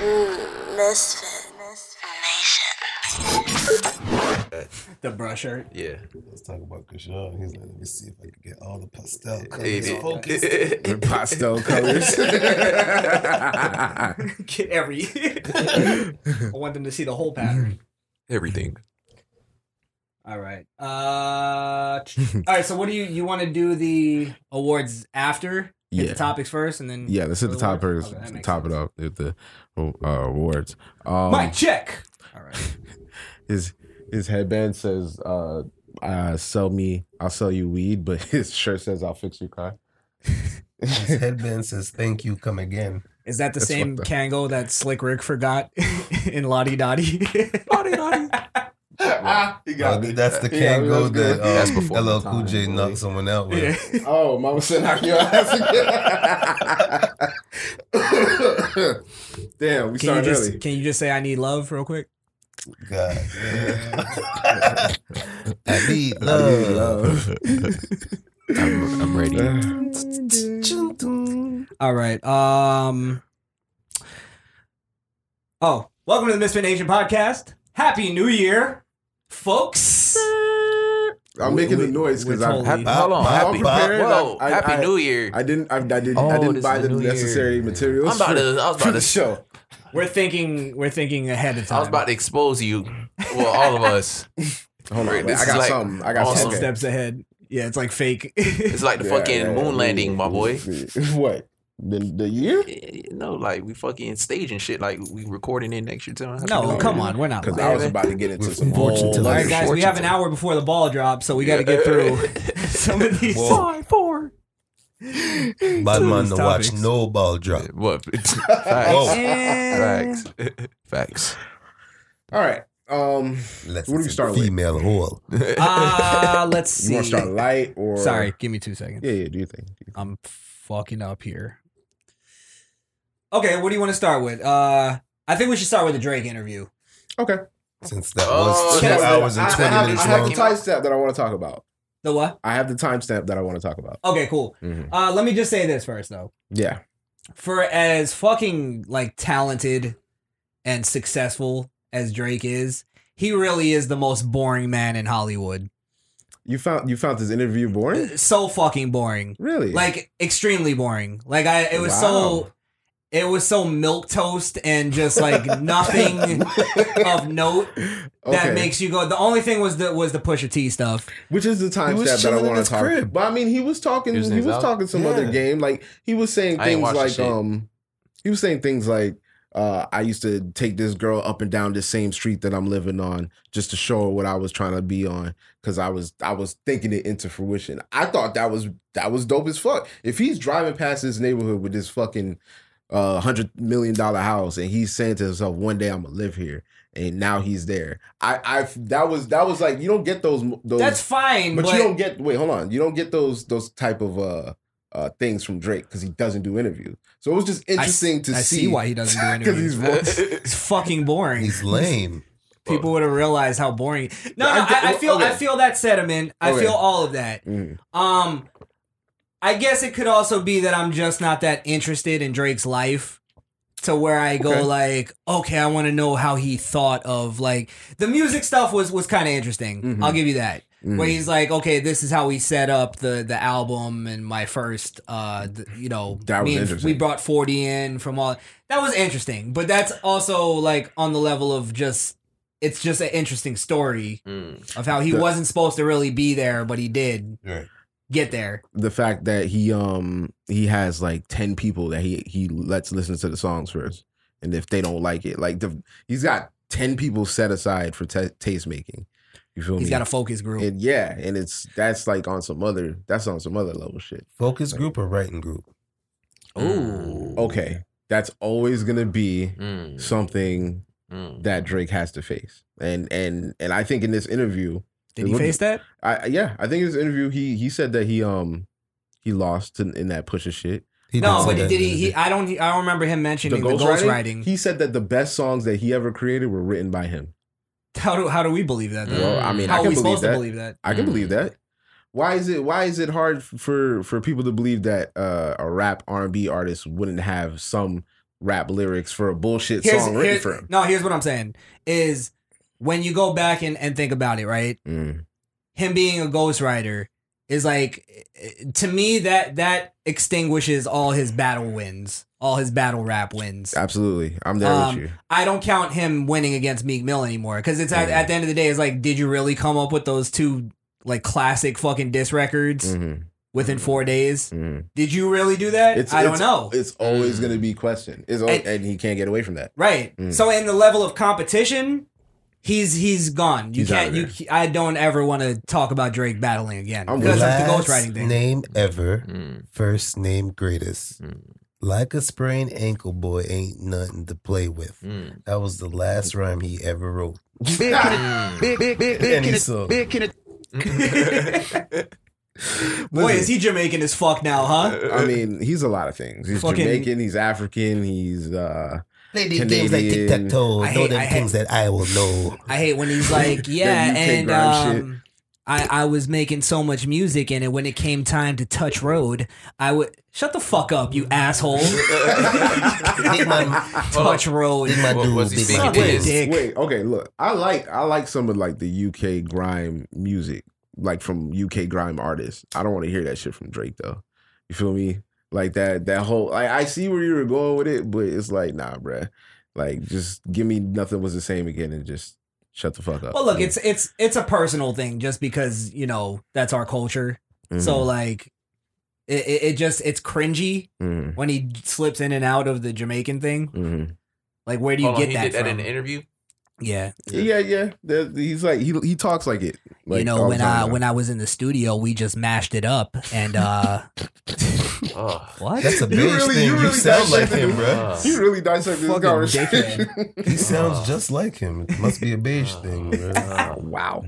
Mm, misfit. Nation. The brusher. Yeah. Let's talk about Chris Young. He's like, let me see if I can get all the pastel colors focused. It With pastel colors. Get every. I want them to see the whole pattern. Everything. All right. Uh. All right. So, what do you you want to do the awards after? Hit Yeah. The topics first, and then yeah, let's hit the top Awards? first, Okay, that makes top it sense. off with the uh, awards. Um, Mike, check. All right. his his headband says uh, uh sell me i'll sell you weed but his shirt says i'll fix your car His headband says, thank you, come again. Is that the That's same fucked Kango that Slick Rick forgot in Lottie Dottie? Lottie Dottie. he Uh, that's the Kango that um, That's before LL my Cool J time, boy. knocked someone out with. Yeah. oh mama said knock your ass again damn Can you we started just early can you just say I need love real quick? God. I need love. I'm, I'm ready. Uh, All right. Um. Oh, welcome to the Misfit Nation podcast. Happy New Year, folks. i'm making the noise because We're i'm totally- happy Uh, Hold on. I- I'm Happy, prepared. whoa, I- I- happy I- New Year. I didn't. I, I didn't. I Oh, didn't this buy is the New Year. necessary materials. I'm about for- to- I was about for to- the show. We're thinking. We're thinking ahead of time. I was about to expose you. Well, all of us. Hold on, Right, this I got is like something. I got awesome Ten Okay. something. steps ahead. Yeah, it's like fake. It's like the Yeah, fucking yeah, moon landing, my boy. What? The, the year? No, like we fucking staging shit. Like we recording it next year. too. no, Oh, come yeah. on, we're not. Because lying. I was about to get into some Fortune fortune teller. All right, Like, guys, we have an hour before the ball drops, so we got to get through some of these. Well, four. Bad man to topics. watch no ball drop. What? Facts. Whoa. And- Facts. Facts. All right. Um, Let's What do we start with? female hole. Uh, let's see. you want to start light or Sorry, give me two seconds. Yeah, yeah. Do you think? I'm fucking up here. Okay, what do you want to start with? Uh, I think we should start with the Drake interview. Okay. Since that Oh, was two yes, but hours and I- 20 I, have, minutes I have long. the timestamp that I want to talk about. The what? I have the timestamp that I want to talk about. Okay, cool. Mm-hmm. Uh, let me just say this first though. Yeah. for as fucking like talented and successful as Drake is, he really is the most boring man in Hollywood. You found you found this interview boring? So fucking boring. Really? Like extremely boring. Like I it was Wow. so it was so milk toast and just like nothing of note that Okay. makes you go. The only thing was the was the Pusha T stuff. Which is the was timestamp that I chilling in want his to talk. crib. But I mean, he was talking. He He was was, in his house? talking some other Yeah. game. Like he was saying I ain't things watched the like, shit. um, he was saying things like, uh, I used to take this girl up and down this same street that I'm living on just to show her what I was trying to be on because I was I was thinking it into fruition. I thought that was that was dope as fuck. If he's driving past his neighborhood with this fucking uh, hundred million dollar house and he's saying to himself, one day I'm gonna live here. And now he's there. I, I, that was, that was like you don't get those, those That's fine, Oh. but, but, you don't get wait, hold on. You don't get those those type of uh uh things from Drake because he doesn't do interviews. So it was just I s- interesting to I see why he doesn't do because interviews. he's ro- It's fucking boring. He's lame. people would have realized how boring. No, I no, get- I, I feel, I okay. feel that sentiment. I Okay. feel all of that. Mm. Um, I guess it could also be that I'm just not that interested in Drake's life to where I go Okay. like, okay, I want to know how he thought of like the music stuff was was kind of interesting. Mhm. I'll give you that. Mm. Where he's like, okay, this is how we set up the the album and my first, uh, th- you know, That was me and- interesting. we brought forty in from all that was interesting, but that's also like on the level of just it's just an interesting story Mm. of how he The- wasn't supposed to really be there, but he did Right. get there. the fact that he um he has like ten people that he he lets listen to the songs first, and if they don't like it, like the he's got ten people set aside for t- taste making. You feel He's me? got a focus group. and yeah, and it's that's like on some other that's on some other level shit. Focus group or writing group? Ooh. Okay, that's always gonna be Mm. something Mm. that Drake has to face. And and and I think in this interview, Did he What- face that? I I- yeah, I think in this interview he he said that he um he lost in, in that push of shit. He No, say but that did in he, the he? I don't. I don't remember him mentioning the ghostwriting, ghostwriting. He said that the best songs that he ever created were written by him. how do how do we believe that? Though? Well, I mean, how I are can we believe supposed that. to believe that? I can Mm. believe that. Why is it why is it hard for for people to believe that uh, a rap R and B artist wouldn't have some rap lyrics for a bullshit Here's- song written here's- for him. No, here's what I'm saying is when you go back and, and think about it, right? Mm. Him being a ghostwriter is like eh, to me that that extinguishes all his battle wins, all his battle rap wins. Absolutely, I'm there Um, with you. I don't count him winning against Meek Mill anymore because it's at, Mhm. at the end of the day, it's like, did you really come up with those two like classic fucking diss records Mhm, within four days? mhm. Did you really do that? It's- I don't it's- know. It's always going to be questioned. It's al- And- and, he can't get away from that. Right. Mm. So in the level of competition, he's he's gone. You He's can't. outta You there. I don't ever want to talk about Drake battling again I'm because of with the Last ghostwriting thing. name ever, Mm, first name greatest. Mm. Like a sprained ankle, boy, ain't nothing to play with. mm, That was the last rhyme he ever wrote. mm. Big, big, big, And big, he can sucked. it, big, can it, Boy, is he Jamaican as fuck now, huh? I mean, he's a lot of things. He's Fucking- Jamaican. He's African. He's uh, They did games like tic tac toe. I Know hate- them I hate- things that I will know. I hate when he's like, yeah, That UK and grime shit. um, I I was making so much music, and when it came time to touch road, I would shut the fuck up, you asshole. Big man, touch road. big man What do was he big thinking? man Suck It a is. dick. Wait, okay, look. I like I like some of like the UK grime music, like from UK grime artists. I don't want to hear that shit from Drake though. You feel me? Like that that whole like I see where you were going with it, but it's like, nah, bruh. Like just give me nothing was the same again and just shut the fuck up. Well, look, it's it's it's a personal thing, just because you know that's our culture. Mhm, So like, it, it it just it's cringy mhm, when he slips in and out of the Jamaican thing. mhm. Like, where do you Hold on, get Oh, he that did that in from? an interview. yeah, Yeah, yeah. That- he's like he he talks like it. Like, you know, when I when I was in the studio, we just mashed it up, and uh Oh, what? That's a You bitch really- thing. you You, really sound like dissected him, him. bro. uh, you really dissected this Fucking conversation. He sounds Uh. just like him. It must be a beige Ah. thing, bro. uh, Oh, wow.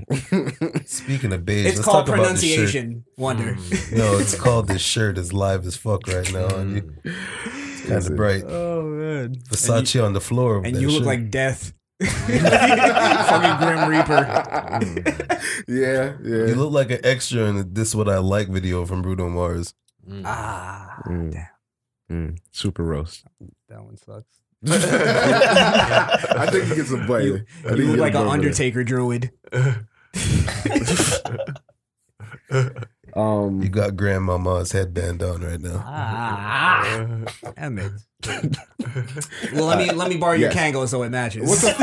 Speaking of beige, it's let's called talk about this shirt. pronunciation. Wonder. mm, No, it's called this shirt is live as fuck right now. And you, mm. it's kind of bright. Oh man. And Versace on the floor. of you, that and you look shirt. like death. Fucking Grim Reaper. Hmm. Mm. yeah, yeah. you look like an extra in the "This What I Like" video from Bruno Mars. Mm. Ah, Mm. damn, Mm. Super roast. that one sucks. I think he gets a bite. You- I think You he look gets like a an bite. Undertaker druid. You Um, got Grandmama's headband on right now. Ah, damn it. Well, let me let me borrow Uh, Yes. your Kango so it matches. what the fuck?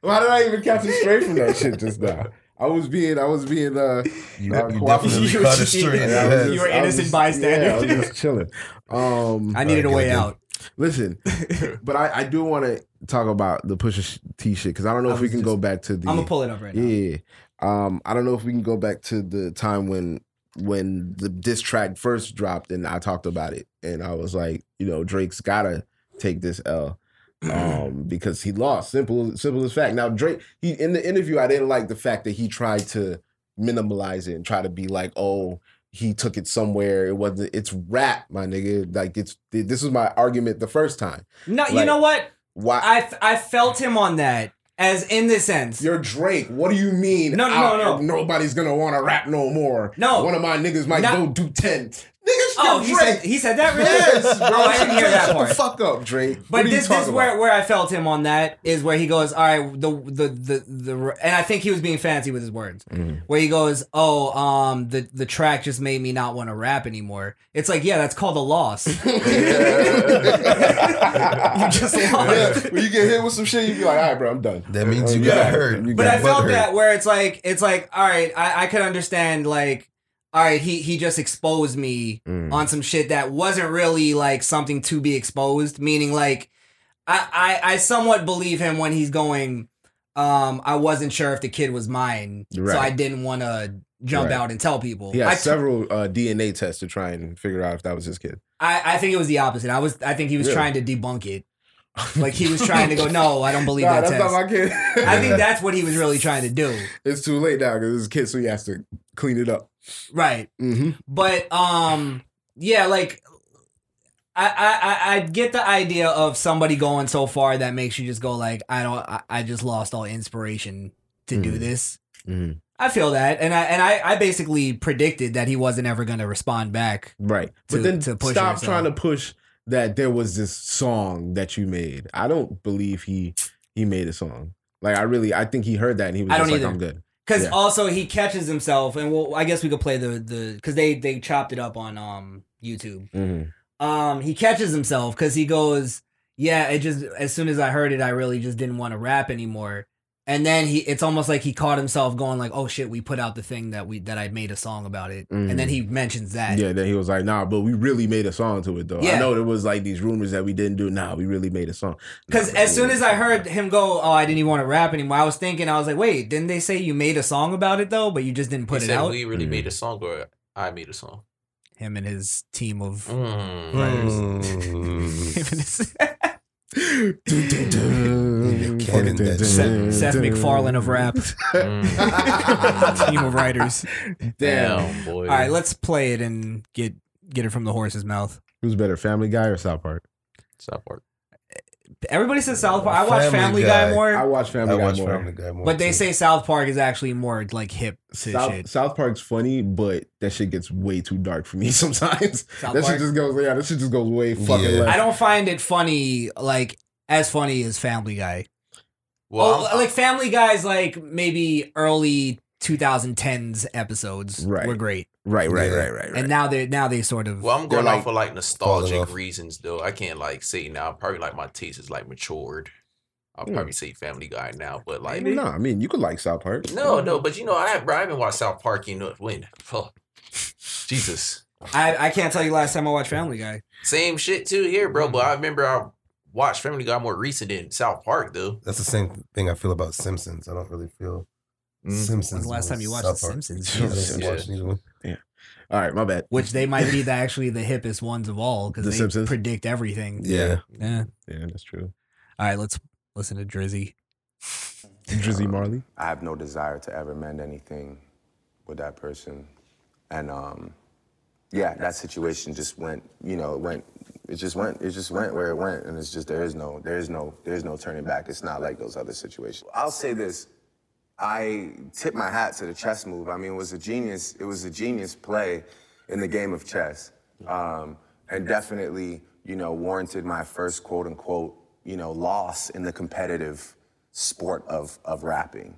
Why did I even catch it straight from that shit just now? I was being, I was being, uh, You, Nah, you cooperative. definitely You- caught it straight. you- I was you were I was innocent bystander. Yeah, I was just chilling. Um, I needed a Alright, way good, out. listen, but I, I do want to talk about the Pusha T shit because I don't know I if we was can just- go back to the. I'm gonna pull it up right now. Yeah. Um, I don't know if we can go back to the time when when the diss track first dropped and I talked about it and I was like, you know, Drake's gotta take this L. Um, because he lost. Simple simple as fact. Now Drake, he in the interview, I didn't like the fact that he tried to minimalize it and try to be like, oh, he took it somewhere. It wasn't it's rap, my nigga. Like it's this was my argument the first time. No, you Like- know what? Why I I felt him on that as in the sense. You're Drake. What do you mean? No, no, no, I- no. Nobody's gonna want to rap no more. No. one of my niggas might Not- go do ten. Niggas, oh, oh, you're he Drake. said he said that really. yes, bro. Oh, I didn't hear Drake, that shut part. the fuck up, Drake. But What are you this this is talking where, about? where I felt him on that is where he goes, all right, the the the the and I think he was being fancy with his words. Mm-hmm. Where he goes, oh, um, the the track just made me not want to rap anymore. It's like, yeah, that's called a loss. You just lost. Yeah, when you get hit with some shit, you be like, all right, bro, I'm done. That means you Uh, got yeah. hurt. You but got I felt butthurt. that where it's like it's like all right, I I could understand like all right, he he just exposed me Mm. on some shit that wasn't really like something to be exposed. Meaning like I I, I somewhat believe him when he's going. Um, I wasn't sure if the kid was mine, so Right. I didn't want to jump Right. out and tell people. He had I, t- several uh, DNA tests to try and figure out if that was his kid. I I think it was the opposite. I was I think he was Really? trying to debunk it. Like he was trying to go, no, I don't believe Nah, that that's test. not my kid. I think that's what he was really trying to do. it's too late now because it's his kid, so he has to clean it up. Right. Mm-hmm. but um yeah like I, I I- I get the idea of somebody going so far that makes you just go like I don't I, I just lost all inspiration to do Mhm. this. Mhm. Mm-hmm. I feel that, and I and I, I basically predicted that he wasn't ever going to respond back. Right. to- but then to push stop yourself. trying to push that there was this song that you made. I don't believe he he made a song. Like I really, I think he heard that and he was I just don't like, either. "I'm good." Because Yeah. also he catches himself, and well, I guess we could play the the because they they chopped it up on um YouTube. Mhm. Um, he catches himself because he goes, "Yeah, it just as soon as I heard it, I really just didn't want to rap anymore." And then he, it's almost like he caught himself going like, "Oh shit, we put out the thing that we that I made a song about it," Mhm. and then he mentions that. Yeah, then he was like, "Nah, but we really made a song to it though." I Yeah. know there was like these rumors that we didn't do. Nah, we really made a song. Nah, Because but as we soon made as a I song. heard him go, oh, I didn't even want to rap anymore. I was thinking, I was like, wait, didn't they say you made a song about it though, but you just didn't Put put he it said, out? We really Mhm. made a song, or I made a song. Him and his team of Mm. Hmm. him and his- Fucking that Mm. Seth, Seth MacFarlane of rap, Mm. team of writers. Damn, Damn, boy. All right, let's play it and get get it from the horse's mouth. who's better, Family Guy or South Park? Stop work. Everybody says South Park. I watch Family Family Guy, Guy. I more, watch Family I Guy watch more. Family Guy more. but they too. say South Park is actually more like hip to South, shit. South Park's funny, but that shit gets way too dark for me sometimes. South that Park. shit just goes, yeah, that shit just goes way fucking Yeah. left. I don't find it funny like as funny as Family Guy. Well, oh, like Family Guy's like maybe early 2010s episodes Right. were great, Right, right, Yeah. right, right, right. and now they now they sort of Well, I'm They're going like off for like falling off. nostalgic reasons, though. I can't like say now. Probably like my taste is like matured. I'll Hmm. probably say Family Guy now, but like no, I mean you could like South Park. no, no. But you know, I have, bro, I haven't watched South Park. You know, when fuck, Jesus, I I can't tell you last time I watched Family Guy. same shit too here, bro. But I remember I watched Family Guy more recent than South Park, though. that's the same thing I feel about Simpsons. I don't really feel Mm. When's Simpsons. the last was time you watched The South Park. Simpsons? Yeah, I Jesus. didn't watch neither one. All right, my bad. Which they might be the, actually the hippest ones of all because The they Simpsons? predict everything. Yeah. Yeah. Yeah, that's true. All right, let's listen to Drizzy. Drizzy Marley. I have no desire to ever mend anything with that person. And um, yeah, that situation just went, you know, it went, it just went, it just went where it went. And it's just, there is no, there is no, there is no turning back. It's not like those other situations. I'll say this. I tip my hat to the chess move. I mean, it was a genius, it was a genius play in the game of chess. Um, and definitely, you know, warranted my first quote unquote, you know, loss in the competitive sport of, of rapping.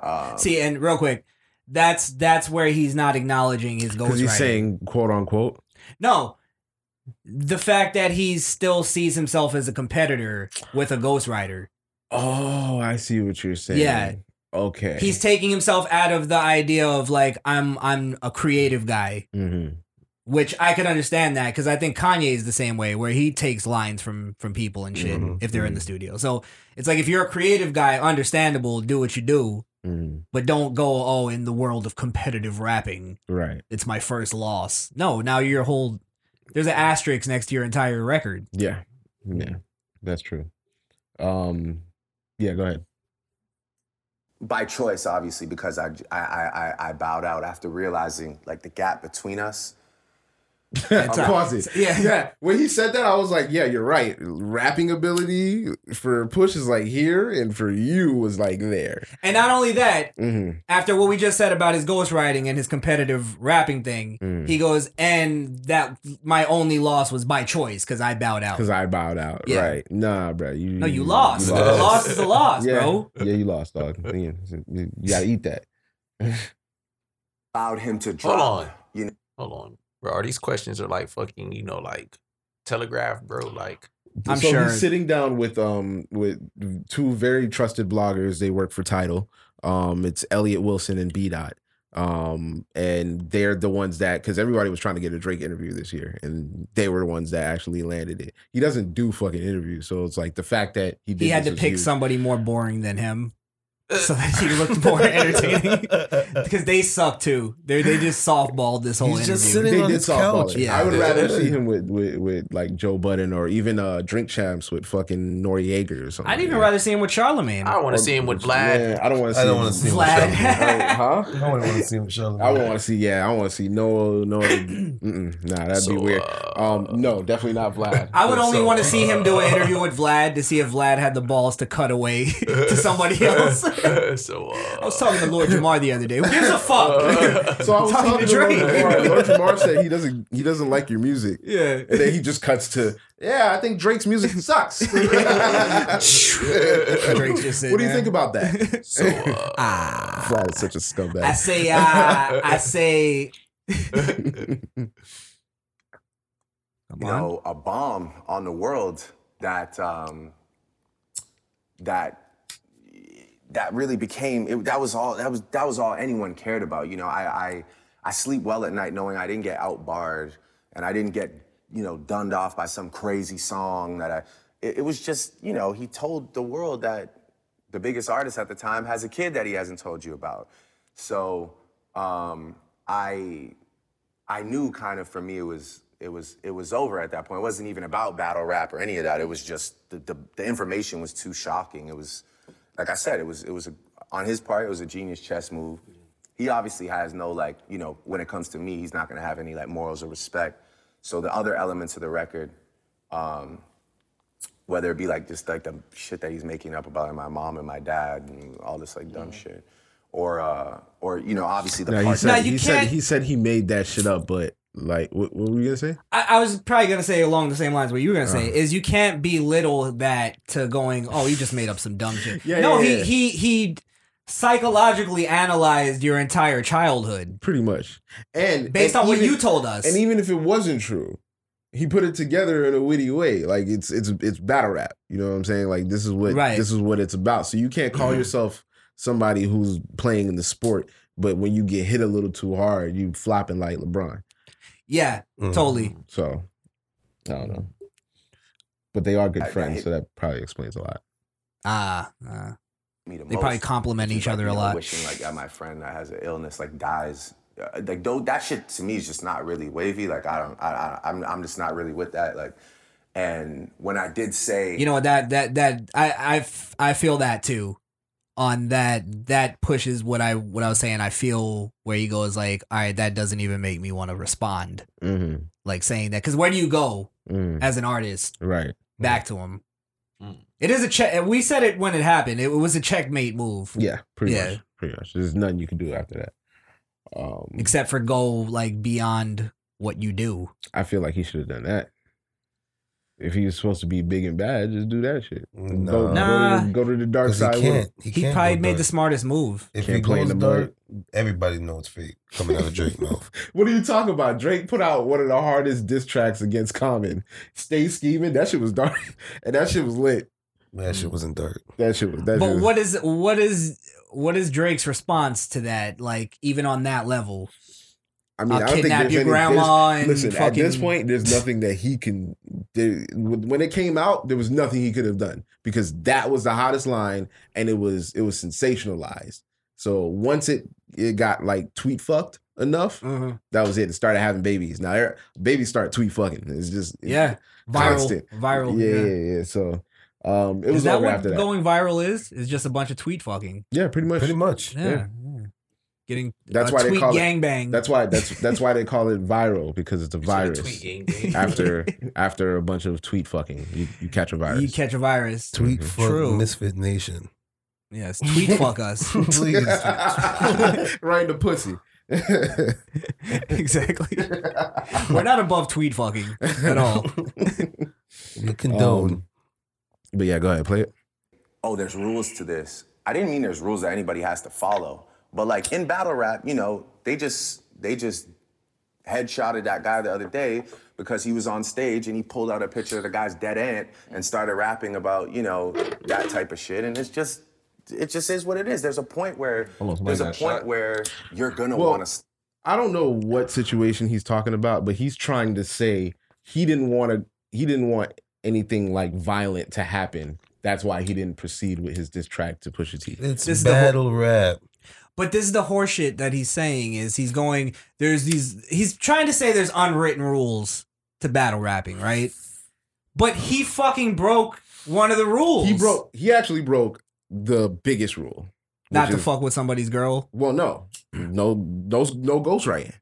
Oh, See, and real quick, that's that's where he's not acknowledging his Because goals. he's saying quote unquote. No. The fact that he still sees himself as a competitor with a ghostwriter. Oh, I see what you're saying. Yeah. Okay. He's taking himself out of the idea of like I'm I'm a creative guy, Mhm. which I could understand that cuz I think Kanye is the same way where he takes lines from from people and shit Mm-hmm. Mhm, if they're in the studio. So, it's like if you're a creative guy, understandable, do what you do, Mhm. but don't go oh in the world of competitive rapping, Right. it's my first loss. No, now your whole there's an asterisk next to your entire record. Yeah. Hmm. Yeah. That's true. Um. Yeah. Go ahead. by choice, obviously, because I, I, I, I- I bowed out after realizing like the gap between us. Pause it. Yeah. Yeah, when he said that, I was like, "Yeah, you're right." Rapping ability for Push is like here, and for you was like there. And not only that, Mm-hmm. after what we just said about his ghostwriting and his competitive rapping thing, Mm. he goes, and that my only loss was by choice because I bowed out. Because I bowed out. Yeah. Right? Nah, bro. You No, you lost. You A loss is a loss, yeah. bro. Yeah, you lost, dog. Yeah. You gotta eat that. Allowed him to Hold drop. on, You know, hold on, bro. All these questions are like fucking, you know, like telegraph, bro. Like I'm so sure. he's sitting down with um with two very trusted bloggers. They work for Title. Um, it's Elliot Wilson and B Dot. Um, and they're the ones that because everybody was trying to get a Drake interview this year, and they were the ones that actually landed it. He doesn't do fucking interviews, so it's like the fact that he did He had this to was pick huge. somebody more boring than him so that he looked more entertaining. Because they suck too. They they just softballed this whole He's interview. just They sitting- on did his softball couch. it. Yeah. I would rather Yeah. see him with, with with like Joe Budden or even uh Drink Champs with fucking Noriega or something. I'd like even that. rather see him with Charlemagne. I want to see him with Vlad. Yeah, I don't want to. I don't wanna see him with Vlad. Charlamagne. Oh, huh? I don't want to see him. Charlamagne. I want to see. Yeah, I want to see no, no. mm-mm, nah, that'd be So, weird. uh, Um, no, definitely not Vlad. I would only So, want to see him do an interview with Vlad to see if Vlad had the balls to cut away to somebody else. so I uh, was talking to Lord Jamar the other day. Who gives a fuck? So I was Talking talking to to Lord Drake. Jamar. Lord Jamar said he doesn't he doesn't like your music. yeah. And then he just cuts to, yeah, I think Drake's music sucks. what do Drake's just Ah, you think about that? so uh, Vlad is such a I scumbag. say, uh, I say, come you on. know, a bomb on the world that um, that that really became it, that was all that was that was all anyone cared about. You know, I I I sleep well at night knowing I didn't get outbarred and I didn't get you know dunned off by some crazy song that I. It, it was just you know he told the world that the biggest artist at the time has a kid that he hasn't told you about. So um, I I knew kind of for me it was it was it was over at that point. It wasn't even about battle rap or any of that. It was just the the, the information was too shocking. It was like I said, it was it was a, on his part. It was a genius chess move. He obviously has no like you know when it comes to me, he's not gonna have any like morals or respect. So the other elements of the record, um, whether it be like just like the shit that he's making up about like, my mom and my dad and all this like dumb shit, or uh, or you know obviously the No, he part- said, Now, you he, said can't- he said he made that shit up, but like, what, what were you gonna say? I, I was probably gonna say along the same lines what you were gonna Uh. say is you can't belittle that to going oh you just made up some dumb shit. Yeah, no, yeah, he he yeah. he psychologically analyzed your entire childhood Pretty much. And based and on what even- you told us. And even if it wasn't true, he put it together in a witty way. Like it's it's it's battle rap. You know what I'm saying? Like this is what Right. this is what it's about. So you can't call yourself somebody who's playing in the sport, but when you get hit a little too hard, you flopping like LeBron. yeah, Mm. totally. So I don't know. But they are good I- I- friends, so that probably explains a lot. Ah, ah. me the they probably most. compliment Just, each like, other you a know, lot. Wishing like yeah, my friend that has an illness like dies. Uh, Like though that shit to me is just not really wavy. Like I don't, I, I I'm, I'm just not really with that. Like, and when I did say, You know that that that I I f- I feel that too. On that that pushes what I what I was saying. I feel where he goes like all right that doesn't even make me want to respond Mm-hmm. like saying that because where do you go as an artist Right. back to him. Mm. It is a check. We said it when it happened. It was a checkmate move, Yeah. Pretty Yeah. much. Pretty much. There's nothing you can do after that. Um, except for go like beyond what you do. I feel like he should have done that. If he was supposed to be big and bad, just do that shit. No. Go, go to the- Nah. go, to, the Mm, dark 'Cause he side. can't. Can't, He, He can't probably go made dark. the smartest move. If can't he play goes in the dark, mud. everybody knows fake coming out of Drake's mouth. What are you talking about? Drake put out one of the hardest diss tracks against Common. Stay scheming. That shit was dark, and that shit was lit. Man, that shit wasn't dark. That shit was. That shit But was- what is what is what is Drake's response to that? Like even on that level, I I'll don't kidnap there's your any- there's- grandma and listen, at this fucking- point, there's nothing that he can. There, when it came out, there was nothing he could have done because that was the hottest line, and it was it was sensationalized. So once it it got like tweet fucked enough, Mm. Uh-huh. that was it. It started having babies. Now er- babies start tweet fucking. It's just yeah, viral, Constant. viral. yeah, yeah, yeah. So um, it Is was that over what after that. going viral is? Is just a bunch of tweet fucking. yeah, pretty much. Pretty much. Yeah, Yeah. yeah. getting That's a why they tweet call it- gangbang. That's why that's that's why they call it viral because it's a virus. after after a bunch of tweet fucking, you, you catch a virus. you catch a virus. Tweet Mhm. fuck True. Misfit Nation. Yes, tweet fuck us. Please. right in the pussy. exactly. We're not above tweet fucking at all. We condone. Um, but yeah, go ahead, play it. oh, there's rules to this. I didn't mean there's rules that anybody has to follow. But like in battle rap, you know, they just they just headshotted that guy the other day because he was on stage and he pulled out a picture of the guy's dead aunt and started rapping about, you know, that type of shit. And it's just it just is what it is. There's a point where Almost there's a made point that shot. where you're gonna Well, wanna I don't know what situation he's talking about, but he's trying to say he didn't want to. He didn't want anything like violent to happen. That's why he didn't proceed with his diss track to Pusha T. it's this is the whole- battle rap. But this is the horseshit that he's saying is he's going there's these he's trying to say there's unwritten rules to battle rapping, right? But he fucking broke one of the rules. He broke. He actually broke the biggest rule. not which to is- fuck with somebody's girl. Well, no, no, no, no ghostwriting.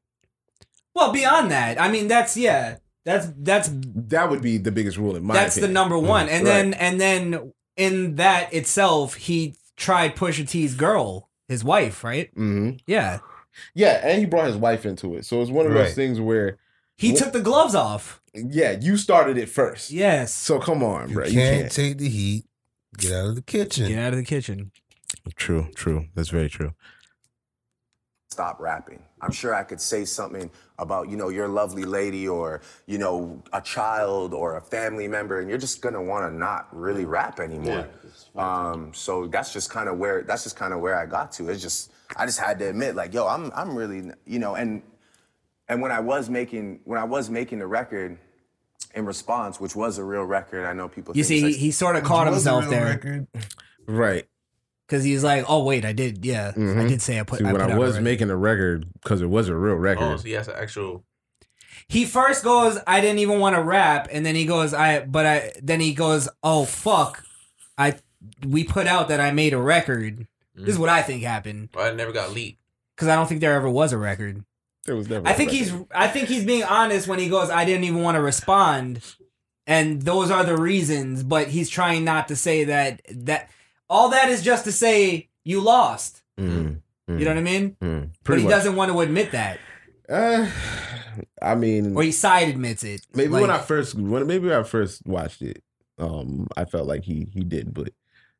Well, beyond that, I mean that's yeah. That's that's That would be the biggest rule in my. Mm, that's the opinion. number one. And Right. then and then in that itself, he tried Pusha T's girl, his wife, right? hmm Yeah, Yeah, and he brought his wife into it, so it's one of Right. those things where he Wha- took the gloves off. yeah, you started it first. Yes. So come on, You bro. can't, take the heat. Get out of the kitchen. Get out of the kitchen. True, true. That's very true. stop rapping. I'm sure I could say something about, you know, your lovely lady or, you know, a child or a family member, and you're just gonna wanna not really rap anymore. um, so that's just kind of where that's just kind of where I got to. It's just I just had to admit, like, yo, I'm I'm really you know, and and when I was making when I was making the record in response, which was a real record, I know people You think see, it's he, like- he sort of caught It was a himself real there record. Right. because he's like, "Oh wait, I did. Yeah, I Mhm. did say I put. See, I when put I out a was record. making a record, because it was a real record. Oh, so he has an actual. He first goes, "I didn't even want to rap," and then he goes, "I." But I. Then he goes, "Oh fuck, I." We put out that I made a record. This is what I think happened Well, I never got leaked. because I don't think there ever was a record. There was never. I a think record. he's. I think he's being honest when he goes, "I didn't even want to respond," and those are the reasons. But he's trying not to say that. That all that is just to say you lost. Mhm, mhm, You know what I mean? mhm. but Pretty he much. doesn't want to admit that, Uh, I mean, or he side admits it. maybe when I Like, first when maybe when I first watched it, um, I felt like he he did, but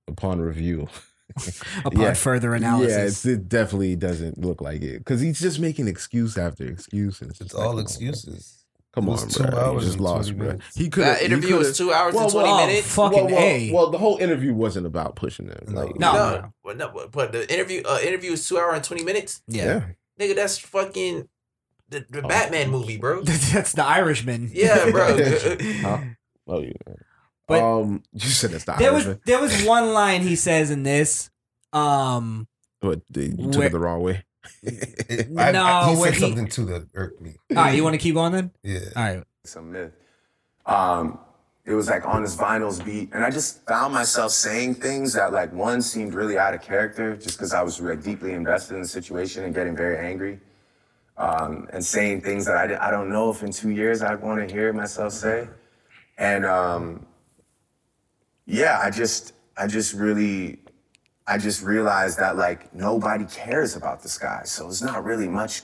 upon review, upon yeah. further yeah, analysis, it's, it definitely doesn't look like it because he's just making excuse after excuse, and it's, It's just like, all come on, excuses. Come It on, was two bro. hours You just and lost, 20 bro. minutes. He could That interview was two hours Well, and twenty well, oh, minutes. fucking well, well, a. well, the whole interview wasn't about pushing them. No. Like, No. no, well, no, but- but the interview uh, interview is two hour and twenty minutes. yeah, yeah. Nigga, that's fucking the, the Batman movie, bro. that's the Irishman. Yeah, bro. Huh? Oh, yeah. But- um, you said it's not. there was there was one line he says in this. Um, but you took Where- it the wrong way. I- I- he No, when said he- something too that irked me. all right, you want to keep going then? Yeah. All right, It's a myth. Um, it was like on this vinyls beat, and I just found myself saying things that like one seemed really out of character, just because I was like deeply invested in the situation and getting very angry, um, and saying things that I, di- I don't know if in two years I'd want to hear myself say, and um, yeah, I just I just really I just realized that like nobody cares about this guy, so it's not really much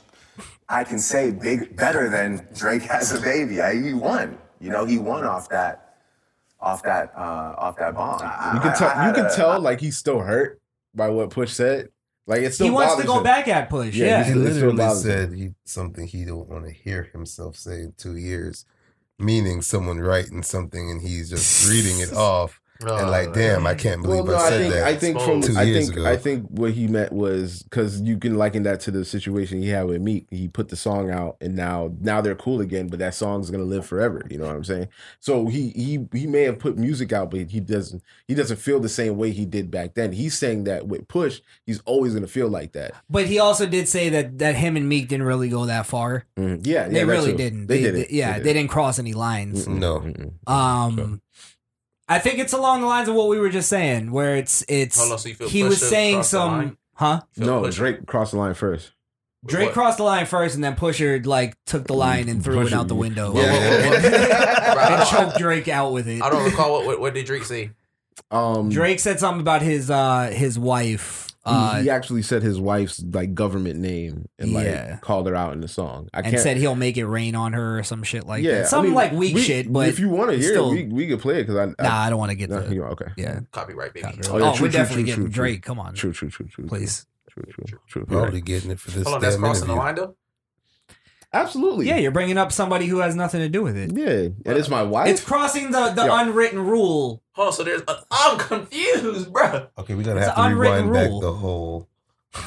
I can say big better than Drake has a baby. I, he won. You know, he won off that, off that, uh, off that bomb. You I- can I- tell. I You had can a- tell. Like he's still hurt by what Push said. Like it's still. he wants to bothers go him. back at Push. Yeah, Yeah, he's- He It still literally bothers said he, something he don't want to hear himself say in two years, meaning someone writing something and he's just reading it off and Oh, like, damn, I can't Well, believe no, Uh, I I said think that. I think Exposed. from Two I years think ago. I think what he meant was because you can liken that to the situation he had with Meek. He put the song out, and now now they're cool again. But that song's gonna live forever. You know what I'm saying? So he he he may have put music out, but he doesn't he doesn't feel the same way he did back then. He's saying that with Push, he's always gonna feel like that. but he also did say that that him and Meek didn't really go that far. Mm-hmm. Yeah, they yeah, that really too. didn't. They, They, did they- it. Mm, yeah, they didn't cross any lines. No. Um, I think it's along the lines of what we were just saying, where it's it's Hold on, so you feel he Pusha was saying crossed the some line? huh No, Push- Drake crossed the line first. Drake What? crossed the line first, and then Pusher like took the line and threw it Pusher- out the window Whoa, whoa, whoa, Bro, I don't- and choked Drake out with it. I don't recall what, what what did Drake say. Um, Drake said something about his uh his wife. He- Uh, he actually said his wife's like government name and like Yeah. called her out in the song. I and can't said he'll make it rain on her or some shit like that. I Some mean, like weak we- shit, but if you want to it's hear, still- it, we we could play it because I, I nah, I don't want to get no, the you're okay. yeah. Copyright, baby. copyright. Oh, Oh, yeah, we're true, true, definitely true, getting true, Drake. Come on, True, true, true, true. please. true, true, true, true. You're Probably right. getting it for this Hold on, that's damn crossing interview. the line though. Absolutely. Yeah, you're bringing up somebody who has nothing to do with it. yeah. And it's my wife. It's crossing the the Yeah. unwritten rule. Hold on, so there's a, I'm confused, bro. Okay, we're gonna It's have an to unwritten rewind back rule. the whole.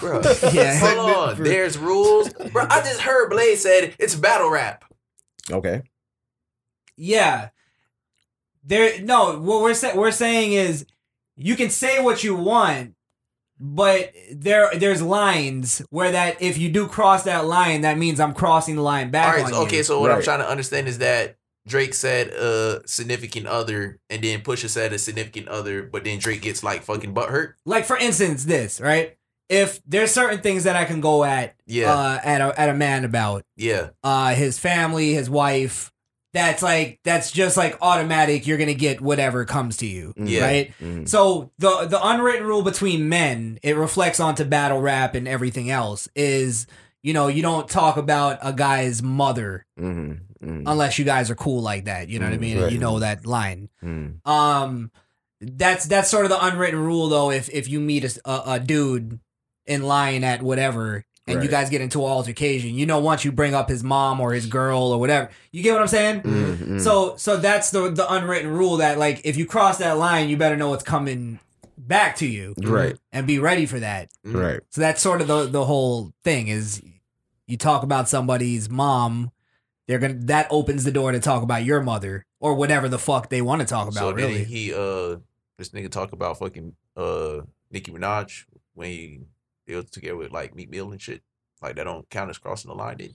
Bro, Yeah, hold on. There's rules, bro. I just heard Blaze said it's battle rap. okay. yeah. There, no. What we're saying we're saying is you can say what you want, but there there's lines where that if you do cross that line, that means I'm crossing the line All back. right, on so- okay. you. So what I'm Right. trying to understand is that Drake said a significant other, and then Pusha said a significant other, but then Drake gets like fucking butt hurt. like for instance, this right. If there's certain things that I can go at Yeah, uh, at a at a man about yeah. uh, his family, his wife, that's like that's just like automatic you're gonna get whatever comes to you Yeah. right Mm. so the the unwritten rule between men it reflects onto battle rap and everything else is you know you don't talk about a guy's mother Mhm. Mhm. unless you guys are cool like that you know what i mean And Right. you know that line Mhm. um that's that's sort of the unwritten rule though if if you meet a, s- a- a dude in line at whatever and you Right. guys get into an altercation you know once you bring up his mom or his girl or whatever you get what i'm saying Mhm. mm. so so that's the the unwritten rule that like if you cross that line you better know what's coming back to you Mm, Right. and be ready for that Mm. Right. so that's sort of the the whole thing is you talk about somebody's mom they're gonna that opens the door to talk about your mother or whatever the fuck they want to talk about so then really he uh this nigga talk about fucking uh Nicki Minaj when he they was together with like Meek Mill and shit. Like that don't count as crossing the line, did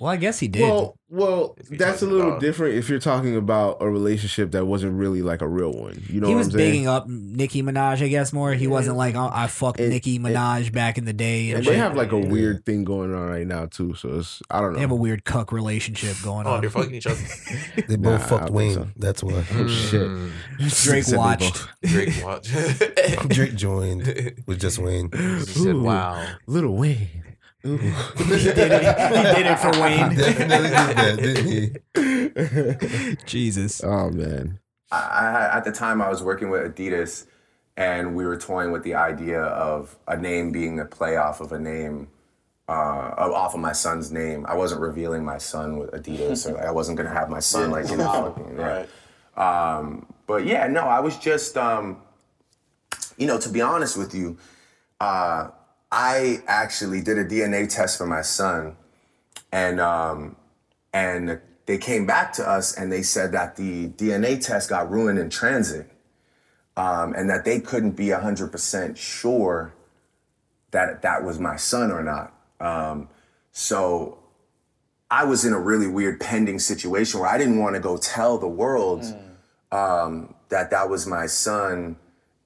Well, I guess he did. Well, well, If you're that's a talking little about- different if you're talking about a relationship that wasn't really like a real one. You know he what was I'm saying? bigging up Nicki Minaj, I guess, more. He wasn't like, oh, I fucked And- Nicki Minaj back in the day. And and shit. they have like a Yeah. weird thing going on right now too. So it's I don't They have a know. weird cuck relationship going Oh, on. they're fucking each other. They both Nah, I fucked don't Wayne. think so. That's why. Oh, shit. Mm. Drake Said they watched. both- Drake watch. Drake joined with just Wayne. said, Ooh. "Wow." Little Wayne. Ooh. He did it. He did it for Wayne. He definitely did that, didn't he? Jesus. oh man. I, I, at the time, I was working with Adidas, and we were toying with the idea of a name being a playoff of a name, uh, of- off of my son's name. I wasn't revealing my son with Adidas, or like, I wasn't gonna have my son like you know, fucking, yeah. Um, but yeah, no, I was just, um, you know, to be honest with you, uh, I actually did a DNA test for my son, and um, and they came back to us and they said that the DNA test got ruined in transit um, and that they couldn't be 100% sure that that was my son or not. Um, so I was in a really weird pending situation where I didn't want to go tell the world um, that that was my son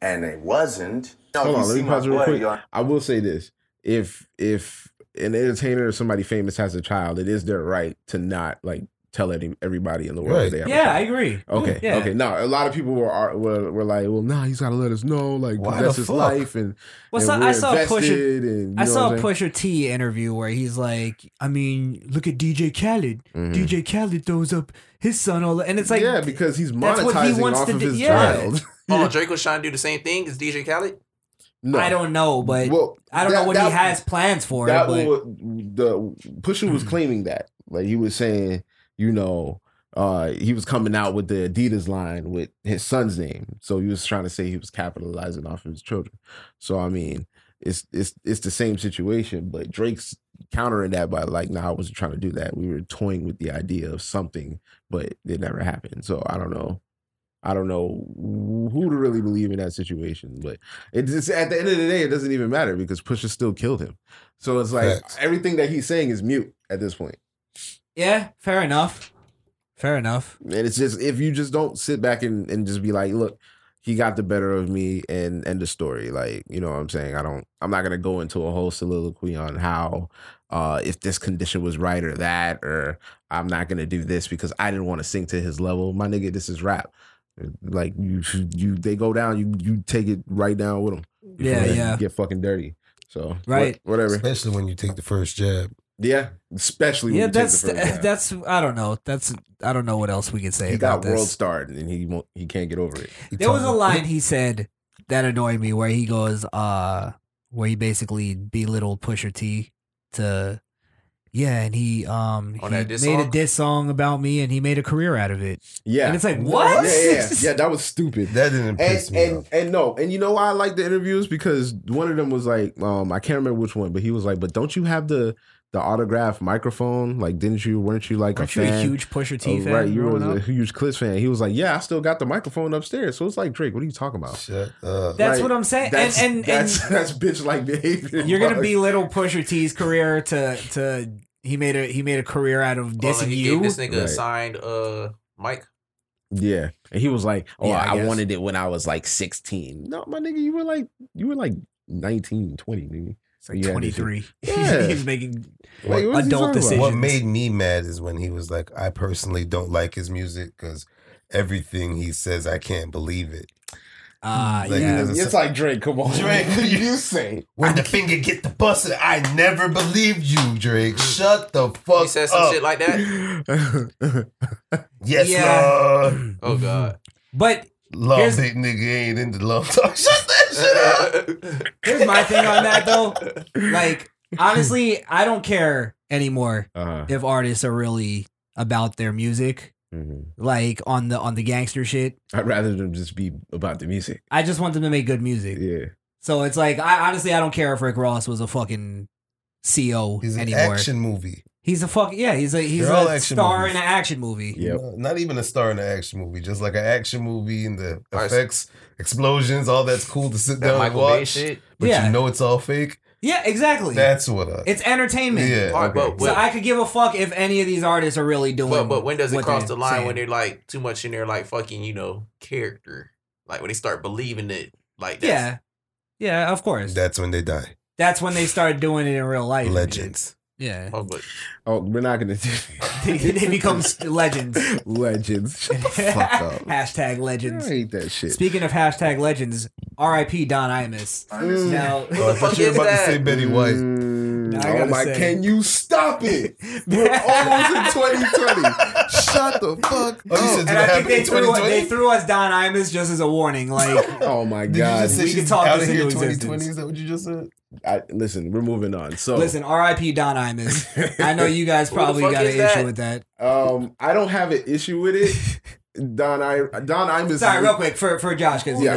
and it wasn't. No, Hold you on, let see me my pause real boy, quick. yo, I will say this: if if an entertainer or somebody famous has a child, it is their right to not like tell any, everybody in the world Right. they have. Yeah, I a child. agree. Okay. Yeah. Okay. No, a lot of people were, are, were were like, well, nah, he's got to let us know, like Why that's the his fuck? life, and, Well, and so- we're I saw invested, Pusha- and, you I know saw what a I'm Pusher T interview where he's like, I mean, look at DJ Khaled. Mhm. DJ Khaled throws up his son all, and it's like, saying? Mm-hmm. yeah, because he's that's what he monetizing wants off to of do- his yeah. child. Oh, Drake was trying to do the same thing as DJ Khaled. No. I don't know, but Well, I don't know that- what that- he has plans for. that it, but Mm-hmm. wa- the Pusha was Hmm. claiming that, like he was saying, you know, uh, he was coming out with the Adidas line with his son's name, so he was trying to say he was capitalizing off of his children. So I mean, it's it's it's the same situation, but Drake's countering that by like, nah, I wasn't trying to do that. We were toying with the idea of something, but it never happened. So I don't know. I don't know who to really believe in that situation, but it's it's- at the end of the day, it doesn't even matter because Pusha still killed him. So it's like Facts. everything that he's saying is mute at this point. yeah, fair enough. Fair enough. And it's just if you just don't sit back and, and just be like, look, he got the better of me and end the story. Like, you know what I'm saying? I don't I'm not gonna go into a whole soliloquy on how uh if this condition was right or that, or I'm not gonna do this because I didn't want to sing to his level. My nigga, this is rap. Like you you they go down, you you take it right down with them. You Yeah, feel me? yeah. Get fucking dirty. So what- Right. whatever. Especially when you take the first jab. Yeah. Especially when Yeah, you that's eh, take the first down. that's I don't know. That's I don't know what else we could say he about got this. world starred and he won't, he can't get over it. He There was a told- line he said that annoyed me where he goes, uh, where he basically belittled Pusher T to, yeah, and he um On he that diss made a song? diss song about me and he made a career out of it. Yeah. And it's like, what? Yeah, yeah, yeah. Yeah, that was stupid. That didn't piss and me and, off. and no, and you know why I like the interviews because one of them was like, um, I can't remember which one, but he was like, but don't you have the the autograph microphone? Like, didn't you? Weren't you like Aren't a you a fan? huge Pusher T Oh, fan? right, you were growing a up? huge Clips fan. He was like, "Yeah, I still got the microphone upstairs." So it's like, Drake, what are you talking about? Shut up. That's Like, what I'm saying. That's and and, that's, and that's bitch like behavior. you're gonna dog. belittle Pusher T's career to to he made a he made a career out of Oh, like, dissing he you. gave this nigga Right. a signed uh mic. Yeah. And he was like, Oh, Yeah, I I, guess. wanted it when I was like 16. No, my nigga, you were like you were like 19, 20, nigga. It's like Yeah, they do. 23. Yeah. He's making Like, what is he adult talking about? decisions. What made me mad is when he was like, I personally don't like his music because everything he says, I can't believe it. Ah, Like, yeah. he doesn't It's like Drake. Come on, Drake, what do you say? When the finger get the busted, I never believed you, Drake. Shut the fuck He said some up. shit like that. yes, Yeah. Lord. Oh God. But Love Here's- that nigga ain't into love talk. Shut that shit up. here's my thing on that though. Like honestly, I don't care anymore Uh-huh. if artists are really about their music, Mhm. like on the on the gangster shit. I'd rather them just be about the music. I just want them to make good music. Yeah. So it's like I honestly I don't care if Rick Ross was a fucking CO He's an anymore. action movie. He's a fuck yeah, he's a he's They're all a action star movies. in an action movie. Yep. No, Not even a star in an action movie, just like an action movie and the All right. effects, explosions, all that's cool to sit That down and Michael Bay watch. shit. But Yeah. you know it's all fake. Yeah, exactly. That's what I. it's entertainment. yeah. All right, but, So when- I could give a fuck if any of these artists are really doing. but but when does it what cross they're the line saying. when they're like too much in their like fucking you know character? Like when they start believing it. Like that's, Yeah, yeah, of course. That's when they die. That's when they started doing it in real life. Legends. Yeah. Oh, but Oh, we're not gonna do they become st- legends. legends. Shut the fuck up. hashtag legends. I hate that shit. Speaking of hashtag legends, R.I.P. Don Imus. Mm. Now, Who the I thought fuck you were is Uh, about that? to say Betty White. Mm. Now I oh gotta my! say- Can you stop it? We're almost in 2020. Shut the fuck Oh, you up! said and I think happy they threw, they 2020? threw us Don Imus just as a warning. Like, Oh my Did you god! just say We can she's talk out this of here into 2020? existence. Is that what you just said? I, listen, we're moving on. So listen, R.I.P. Don Imus. I know you guys Oh. Who the probably fuck got an is issue that? with that. Um, I don't have an issue with it. Don, I Don, I'm just Sorry, real quick for for Josh because Yeah.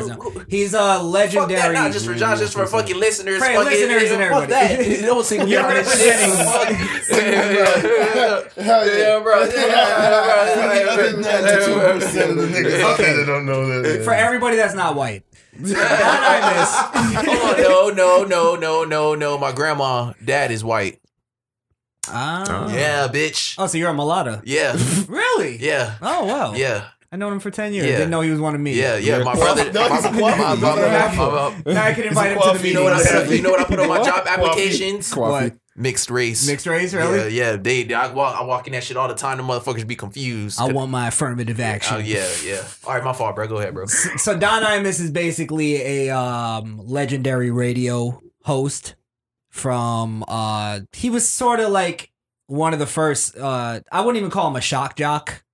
he's a fuck that, legendary. not just for Josh, just for fucking listeners, For fucking listeners and fuck that. everybody. You don't single You're me out of this shit. representing- Fuck. Yeah, yeah, bro. Yeah, yeah, bro. Yeah, bro. 92% of the niggas out there that don't know that. For everybody that's not white, Don Oh. Imus. Hold on, no, no, no, no, no, no. My grandma, dad is white. Ah. Yeah, bitch. Oh, so you're a mulatto? Yeah, Really? yeah, Oh wow. yeah, I known him for ten years. Yeah. Didn't know he was one of me. yeah, yeah. My brother, my, No, he's a my- quaffy. my- He's my- a my- quaffy. my- Now I can He's invite a him to the quaffy. meeting. you know what I said? put? You know what I put on my job applications? Coffee. Mixed race. Mixed race, really? Yeah, yeah. They, I walk, I walk in that shit all the time. The motherfuckers be confused. I want my affirmative action. Oh yeah, yeah. All right, my fault, bro. Go ahead, bro. So Don Imus is basically a um, legendary radio host from. Uh, he was sort of like one of the first. Uh, I wouldn't even call him a shock jock,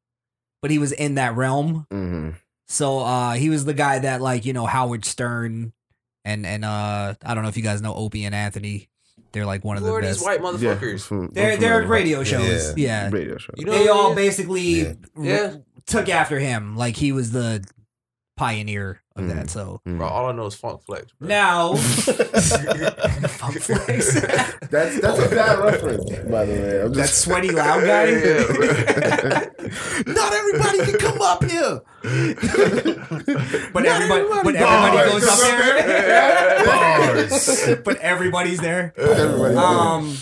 but he was in that realm. Mm-hmm. So uh, he was the guy that like you know Howard Stern and and uh, I don't know if you guys know Opie and Anthony. They're like one of the Lord, best. these white motherfuckers. They're they're radio shows. Yeah. Radio show. You know They who all it is? basically Yeah. r- Yeah. took after him. Like he was the pioneer of Mm. that. So Bro, all I know is Funk Flex. Bro. now Funk Flex. That's that's a bad reference, by the way. I'm that just sweaty loud guy. Not everybody can come up here. But everybody, but Bars. everybody goes up there. Bars. but everybody's there. Everybody. Um,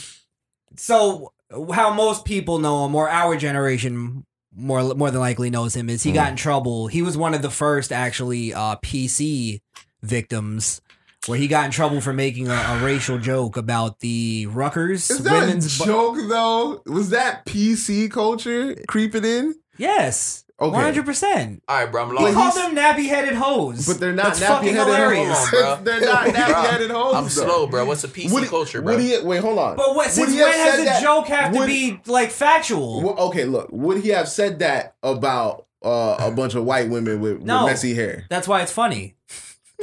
so how most people know him, or our generation more more than likely knows him, is he got in trouble. He was one of the first actually uh, PC victims. Where he got in trouble for making a, a racial joke about the Rutgers is that a women's. bu- joke though? Was that PC culture creeping in? yes, Okay. one hundred percent. All right, bro. I'm He But lost. called he's- them nappy headed hoes. But they're not That's nappy fucking headed hilarious. hoes. Hold on, bro. they're not nappy headed hoes. I'm though. slow, bro. What's a PC Woody- culture, bro? Woody- wait, hold on. But what? Since Would he when have has said a that- joke have to would- be like factual? Well, okay, look. Would he have said that about uh, a bunch of white women with, No. with messy hair? That's why it's funny.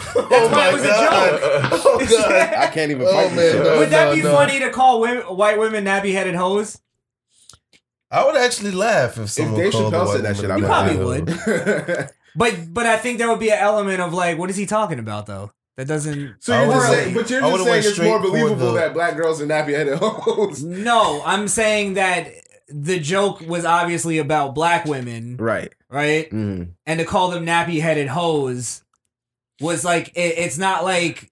Oh why it my was a God. Oh God. I can't even Oh, fight man, this shit. no. Would that be funny to call women, white women nappy headed hoes? I would actually laugh if someone Dave called a Chappelle white said that woman shit, a I You mean, black probably widow. would. But but I think there would be an element of like, what is he talking about though? That doesn't. so I you're would've just saying, went- but I you're just would've went saying it's more straight for believable the- that black girls are nappy headed hoes. No, I'm saying that the joke was obviously about black women, Right. right? And to call them nappy headed hoes was like it, it's not like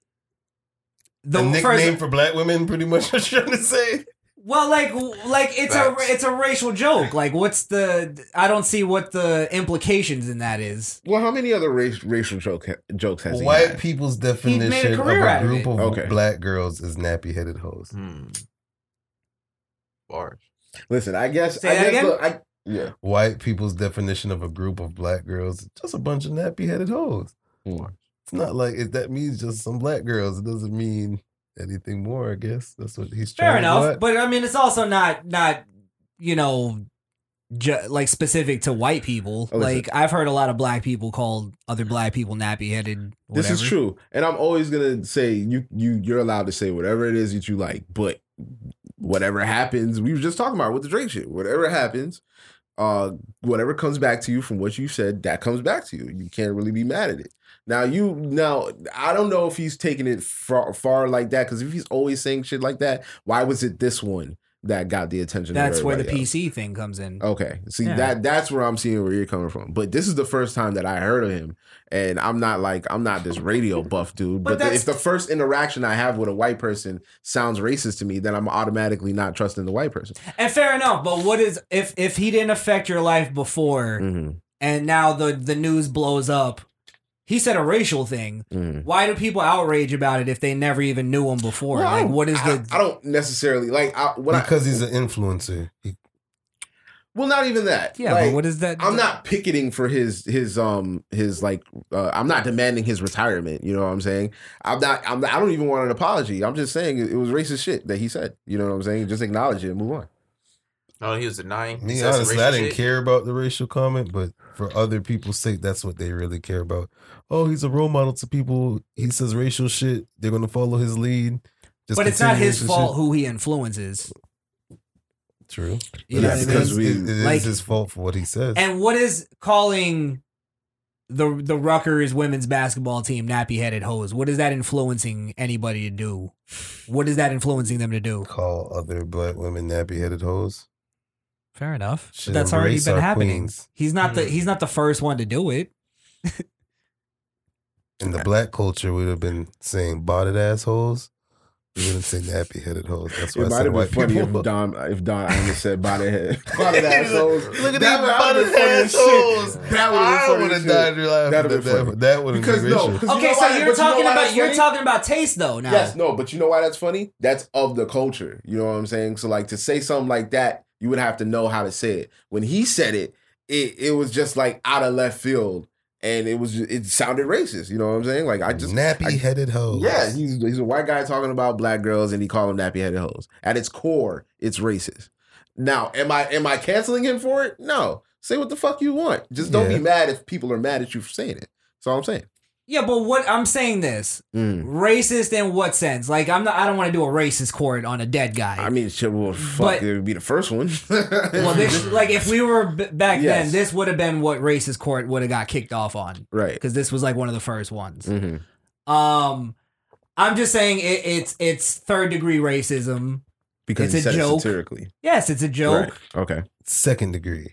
The the nickname first. for black women, pretty much, I'm trying to say. Well, like, like it's Facts. a it's a racial joke. Like, what's the? I don't see what the implications in that is. Well, how many other race, racial joke, jokes has he White had? people's made a definition of career a out of group it. Mm. of Okay. black girls is nappy headed hoes. Hmm. Bars. Listen, I guess. Say I that guess again? look, I, yeah. White people's definition of a group of black girls is just a bunch of nappy headed hoes. Mm. It's not like it, that means just some black girls. It doesn't mean anything more. I guess that's what he's trying. Fair enough, To but I mean, it's also not not you know, ju- like specific to white people. Oh, is like I've heard a lot of black people called other black people nappy headed. This is true, and I'm always gonna say you you you're allowed to say whatever it is that you like, but whatever happens, we were just talking about with the Drake shit. Whatever happens, uh, whatever comes back to you from what you said, that comes back to you. You can't really be mad at it. Now you now I don't know if he's taking it far far like that because if he's always saying shit like that, why was it this one that got the attention? of That's where the everybody else? Oh. PC thing comes in. Okay. See Yeah. that that's where I'm seeing where you're coming from. But this is the first time that I heard of him. And I'm not like I'm not this radio buff dude. But But, the- that's- if the first interaction I have with a white person sounds racist to me, then I'm automatically not trusting the white person. And fair enough, but what is if if he didn't affect your life before, Mm. Mm-hmm, and now the the news blows up? He said a racial thing. mm-hmm. Why do people outrage about it if they never even knew him before? Well, I like, don't- what is I, the I don't necessarily like I, what I, because he's an influencer. He- well not even that. yeah? Like, but what is that? I'm not picketing for his his um his like uh, I'm not demanding his retirement. You know what I'm saying? I'm not I'm not, I don't even want an apology. I'm just saying it, it was racist shit that he said. You know what I'm saying? Just acknowledge it and move on. No, he was denying. me excessive honestly, racial I didn't shit. care about the racial comment, but for other people's sake, that's what they really care about. Oh, he's a role model to people. He says racial shit. They're gonna follow his lead. Just But it's not continue his racial fault shit. who he influences. True. You But know Yeah, it's- what I because mean? it's- we- it- it is like- his fault for what he says. And what is calling the the Rutgers women's basketball team nappy headed hoes? What is that influencing anybody to do? What is that influencing them to do? Call other black women nappy headed hoes. Fair enough. Hmm. Should That's already embrace been our happening. queens. He's not the Mm. he's not the first one to do it. In the black culture, we'd have been saying botted assholes. We wouldn't say nappy headed hoes. That's why It I said might have been white funny people. if Don if Don Imus said body head, body assholes. Look at That these would've been funny as butted-ass shit. hoes. That I would would have have been funny. died as shit. laughing. That'd That'd have been funny. that, that wouldn't Because be no, racial. 'cause you Okay, know so why- but you're you know talking why about that's you're funny? talking about taste though now. Yes, no, but you know why that's funny? That's of the culture. You know what I'm saying? So like to say something like that, you would have to know how to say it. When he said it, it it was just like out of left field, and it was it sounded racist. You know what I'm saying? Like I just I- nappy headed hoes. Yeah, he's, he's a white guy talking about black girls, and he called them nappy headed hoes. At its core, it's racist. Now, am I am I canceling him for it? No. Say what the fuck you want. Just don't Yeah. be mad if people are mad at you for saying it. That's all I'm saying. Yeah, but what I'm saying this racist in what sense? Like I'm not I don't want to do a racist court on a dead guy. I mean, shit. Well, fuck, But- it would be the first one. well, this like if we were b- back Yes. then, this would have been what racist court would have got kicked off on right. because this was like one of the first ones. Mm-hmm. Um, I'm just saying it, it's it's third degree racism. Because It's he a said joke. it satirically. Yes, it's a joke. Right. Okay. Second degree.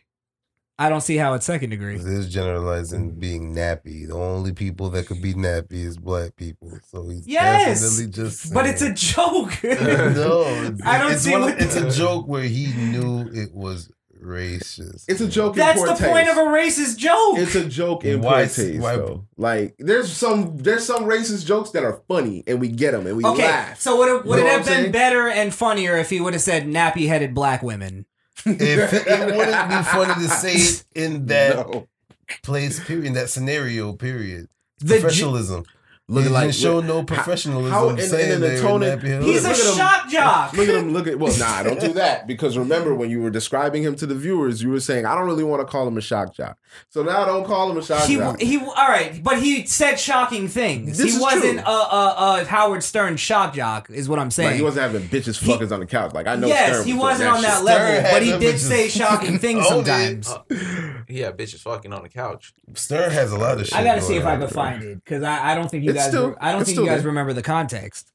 I don't see how it's second degree. This generalizing Mm. being nappy. The only people that could be nappy is black people. So he's Yes! definitely just. But saying- it's a joke. no, it's- I don't it's see one of- what- it's a joke where he knew it was racist. It's a joke. That's in the poor point taste. of a racist joke. It's a joke in Why- poor taste, why- though. Like, there's some there's some racist jokes that are funny, and we get them, and we okay, laugh. so would it, would You know it have what I'm been saying? better and funnier if he would have said nappy headed black women? If it wouldn't be funny to say it in that No. place, period, in that scenario, period. The ju- professionalism. Look Look, at like- like show look- no professionalism. how- and- and saying in the they were tone of- nappy headed he's a Look at him. shock jock. Look at him. Look at. Well, nah, don't do that because remember when you were describing him to the viewers, you were saying I don't really want to call him a shock jock. So now don't call him a shock he, jock. he all right, but he said shocking things. This he is wasn't true. a, a, a Howard Stern shock jock, is what I'm saying. Like, he wasn't having bitches He- fuckers on the couch. Like I know. yes, Stern he was wasn't doing on that shit. level, Stern but he had did them say bitches shocking things owned it. sometimes. Uh, He had bitches fucking on the couch. Stern has a lot of shit. I gotta see going if I on, can bro. find it because I, I don't think you It's guys still- re- I don't it's think you still guys there. remember the context.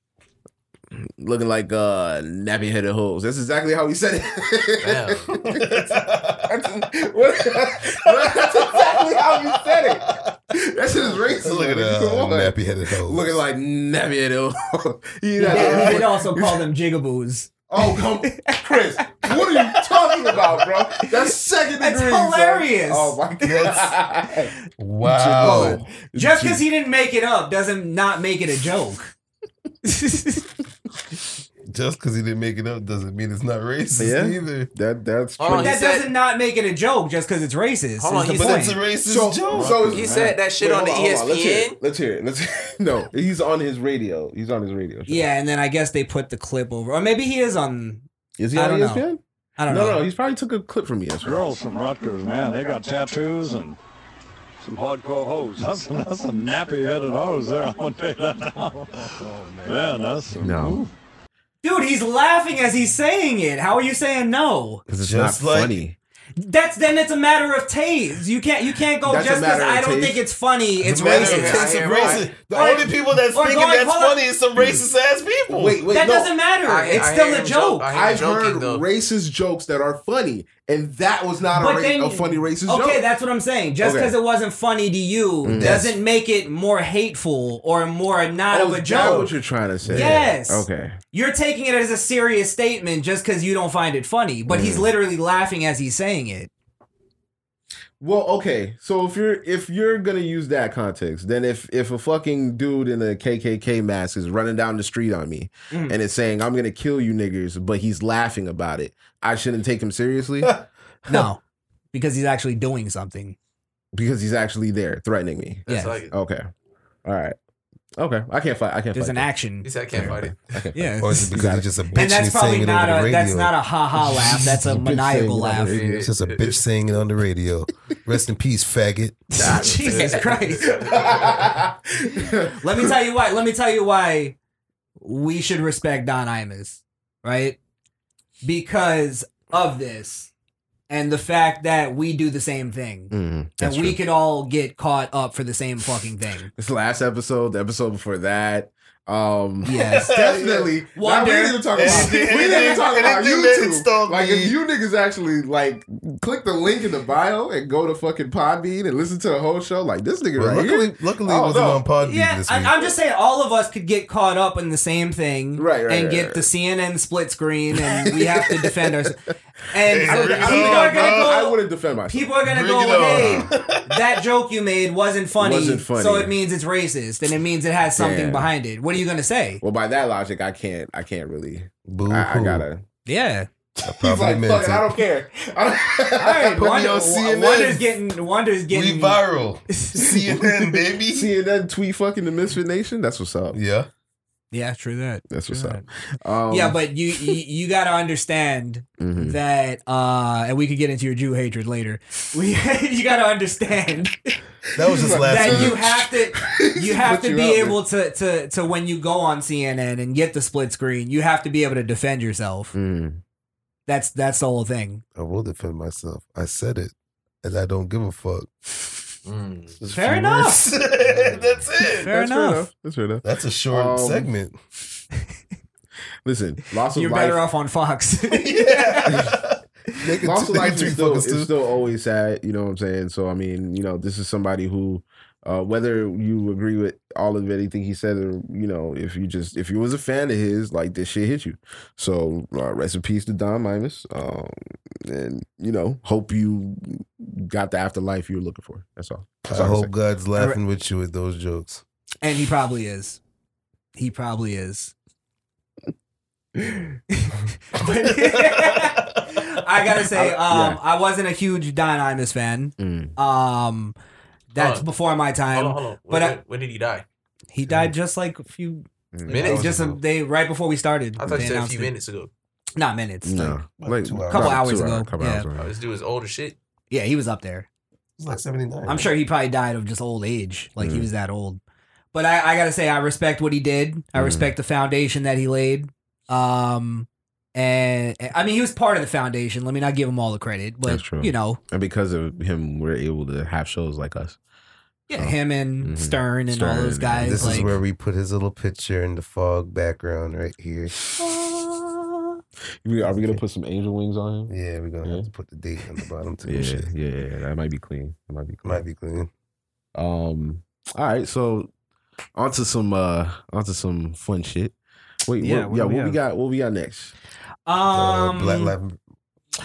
Looking like uh, nappy headed hoes. That's exactly how he said it. Damn. That's- what- that's exactly how you said it. That shit is racist. Look at that man. Come on. nappy headed hoe. Looking like nappy headed hoes. He did, he did also call them jigaboos. Oh, come, Chris, what are you talking about, bro? That's second That's degree. son. hilarious. Oh my god. Oh, Wow. Just because he didn't make it up doesn't not make it a joke. Just because he didn't make it up doesn't mean it's not racist Yeah. either. that that's Hold on, true. he That said- doesn't not make it a joke just because it's racist. Hold on, is the he But said- point. it's a racist So- joke. so- He said that shit Wait, on the hold hold Let's E hear ESPN. it. Let's hear it. Let's no, he's on his radio. He's on his radio. show. yeah, and then I guess they put the clip over, or maybe he is on. Is he I on don't E know. ESPN? I don't no, know. no, he's probably took a clip from E ESPN. girls from Rutgers, man. They got tattoos and some hardcore hoes. That's, that's some nappy headed hoes there. I'm going to tell you that now. Man, that's some. No. Dude, he's laughing as he's saying it. How are you saying no? Because it's Just not like- funny. That's then it's a matter of taste. You can't you can't go That's a just because matter of I don't taste. think it's funny. It's Man, racist. it's I some am racist. right. The Or- only people that's or thinking going- that's hold on. funny is some racist ass people. Wait, wait, that no. doesn't matter. I- it's I still am a joke- joke. I- I've joking, heard though. racist jokes that are funny, and that was not a, But ra- then- a funny racist joke. Okay, that's what I'm saying. Just Okay. Mm, because it wasn't funny to you doesn't make it more hateful or more not Oh, of a is that joke. what you're trying to say? Yes. Okay. You're taking it as a serious statement just because you don't find it funny, but Mm. he's literally laughing as he's saying it. Well, okay. So if you're if you're gonna use that context, then if if a fucking dude in a KKK mask is running down the street on me Mhm. and it's saying I'm gonna kill you niggers, but he's laughing about it, I shouldn't take him seriously No, because he's actually doing something. because he's actually there threatening me. That's Yes. like Okay. All right. Okay. I can't fight. I can't There's fight. an action. he said, I can't fight it. Yeah. Or is it because Got he's it. just a bitch And and, that's he's saying probably it on not the a radio? that's not a ha ha laugh. That's a Bitch maniacal saying it on laugh. the radio. It's just a bitch saying it on the radio. Rest in peace, faggot. Jesus Christ. let me tell you why. Let me tell you why we should respect Don Imus, right? Because of this and the fact that we do the same thing. Mhm. and That's we true. could all get caught up for the same fucking thing. This last episode, the episode before that. Um, Yes. definitely. Now, we Wonder. didn't even talk about. We Anything- didn't even talk about anything that YouTube. installed Like, me. if you niggas actually like click the link in the bio and go to fucking Podbean and listen to the whole show, like this nigga Well, right luckily, here. luckily Oh, it wasn't no. on Podbean Yeah, this I, week. I'm just saying all of us could get caught up in the same thing, Right, right, and right, get right. the CNN split screen, and we have to defend ourselves. And Hey, so bring it people on, are gonna bro. go. I wouldn't defend myself. People are gonna Bring go, it hey, on. that joke you made wasn't funny, Wasn't funny. so it means it's racist, and it means it has something Damn. behind it. What are you gonna say? well, by that logic, I can't. I can't really. Boo I, I hoo. gotta. Yeah, Probably He's like, meant fuck it, it. I don't care. all right. Put me Wonder, Wa- on CNN. Wonder's getting, Wonder's We getting. viral. CNN, baby. CNN tweet fucking the Misfit Nation. That's what's up. Yeah. yeah, true that. That's True what's that. up. Um, yeah, but you you, you got to understand mhm. that uh and we could get into your Jew hatred later. We you got to understand That was just last that week. you have to you have Put to you be out able to to to when you go on CNN and get the split screen, you have to be able to defend yourself. Mm. That's that's the whole thing. I will defend myself. I said it, and I don't give a fuck. Mm. Just a Fair few enough. words. That's it. Fair That's enough. That's fair enough. That's a short Um, segment. Listen, loss of You're life. better off on Fox. Yeah. they can Loss of they life can is treat still, fuckers is too. still always sad, you know what I'm saying? So I mean, you know, this is somebody who uh, whether you agree with all of anything he said or you know, if you just if you was a fan of his, like this shit hit you. So uh, rest in peace to Don Mimus. Um, and you know, hope you got the afterlife you were looking for. That's all. I all I'm hope saying. God's laughing with you at those jokes. and he probably is. He probably is. I gotta say, um, yeah. I wasn't a huge Don Imus fan. Mm. Um, that's Hold on. before my time. Hold on, hold on. When, Um, But I- when- when did he die? He died just like a few Mm. Minutes? It's just a, they right before we started. I thought they you said a announced few it. minutes ago. Not minutes. No, like two hours. Couple about hours two ago, hour- couple yeah. hours ago. Oh, this dude is old as shit. Yeah, he was up there. It's like 79. I'm sure he probably died of just old age. Like he Mm. was that old. But I, I gotta say, I respect what he did. I Mm. respect the foundation that he laid. Um, and I mean, he was part of the foundation. Let me not give him all the credit, but That's true. you know, And because of him, we're able to have shows like us. yeah, Oh. him and Mhm. Stern and all Stern, those and guys. This like, is where we put his little picture in the fog background right here. Ah. We- Are we gonna put some angel wings on him? Yeah, we're gonna Yeah. have to put the date on the bottom too. Yeah, and yeah, shit. yeah, yeah. That might be clean. That might be clean. Might be clean. Um. All right. So onto some uh onto some fun shit. Wait. Yeah, What, what yeah. do we What we have? got? What we got next? Uh, Um, black Lives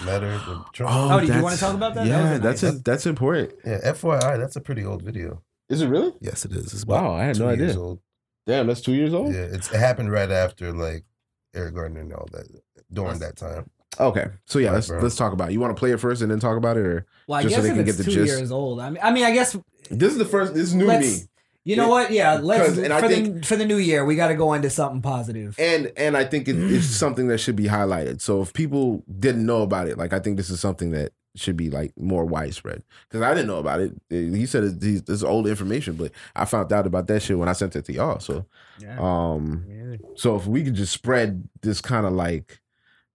Matter. the Trump. Oh, did you that's- wanna talk about that? That was Yeah, a that's nice- a, that's important. Yeah, FYI, that's a pretty old video. Is it really? Yes, it is. It's Wow, about I had two no years idea. Oh. Old. Damn, that's two years old. Yeah, it's, it happened right after like Eric Gardner and all that during that time. Okay, so yeah, Right, let's bro. let's talk about. It. You want to play it first and then talk about it, or Well, I just so guess they if can it's get the two gist. years old. I mean, I mean, I guess this is the first. This is new to me. let's. You know what? Yeah, let's Because- and I for the think- for the new year, we got to go into something positive. and and I think it, it's something that should be highlighted. So if people didn't know about it, like I think this is something that should be like more widespread because I didn't know about it. Eh, He said it's, these- this is old information, but I found out about that shit when I sent it to y'all. So, Yeah. um, so if we could just spread this kind of like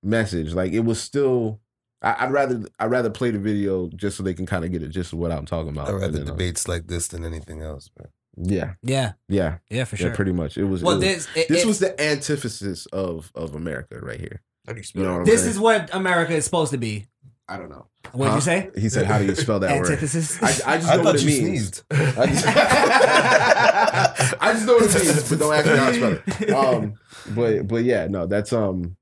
message, like it was still. I, I'd rather I'd rather play the video just so they can kind of get it just what I'm talking about. I rather And then, uh, debates like this than anything else, bro. Yeah, yeah, yeah, yeah, for yeah. sure. Pretty much, it was. well, it this was- it, this it- was the antithesis of of America right here. How do you You know spell what I'm it? this saying? is what America is supposed to be. I don't know. What did Huh? you say? He said, "How do you spell that word?" Antithesis. I, I just know what it means. I just, I just know what it means, but don't ask me how to spell it. Um, but but yeah, no, that's um,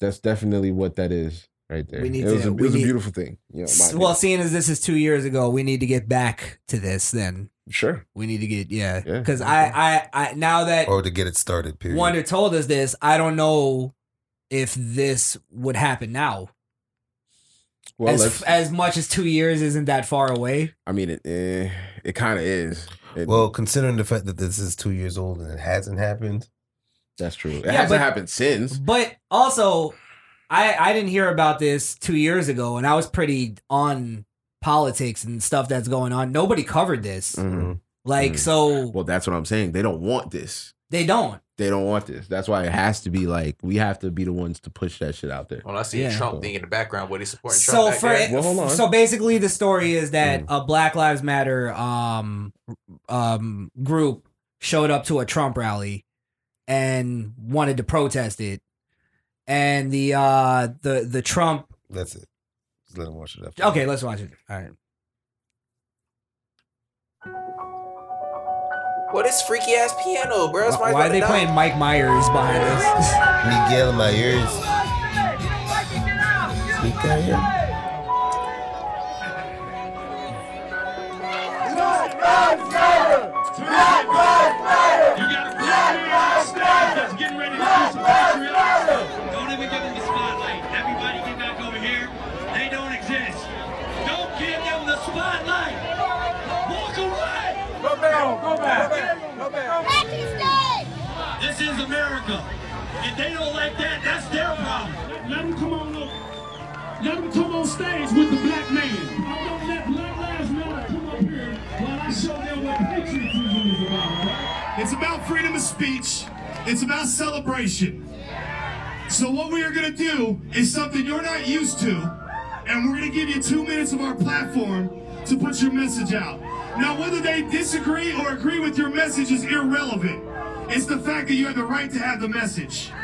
that's definitely what that is right there. We need it was, to- a, it we was need- a beautiful thing. You know, in my S- opinion. well, seeing as this is two years ago, we need to get back to this. Then sure. we need to get yeah, Yeah, because okay. I, I I now that Or to get it started, period. Wonder told us this, I don't know if this would happen now. Well, as let's, as much as two years isn't that far away. I mean, it eh, it kind of is. It- Well, considering the fact that this is two years old and it hasn't happened, that's true. It Yeah, hasn't but- happened since. But also, I I didn't hear about this two years ago, and I was pretty on politics and stuff that's going on. Nobody covered this, Mhm. like Mm. so Well, that's what I'm saying. They don't want this. they don't. They don't want this. That's why it has to be like we have to be the ones to push that shit Oh. out there. When I see Yeah. a Trump thing in the background where they supporting So Trump. back for there. Well, hold on. Mm. so basically, the story is that a Black Lives Matter um um group showed up to a Trump rally and wanted to protest it, and the uh the the Trump that's it. Just let him wash it up. Okay, let's watch it. All right. What is freaky ass piano, bro? It's Why, why are they playing Mike Myers behind us? Miguel my ears. Don't ever give them the spotlight. Everybody get back over here. They don't exist. Don't give them the spotlight. Walk away. This is America. If they don't like that, that's their problem. Let them come on up. Let them come on stage with the black man. I'm gonna let Black Lives Matter come up here while I show them what patriotism is about. It's about freedom of speech. It's about celebration. So what we are gonna do is something you're not used to, and we're gonna give you two minutes of our platform to put your message out. Now, whether they disagree or agree with your message is irrelevant. It's the fact that you have the right to have the message.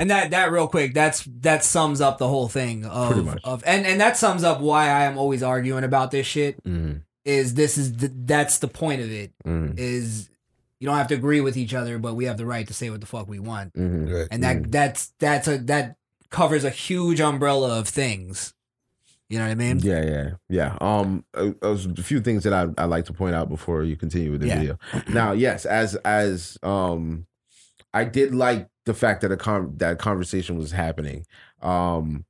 And that that real quick, that's that sums up the whole thing of Pretty much. of and and that sums up why I am always arguing about this shit Mhm. is this is the, that's the point of it Mhm. is you don't have to agree with each other, but we have the right to say what the fuck we want. Mhm. Right. And that that's that's a that covers a huge umbrella of things. You know what I mean? Yeah, yeah, yeah. Um, a, a few things that I I like to point out before you continue with the Yeah. video. Now, yes, as as um, I did like the fact that a con that conversation was happening. Um,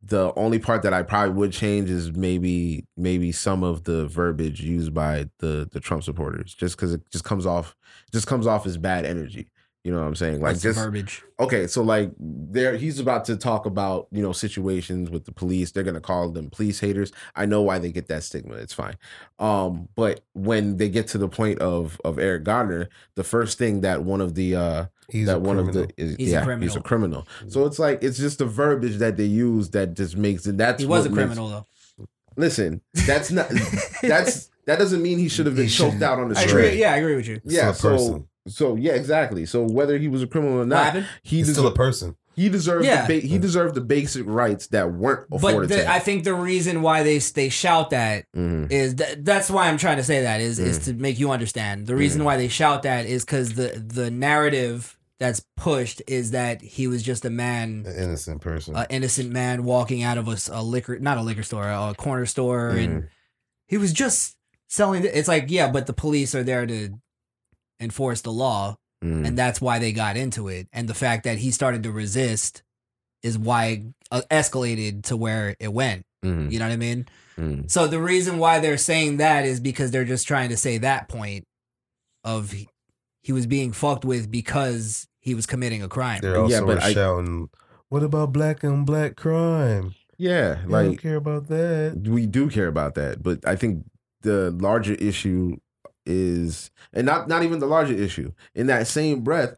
the only part that I probably would change is maybe maybe some of the verbiage used by the the Trump supporters, just because it just comes off just comes off as bad energy. You know what I'm saying? Like What's the just verbiage. okay so like there he's about to talk about you know situations with the police they're gonna call them police haters i know why they get that stigma it's fine um but when they get to the point of of eric garner the first thing that one of the uh He's that a one criminal. Mm-hmm. of the is, He's a yeah he's criminal. a criminal so it's like it's just the verbiage that they use that just makes it that's He was a what makes- criminal though. listen that's not that's that doesn't mean he should have been He choked shouldn't. out on the I street agree. Yeah, I agree with you. Still yeah a so person. so yeah exactly so whether he was a criminal or What not happened? he He's still deserves- a person. he deserved Yeah. the ba- he deserved the basic rights that weren't but afforded to the, him. I think the reason why they they shout that Mhm. is th- that's why I'm trying to Mm. say that is is to make you understand. The reason why they shout that is because the the narrative that's pushed is that he was just a man An innocent person. an innocent man walking out of a, s- a liquor, not a liquor store, a corner store, Mm. and he was just selling. It's like, yeah, but the police are there to enforce the law, Mm-hmm. Mm. and that's why they got into it. And the fact that he started to resist is why it uh, escalated to where it went. Mm. Mm-hmm. You know what I mean? Mm. So the reason why they're saying that is because they're just trying to say that point of he- he was being fucked with because he was committing a crime. They're Yeah, also but I- shouting, "What about black and black crime? Yeah, You don't like care about that." we do care about that, but I think the larger issue is, and not not even the larger issue. In that same breath,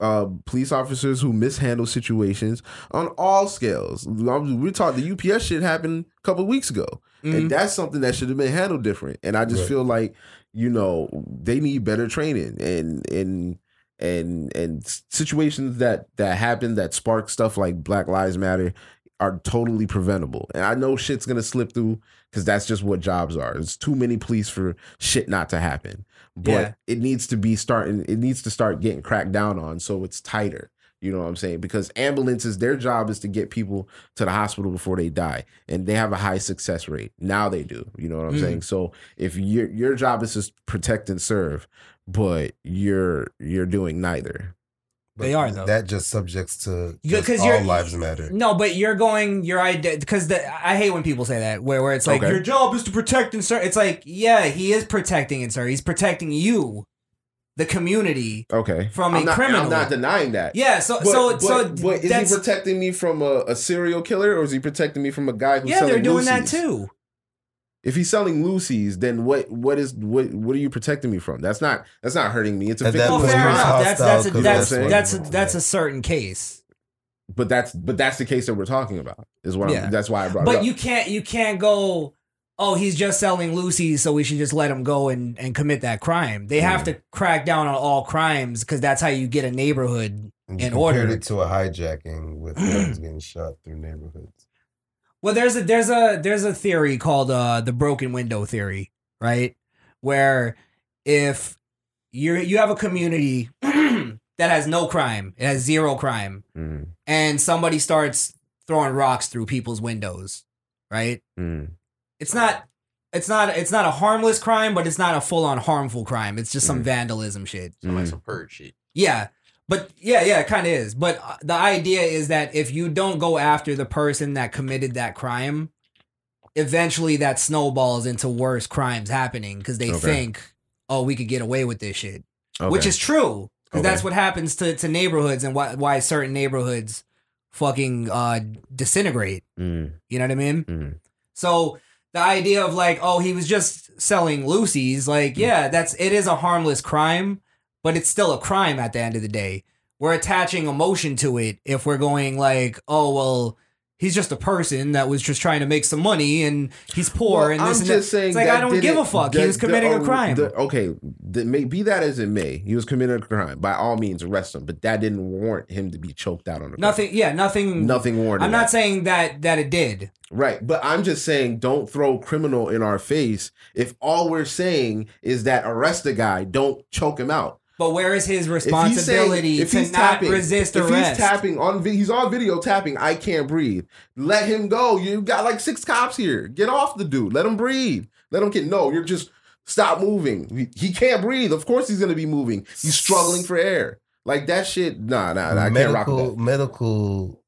uh, police officers who mishandle situations on all scales. We talked the UPS shit happened a couple of weeks ago, Mhm. and that's something that should have been handled different. And I just Right. feel like you know they need better training and and and and situations that that happen that spark stuff like Black Lives Matter are totally preventable. And I know shit's gonna slip through because that's just what jobs are. It's too many police for shit not to happen. But Yeah. it needs to be starting. It needs to start getting cracked down on so it's tighter. You know what I'm saying? Because ambulances, their job is to get people to the hospital before they die, and they have a high success rate. Now they do. You know what I'm Mm. saying? So if your your job is to protect and serve, but you're you're doing neither. They are, though. That just subjects to Yeah, just 'cause all you're- lives matter. No, but you're going your idea because the I hate when people say that where where it's like Okay. your job is to protect and serve. It's like yeah, he is protecting and serve. He's protecting you, the community Okay. from I'm a not, criminal. I'm not denying that. yeah, so But, so but, so but is that's he protecting me from a, a serial killer or is he protecting me from a guy who's yeah, selling they're doing Lucy's? that too. If he's selling Lucy's, then what what is what what are you protecting me from? That's not that's not hurting me. It's a At that victim. Well, point, fair police enough. That's hostile that's a, because that's that's what that's a, they do. that's a certain case. but that's but that's the case that we're talking about. Is what Yeah. I'm, that's why I brought it But up. you can't you can't go. Oh, he's just selling Lucy, so we should just let him go and, and commit that crime. They Mm. have to crack down on all crimes because that's how you get a neighborhood And you in compared order. it to a hijacking with guns getting shot through neighborhoods. Well, there's a there's a there's a theory called uh, the broken window theory, right? Where if you are you have a community that has no crime, it has zero crime, Mm-hmm. Mm. and somebody starts throwing rocks through people's windows, right? Mm. It's not it's not it's not a harmless crime, but it's not a full on harmful crime. It's just some vandalism shit. So like Mm. some purge shit. Yeah. But yeah, yeah, it kind of is. But uh, the idea is that if you don't go after the person that committed that crime, eventually that snowballs into worse crimes happening because they Okay. think, oh, we could get away with this shit, Okay. which is true. Because that's Okay. what happens to, to neighborhoods and why, why certain neighborhoods fucking uh, disintegrate. Mm. You know what I mean? Mm-hmm. Mhm. So the idea of like, oh, he was just selling Lucy's, Mm-hmm. like, yeah, that's it is a harmless crime, but it's still a crime at the end of the day. We're attaching emotion to it if we're going like, oh, well, he's just a person that was just trying to make some money and he's poor Well, and this I'm and just that. saying it's like that I don't give didn't- a fuck. he that- was the- committing a oh, crime. the- okay, the, may, be that as it may, he was committing a crime. By all means, arrest him. But that didn't warrant him to be choked out on the nothing. Yeah, nothing. Nothing warranted. I'm not that. saying that that it did. right, but I'm just saying, don't throw criminal in our face. If all we're saying is that arrest the guy, don't choke him out. But where is his If he's saying- responsibility to not resist if arrest? he's tapping on, vi- he's on video tapping. I can't breathe. Let him go. You got like six cops here. Get off the dude. Let him breathe. Let him get. No, you're just stop moving. He, he can't breathe. Of course he's gonna be moving. He's struggling for air. Like that shit. Nah, nah. nah I can't rock medical with that. medical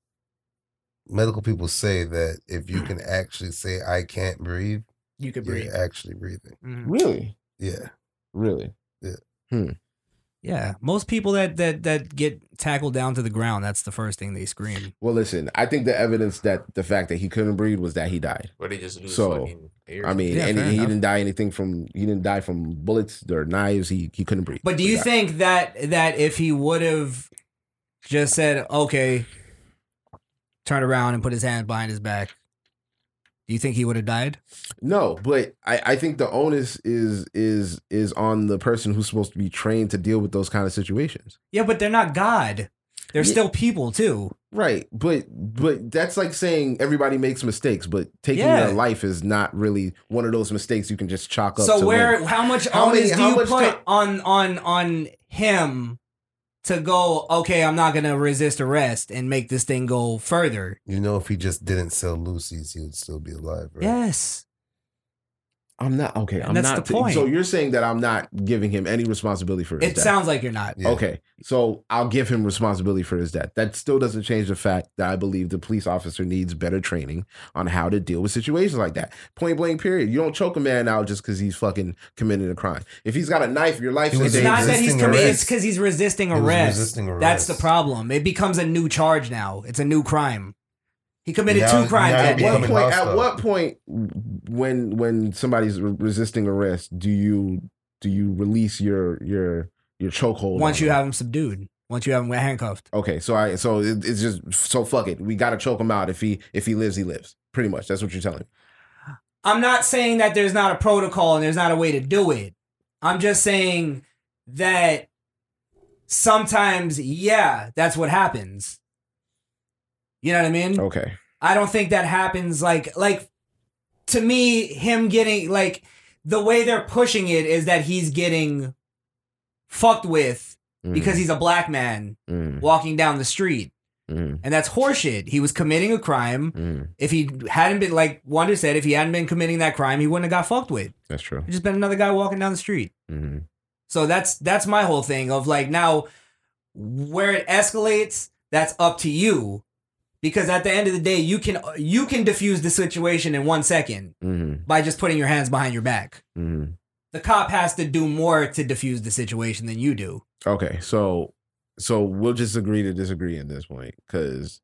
medical people say that if you can actually say I can't breathe, you could you're actually breathing. Really, Yeah. really. Yeah, most people that that that get tackled down to the ground, that's the first thing they scream. Well, listen. I think the evidence that the fact that he couldn't breathe was that he died. Where they just lose So, fucking air. I mean, Yeah, and fair he, he enough. didn't die anything from. He didn't die from bullets or knives. He he couldn't breathe. But do you He died. think that that if he would have just said, "Okay," turn around and put his hand behind his back, do you think he would have died? No, but I, I think the onus is is is on the person who's supposed to be trained to deal with those kind of situations. Yeah, but they're not God. They're Yeah. still people too. Right. But but that's like saying everybody makes mistakes, but taking Yeah. their life is not really one of those mistakes you can just chalk up. So to where when- how much How onus many- do how you much put ti- on on on him to go, okay, I'm not going to resist arrest and make this thing go further. You know, if he just didn't sell Lucy's, he would still be alive, right? Yes. I'm not okay. And I'm that's not. the point. So you're saying that I'm not giving him any responsibility for his It death. sounds like you're not. Yeah. Okay, so I'll give him responsibility for his death. That still doesn't change the fact that I believe the police officer needs better training on how to deal with situations like that. Point blank, period. You don't choke a man out just because he's fucking committed a crime. If he's got a knife, your life He is was It's in not danger. that he's resisting committed. arrest. It's because he's resisting was arrest. resisting arrest. That's the problem. It becomes a new charge now. It's a new crime. He committed Yeah, two yeah, crimes yeah, that At what becoming day. point? hostile. At what point? When when somebody's re- resisting arrest, do you do you release your your your chokehold? Once on you them? have him subdued, once you have him handcuffed. Okay, so I so it, it's just so fuck it. We gotta choke him out. If he if he lives, he lives. Pretty much. That's what you're telling. me. I'm not saying that there's not a protocol and there's not a way to do it. I'm just saying that sometimes, yeah, that's what happens. You know what I mean? Okay. I don't think that happens. Like, like to me, him getting like the way they're pushing it is that he's getting fucked with Mm-hmm. because he's a black man Mm, walking down the street, mm, and that's horseshit. He was committing a crime. mm. If he hadn't been like Wonder said, if he hadn't been committing that crime, he wouldn't have got fucked with. That's true. He'd just been another guy walking down the street. Mm. So that's that's my whole thing of like now where it escalates, that's up to you. Because at the end of the day, you can you can diffuse the situation in one second Mm. by just putting your hands behind your back. Mm. The cop has to do more to diffuse the situation than you do. Okay, so so we'll just agree to disagree at this point because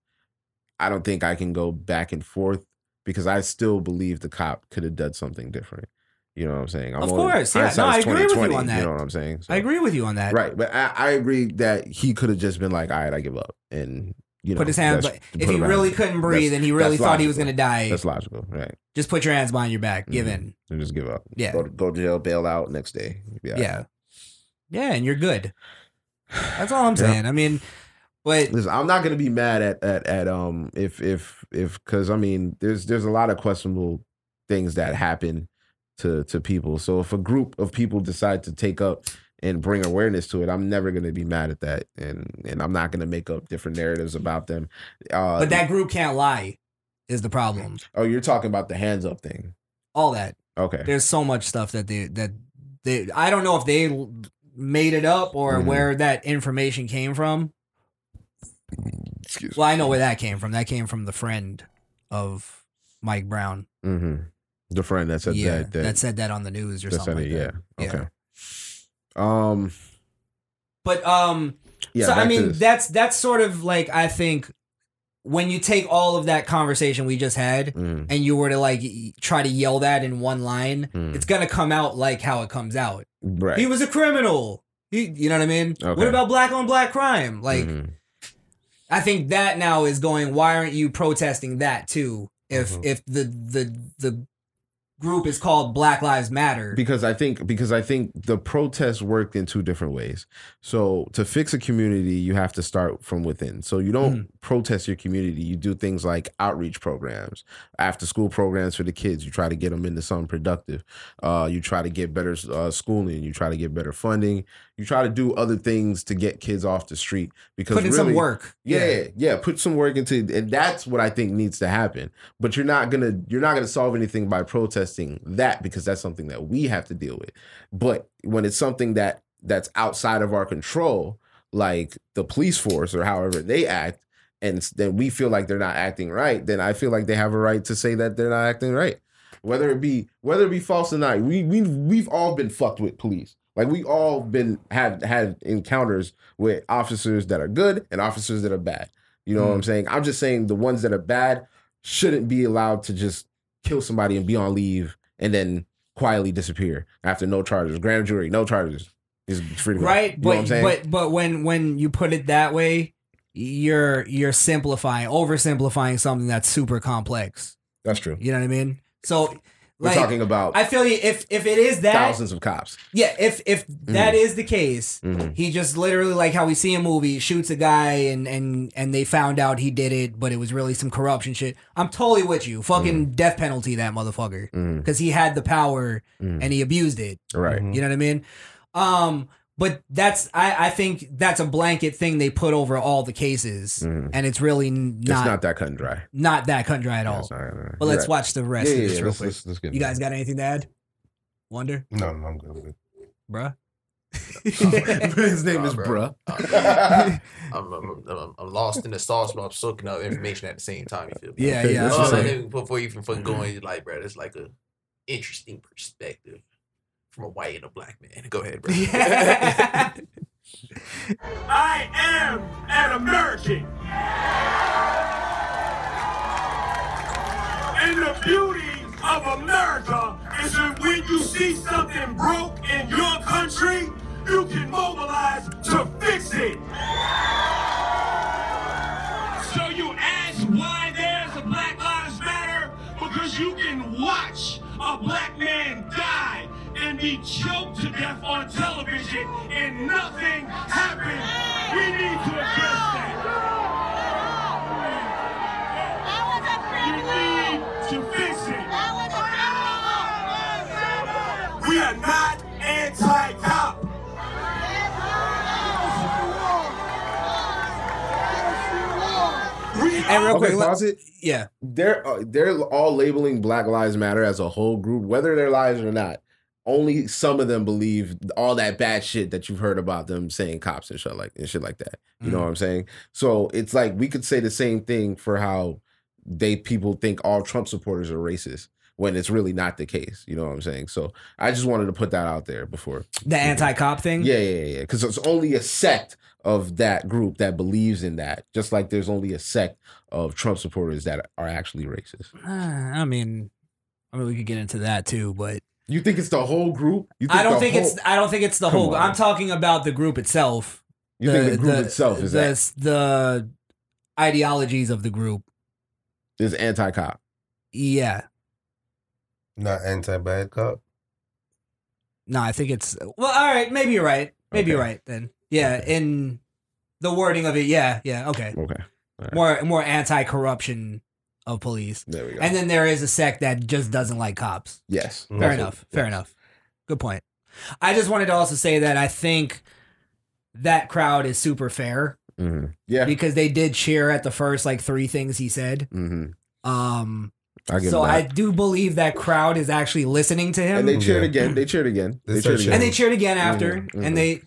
I don't think I can go back and forth because I still believe the cop could have done something different. You know what I'm saying? I'm Of only- course, yeah. No, hindsight's I agree with you 20/20, on that. You know what I'm saying? So- I agree with you on that. Right, but I, I agree that he could have just been like, "All right, I give up," and you know, put his hands. that's- But put if he him out. really couldn't breathe That's- and he really that's thought he was logical. gonna die, That's logical, right? just put your hands behind your back. Give Mhm. in. And just give up. Yeah. go to, go to jail, bail out next day. Yeah, Yeah. Yeah, and you're good. That's all I'm Yeah. saying. I mean, but Listen, I'm not gonna be mad at at at um if if if because I mean there's there's a lot of questionable things that happen to to people. So if a group of people decide to take up and bring awareness to it, I'm never gonna be mad at that, and and I'm not gonna make up different narratives about them. Uh, but that group can't lie is the problem. oh, you're talking about the hands up thing. All that. Okay, There's so much stuff that they that they I don't know if they l- made it up or Mhm. where that information came from. excuse. Well, I know where that came from. That came from the friend of Mike Brown. Mm-hmm. The friend that said yeah, that that, said that on the news or that something. said it, like that. yeah. Yeah. Okay. Um. But um Yeah. so I back to mean this. that's that's sort of like I think when you take all of that conversation we just had Mm, and you were to like y- try to yell that in one line, Mm. it's gonna come out like how it comes out. right. He was a criminal. He, you know what I mean? Okay. What about black on black crime? Like, Mhm. I think that now is going. Why aren't you protesting that too? If Mm-hmm. Mhm. if the the the group is called Black Lives Matter, because I think because I think the protests worked in two different ways. So to fix a community, you have to start from within. So you don't protest your community. You do things like outreach programs, after school programs for the kids. You try to get them into something productive. Uh, you try to get better uh, schooling. You try to get better funding. You try to do other things to get kids off the street because put in some really- work. yeah, yeah, Put some work into, and that's what I think needs to happen. But you're not gonna, you're not gonna solve anything by protesting that because that's something that we have to deal with. But when it's something that that's outside of our control, like the police force or however they act, and s- then we feel like they're not acting right, then I feel like they have a right to say that they're not acting right. Whether it be whether it be false or not, we we we've all been fucked with police. Like we all been have had encounters with officers that are good and officers that are bad. You know what I'm Mm. saying? I'm just saying the ones that are bad shouldn't be allowed to just kill somebody and be on leave and then quietly disappear after no charges. Grand jury, no charges. Is free to go. Right, You know what I'm but saying? but but when when you put it that way, you're you're simplifying, oversimplifying something that's super complex. that's true. You know what I mean? So, We're like, talking about I feel you. If if it is that, thousands of cops. yeah. If if Mm-hmm. that is the case, Mhm. he just literally like how we see a movie shoots a guy and and and they found out he did it, but it was really some corruption shit. I'm totally with you. Fucking Mm-hmm. death penalty that motherfucker Mhm. because he had the power Mhm. and he abused it. Right. You know what I mean? Um, But that's I, I think that's a blanket thing they put over all the cases, Mm. and it's really It's not not, not, that cut and dry. that cut and dry at Yeah, all. it's not that cut and dry. but let's Right. watch the rest Yeah, of yeah, this yeah, real let's- quick. let's- let's get you into guys it. got anything to add? Wonder, No, no, I'm good with it. bruh. His name Nah, is bro. Bruh. I'm, I'm, I'm, I'm, I'm lost in the sauce, but I'm soaking up information at the same time. You feel me? yeah, Okay, yeah. that's I'm Oh, what sorry. I'm then before you even fucking go in, you're like, bro, that's like a interesting perspective from a white and a black man. Go ahead, bro. Yeah. I am an American. And the beauty of America is that when you see something broke in your country, you can mobilize to fix it. So you ask why there's a Black Lives Matter? Because you can watch a black man die and be choked to death on television and nothing happened. We need to address that. You need to fix it. We are not anti-cop. We And real Okay, quick, let- pause it. yeah, They're uh, they're all labeling Black Lives Matter as a whole group, whether they're lies or not. Only some of them believe all that bad shit that you've heard about them saying cops and shit like and shit like that. You Mm. know what I'm saying? So it's like we could say the same thing for how they people think all Trump supporters are racist when it's really not the case. You know what I'm saying? So I just wanted to put that out there before. the anti-cop thing. Yeah, yeah, yeah. Because it's only a sect of that group that believes in that. Just like there's only a sect of Trump supporters that are actually racist. Uh, I mean, I mean, we could get into that too, but You think it's the whole group? You I don't the think whole- it's I don't think it's the Come whole. on. I'm talking about the group itself. You think the group itself is the, that the ideologies of the group. is anti cop? Yeah. Not anti bad cop. No, I think it's well. All right, maybe you're right. Maybe you're Okay. right then. Yeah, in the wording of it. Yeah, yeah. Okay, Okay, Right. more more anti-corruption of police, there we go. and then there is a sect that just doesn't like cops. yes, Fair enough. Fair enough. Good point. I just wanted to also say that I think that crowd is super fair hmm yeah. because they did cheer at the first like three things he said. hmm Um, I get so I that. do believe that crowd is actually listening to him, and they cheered Yeah. again. They cheered again. They They cheered started again. cheered again after, Mhm, mhm. and they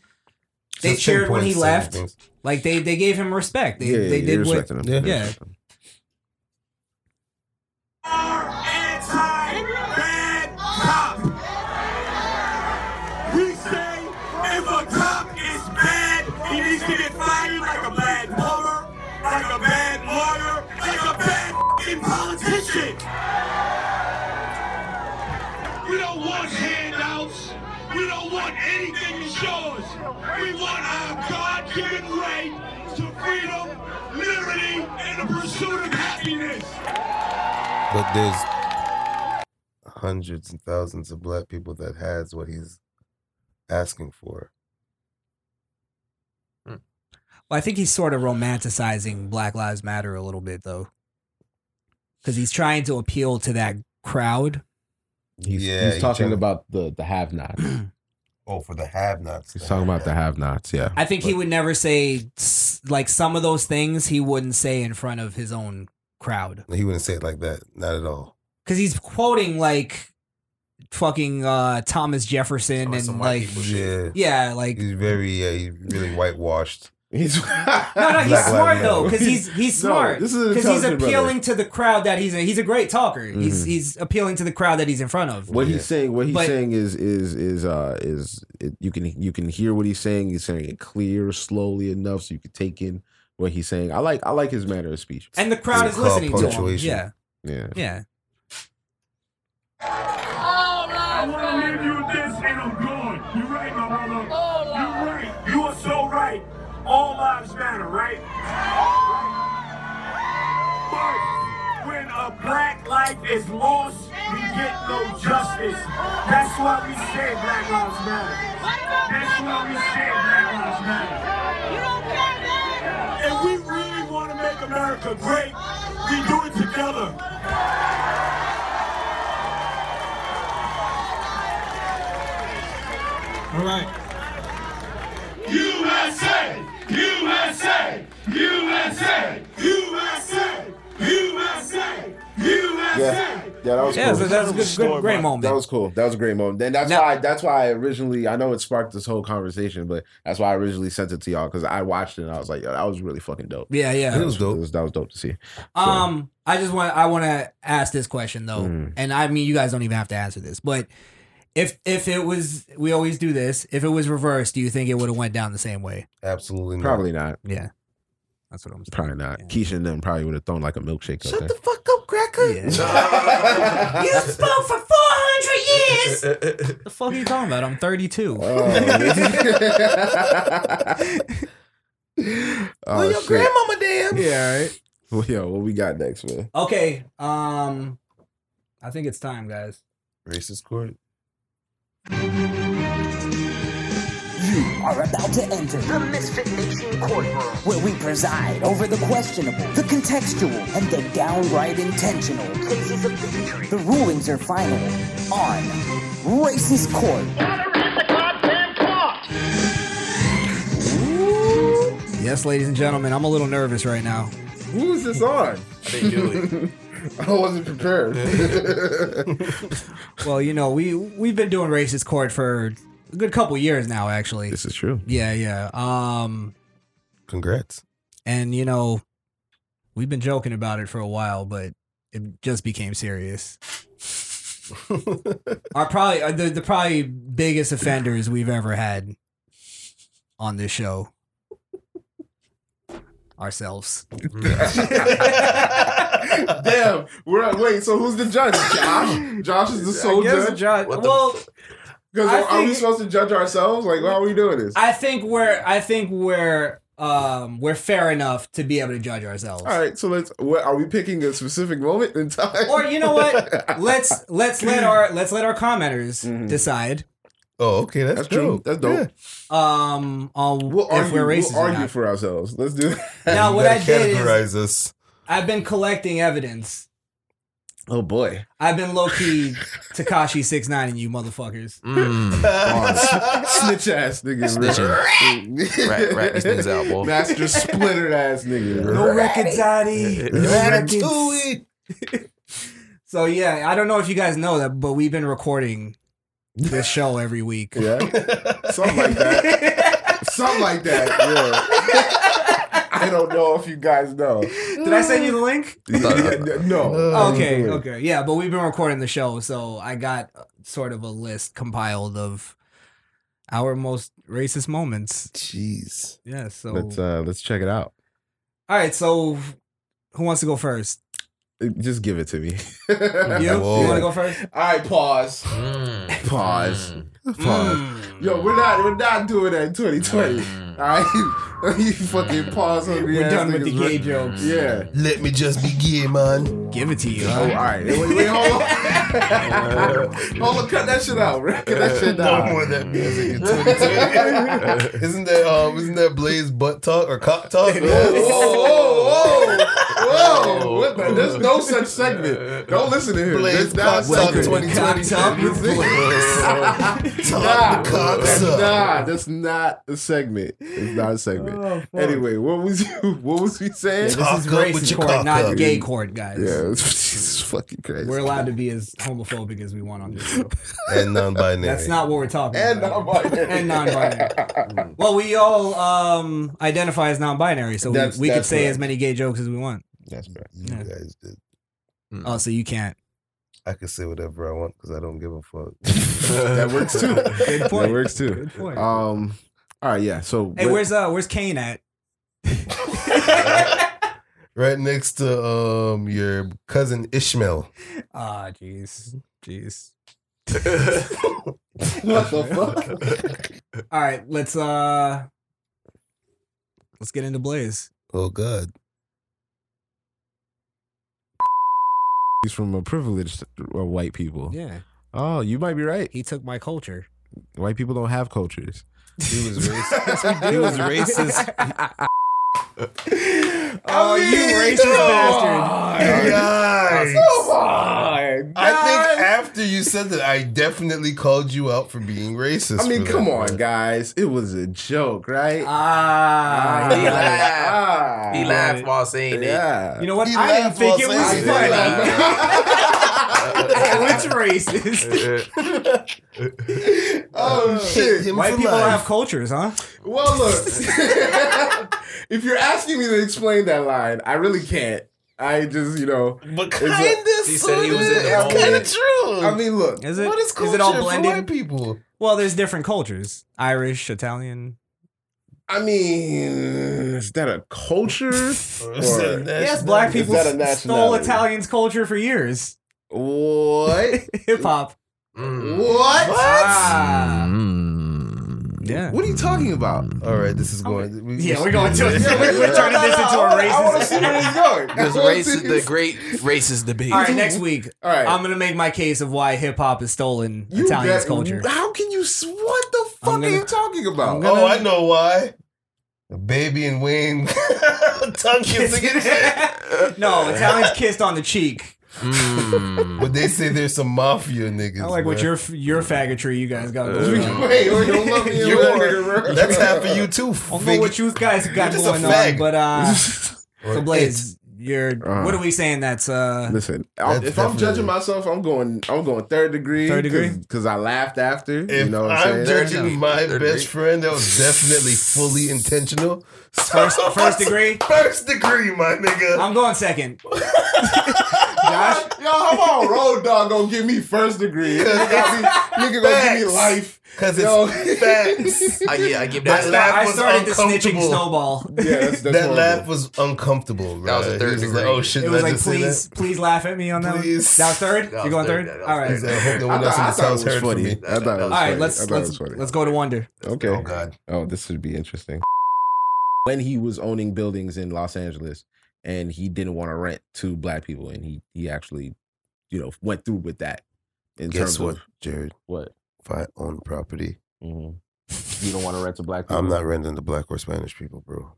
they Just cheered when he pinpoints left. certain things. like they they gave him respect. They they did what. respecting Yeah. them. Yeah. E are anti-bad cop. We say if a cop is bad, he needs to get fired like a bad plumber, like a bad lawyer, like a bad f***ing politician. We don't want handouts. We don't want anything to show us. We want our God-given right to freedom, liberty, and the pursuit of happiness. But there's hundreds and thousands of black people that has what he's asking for. Well, I think he's sort of romanticizing Black Lives Matter a little bit though, because he's trying to appeal to that crowd. He's, Yeah, he's he talking tried- about the the have nots. Oh, for the have nots. He's talking about the have nots. Yeah. I think he would never say s- like some of those things he wouldn't say in front of his own crowd He wouldn't say it like that. Not at all. because he's quoting like fucking uh Thomas Jefferson Some- and some white like people shit. Yeah. yeah like He's very, yeah, he's really whitewashed. He's no no he's Black smart Lives though Matter. because he's he's No, smart this is an because he's intelligent brother. appealing to the crowd that he's a, he's a great talker he's Mhm. he's appealing to the crowd that he's in front of What Yeah. he's saying, what he's But- saying is is is uh is it, you can you can hear what he's saying. He's saying it clear, slowly enough so you can take in what he's saying. I like I like his manner of speech. and the crowd It's is called listening to him punctuation. yeah Yeah, yeah I want to leave you with this and I'm gone. You're right, my brother. You're right. You are so right. All lives matter, right? But when a black life is lost, we get no justice. That's why we say Black Lives Matter. That's why we say Black Lives Matter. If we really want to make America great, we do it together. All right. USA, USA, USA, USA, USA, Yeah, USA. yeah, that was Yeah, cool. so that's a good, good great moment. That was cool. That was a great moment. Then that's Now- why that's why I originally I know it sparked this whole conversation, but that's why I originally sent it to y'all because I watched it and I was like, yo, that was really fucking dope. yeah, yeah. That was dope. that was dope to see. Um, I just want I want to ask this question though, Mm. and I mean you guys don't even have to answer this, but if if it was we always do this, if it was reversed, do you think it would have went down the same way? Absolutely not. Probably not. Yeah, that's what I'm saying. Probably not. Yeah. Keisha and them probably would have thrown like a milkshake up there. fuck up, Cracker. Yeah. you spoke for four hundred years. The fuck are you talking about? I'm 32. Oh, Oh, Well, your shit. grandmama damn. Yeah, right. Well, yo, what we got next, man? Okay. Um, I think it's time, guys. Racist court. are about to enter the Misfit Nation courtroom, where we preside over the questionable, the contextual, and the downright intentional cases of bigotry. The rulings are final on Racist Court. Yes, ladies and gentlemen, I'm a little nervous right now. Who is this on? They do it. I wasn't prepared. Well, you know, we we've been doing racist court for a good couple years now, actually. this is true. Yeah, yeah. Um, Congrats. and you know, we've been joking about it for a while, but it just became serious. Oh, Our probably uh, the the probably biggest offenders we've ever had on this show ourselves. Damn. We're wait. So who's the judge? Josh. Josh is the sole judge. What the- well, Because I are we think- supposed to judge ourselves? Like, why are we doing this? I think we're I think we're um we're fair enough to be able to judge ourselves. All right. So let's. What are we picking a specific moment in time? Or you know what? Let's let's let our let's let our commenters Mhm. decide Oh, okay. That's, That's true. dope. That's dope. um on We'll if argue. we're racist we'll or argue not. for ourselves. Let's do. That. Now You what I gotta did is categorize us. I've been collecting evidence. Oh boy. I've been low key Takashi six nine and you motherfuckers. Mm. Snitch ass nigga. Snitch. Rat- rat these niggas out, boy. Master splintered ass nigga. No records, Daddy. Mm. Ratatouille. So yeah, I don't know if you guys know that, but we've been recording this show every week. Yeah. Something like that. Something like that. Yeah. I don't know if you guys know. Did I send you the link? no. Oh, okay, okay, yeah, but we've been recording the show, so I got uh, sort of a list compiled of our most racist moments. Jeez. Yeah, Oh. so Let's uh let's check it out. all right, so who wants to go first? Uh, Just give it to me. You, you Whoa. want to go first? All right, pause. Mm. Pause. Mm. Pause. Mm. Yo, we're not we're not doing that in 2020. Mm. All right, you fucking pause hungry. We're ass done with the niggas, gay bro. jokes. Yeah. Let me just be gay, man. Give it to you. Oh, all Huh? right. Wait, wait, hold on. hold on. Cut that shit out. bro. Cut that shit No out. more of that music. in 2020. isn't that um? Isn't that Blaze butt talk or cock talk? Oh. Whoa, whoa, whoa, whoa! What the- There's no such segment. Don't listen to him. Blaze That's cock not talk 2020. segment. Cock talk. Nah, Talk the cock that's up. not. That's not a segment. It's not a Oh, segment. anyway, what was you? What was we saying? Talk This is up with racist your court, cock not up. gay court, guys. Yeah, it's, it's fucking crazy. We're allowed to be as homophobic as we want on this show. And non-binary. That's not what we're talking and about. non-binary. and non-binary. Mm, well, we all um, identify as non-binary, so That's- we, we could that's say right. as many gay jokes as we want. That's right. You guys did. Oh, so you can't. I can say whatever I want because I don't give a fuck. That works too. Good point. That works too. Good point. Uh, Um. All right. Yeah. So. hey, what- where's uh, where's Kane at? right next to um your cousin Ishmael. Ah, jeez, jeez. what the fuck? All right, let's uh, let's get into Blaze. Oh God. He's from a privileged uh, white people. Yeah, Oh, you might be right. he took my culture. White people don't have cultures. He was racist. Yes, we do. he was racist. Oh, you racist bastard. Guys. I think after you said that, I definitely called you out for being racist. I mean, for come that, on, man. guys. It was a joke, right? Ah. He laughed. Ah, He laughed while saying it. yeah. You know what? He I didn't laughed while think it was saying funny. it. He laughed. Which racist? oh shit. Hit him White for people life. have cultures, huh? Well, look, if you're asking me to explain that line, I really can't. I just, you know, But a- Oh, kinda, He said he was in the sorta, moment. Kinda true. I mean, look, Is it? what is culture is it all for white blended? people? Well, there's different cultures: Irish, Italian. I mean, is that a culture? Or Or- is that national- Yes, black is people that a stole nationality? Italians' culture for years. what? Hip hop. Mm. What? Ah. Yeah. What are you talking about? Mm. Oh, All right, this is going. we- Yeah, we're going to. We're turning this into a I want to see racist. where it's going. Because I wanna race is see- the great racist debate. All right, next week All right. I'm gonna make my case of why hip hop is stolen You Italians' bet- culture. How can you? s- What the fuck gonna- are you talking about? gonna- Oh, I know why. The baby and Wayne tongue kissing and shit. no, Italians kissed on the cheek. Mm. But they say there's some mafia niggas. I like what your your faggotry you guys got going on. Wait, wait, don't love me. You alone. are- That's half of you too. I don't know what you guys got just a going fag. on, but uh, Or so Blaze, you're Uh. what are we saying? That's uh, Listen, That's I'm, if I'm definitely- judging myself, I'm going. I'm going third degree. Third degree? because I laughed after. If you know what I'm I'm saying? judging my Third best degree. friend, that was definitely fully intentional. First- first degree? First degree, my nigga. I'm going second. Josh, Yo, come on, road dog, gonna give me first degree. nigga, nigga gonna give me Facts. life. Because Yo. it's facts. I, yeah, I give that. That I, that laugh was started the snitching uncomfortable. snowball. Yeah, that's, that's That horrible. laugh was uncomfortable. Right? That was a third He degree. Like, oh shit! It did was I like, just say please, please laugh at me on that. one. Please. That was third. That was You're going third. third. That was All that? right, He said, I hope no one I else in thought, I this thought it house was heard from funny. me. I thought it was all right. funny. I Let's thought it let's was funny. let's go to wonder. Okay. Oh god. Oh, this should be interesting. When he was owning buildings in Los Angeles and he didn't want to rent to black people and he he actually, you know, went through with that. In Guess what, Of Jared? what? Mm-hmm. If I own property, You don't want to rent to black people. I'm not renting to black or Spanish people, bro.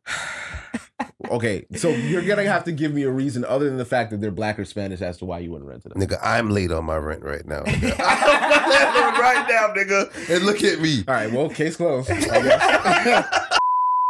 Okay, so you're gonna have to give me a reason other than the fact that they're black or Spanish as to why you wouldn't rent to them. Nigga, I'm late on my rent right now. nigga. I'm landlord right now, nigga. And look at me. All right, well, case closed. I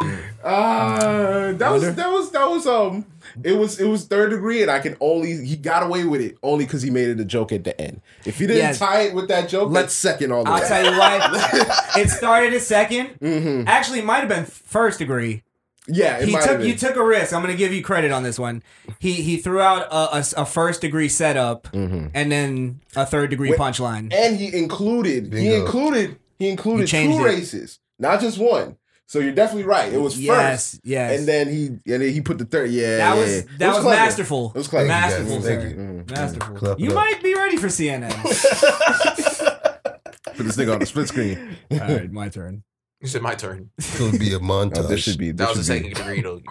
guess. uh, that was that was that was um, it was it was third degree, and I can only he got away with it only because he made it a joke at the end. If he didn't Yes. tie it with that joke, let's second all the I'll way. tell you why. it started at second. Mhm. Actually, it might have been first degree. Yeah, it he might have took been. you took a risk. I'm gonna give you credit on this one. He he threw out a, a s- a first degree setup Mm-hmm. and then a third degree Wait, punchline. and he included he Bingo. included he included changed two it. races, not just one. So you're definitely right. It was Yes, first. yes. And then he and then he put the third. Yeah, That yeah, was- yeah. that It was clever. masterful. It was clever. Thank Mm-hmm. Masterful, you, guys. sir. Thank you. Masterful. Clap it you up. might be ready for CNN. Put this nigga on the split screen. All right, my turn. It's my turn. This would be a montage. Oh, this should be. This That was the should be- second degree though.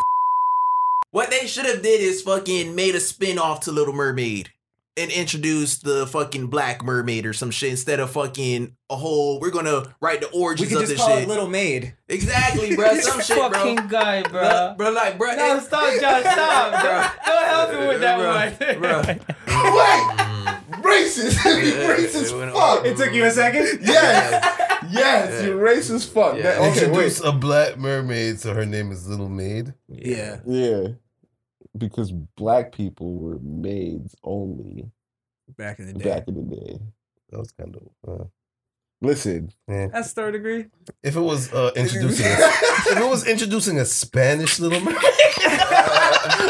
What they should have did is fucking made a spin-off to Little Mermaid and introduced the fucking Black Mermaid or some shit instead of fucking a whole we're gonna write the We origins could of just this call shit. it Little Maid. exactly, bro. Some shit, bro. fucking guy, bro. Bro, bro, like, bro. No, it- stop, John, stop, bro. Don't help him with that Bro, one. bro. mm, Wait, racist, Yeah, it racist went fuck. It took you a second. Yes, yes, Yeah. you racist fuck. Yeah. That- okay, Introduce wait. a black mermaid, so her name is Little Maid. Yeah. Yeah, because black people were maids only Back in the day. back in the day. That was kind of. Uh, Listen, yeah. That's third degree. If it was uh, introducing, a, if it was introducing a Spanish Little Mermaid.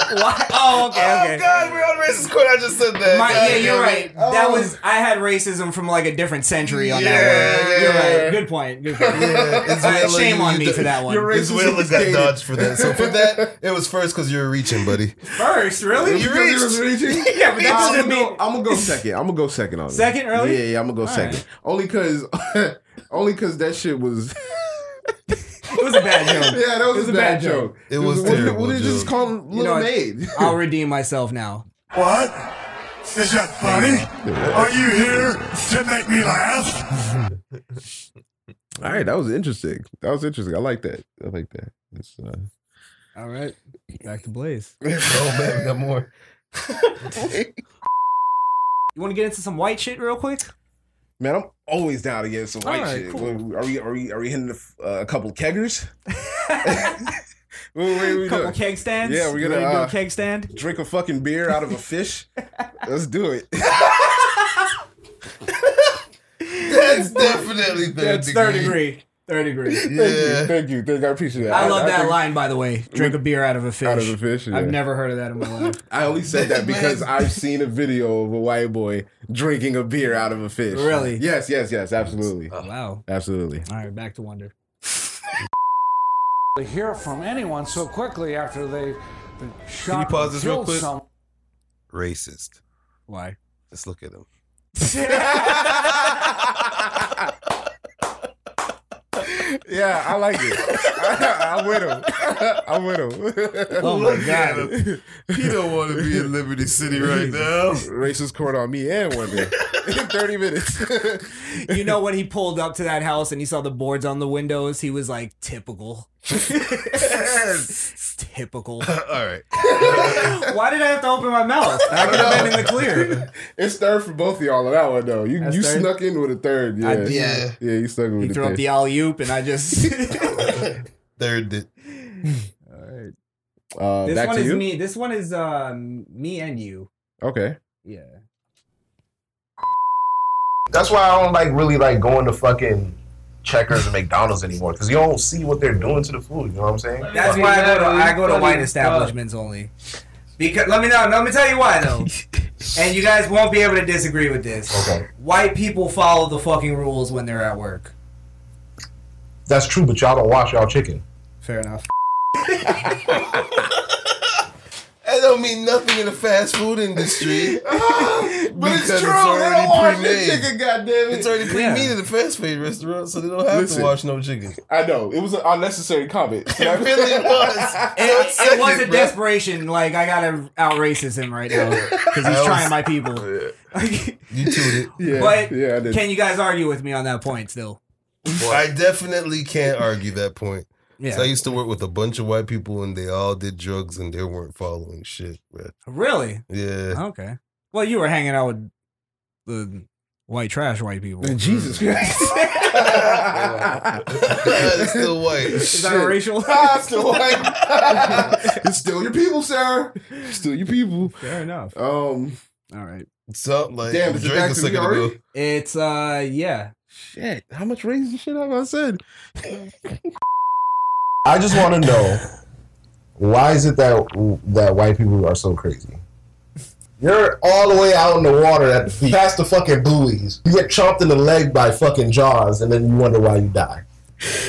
Why? Oh, okay, okay. Oh God, we're on racist court. I just said that. My- God yeah, you're damn right. it. That Oh. was I had racism from like a different century on that Yeah, one. You're yeah. right. Good point. Good point. Yeah, All right, Isabella, shame you- on you me do- for that one. you're racist. It's Willa is got dated. dodged for that. So for that, it was first because you were reaching, buddy. First, really? You Because he was reaching. yeah, but that I'm doesn't gonna, go, mean I'm gonna go second. I'm gonna go second on this. Second, really? Yeah, yeah. I'm gonna go second. right. Only cause, only cause that shit was. it was a bad joke. yeah, that was, a bad, joke. It was what did- terrible What did you just joke. call him, know Little what? Maid? I'll redeem myself now. What? Is that funny? Are you here to make me laugh? All right, that was interesting. That was interesting. I like that. I like that. It's, uh, All right, back to Blaze. Oh man, we got more. You want to get into some white shit real quick? Man, I'm always down to get some white Alright, shit. cool. What- Are we are we are we hitting a, uh, a couple keggers? Wait, wait, we couple doing? keg stands. Yeah, we're You gonna, ready to do uh, a keg stand. drink a fucking beer out of a fish. Let's do it. That's definitely third That's degree. third degree. Third degree. Yeah. Thank you, thank you. I appreciate that. I love that think- line, by the way. Drink a beer out of a fish. Out of a fish. yeah. I've never heard of that in my life. I only said that because I've seen a video of a white boy drinking a beer out of a fish. Really? Uh, Yes, yes, yes. Absolutely, Oh, wow. absolutely. All right, back to Wonder. To hear from anyone so quickly after they shot Can you pause this real quick? someone. Racist. Why? Let's look at him. Yeah, I like it. I, am with him. I'm with him. Oh my god. He don't want to be in Liberty City right now. Racist court on me and one day. In 30 minutes. You know when he pulled up to that house and he saw the boards on the windows, he was like, "Typical, typical." All right. Why did I have to open my mouth? I could have been in the clear. it's third for both of y'all on that one though. You That's you third? snuck in with a third. Yeah. I did. Yeah. Yeah, you snuck in He with threw a up third. the alley oop, and I just. Third. di- Uh, this back one to is you. me. This one is um, me and you. Okay. Yeah. That's why I don't like really like going to fucking Checkers and McDonald's anymore because you don't see what they're doing to the food. You know what I'm saying? That's Fucking why I go to hell, I you go to funny white as establishments only. Because let me know. Let me tell you why though. and you guys won't be able to disagree with this. Okay. White people follow the fucking rules when they're at work. That's true, but y'all don't wash y'all chicken. Fair enough. That don't mean nothing in the fast food industry. But Because it's already pre-made. goddamn It's already pre-made in the fast food restaurant, so they don't have Listen. to wash no chicken. I know. It was an unnecessary comment. It really was. It, Don't it was say a it, bro. desperation. Like I gotta out racist him right now because he's I trying was- my people. You tooted. yeah, but yeah, I did. can you guys argue with me on that point still? I definitely can't argue that point. Yeah. So I used to work with a bunch of white people, and they all did drugs, and they weren't following shit. Bro. really? Yeah. Okay. Well, you were hanging out with the white trash white people. Jesus Christ. it's still white. Is that a racial? Ah, still white. it's still your people, sir. Still your people. Fair enough. Um, All right. So like Damn, is it Drake back a to second me ago. already? It's uh yeah. shit. How much racist shit have I said? I just want to know why is it that that white people are so crazy? You're all the way out in the water at past the fucking buoys. You get chomped in the leg by fucking jaws, and then you wonder why you die.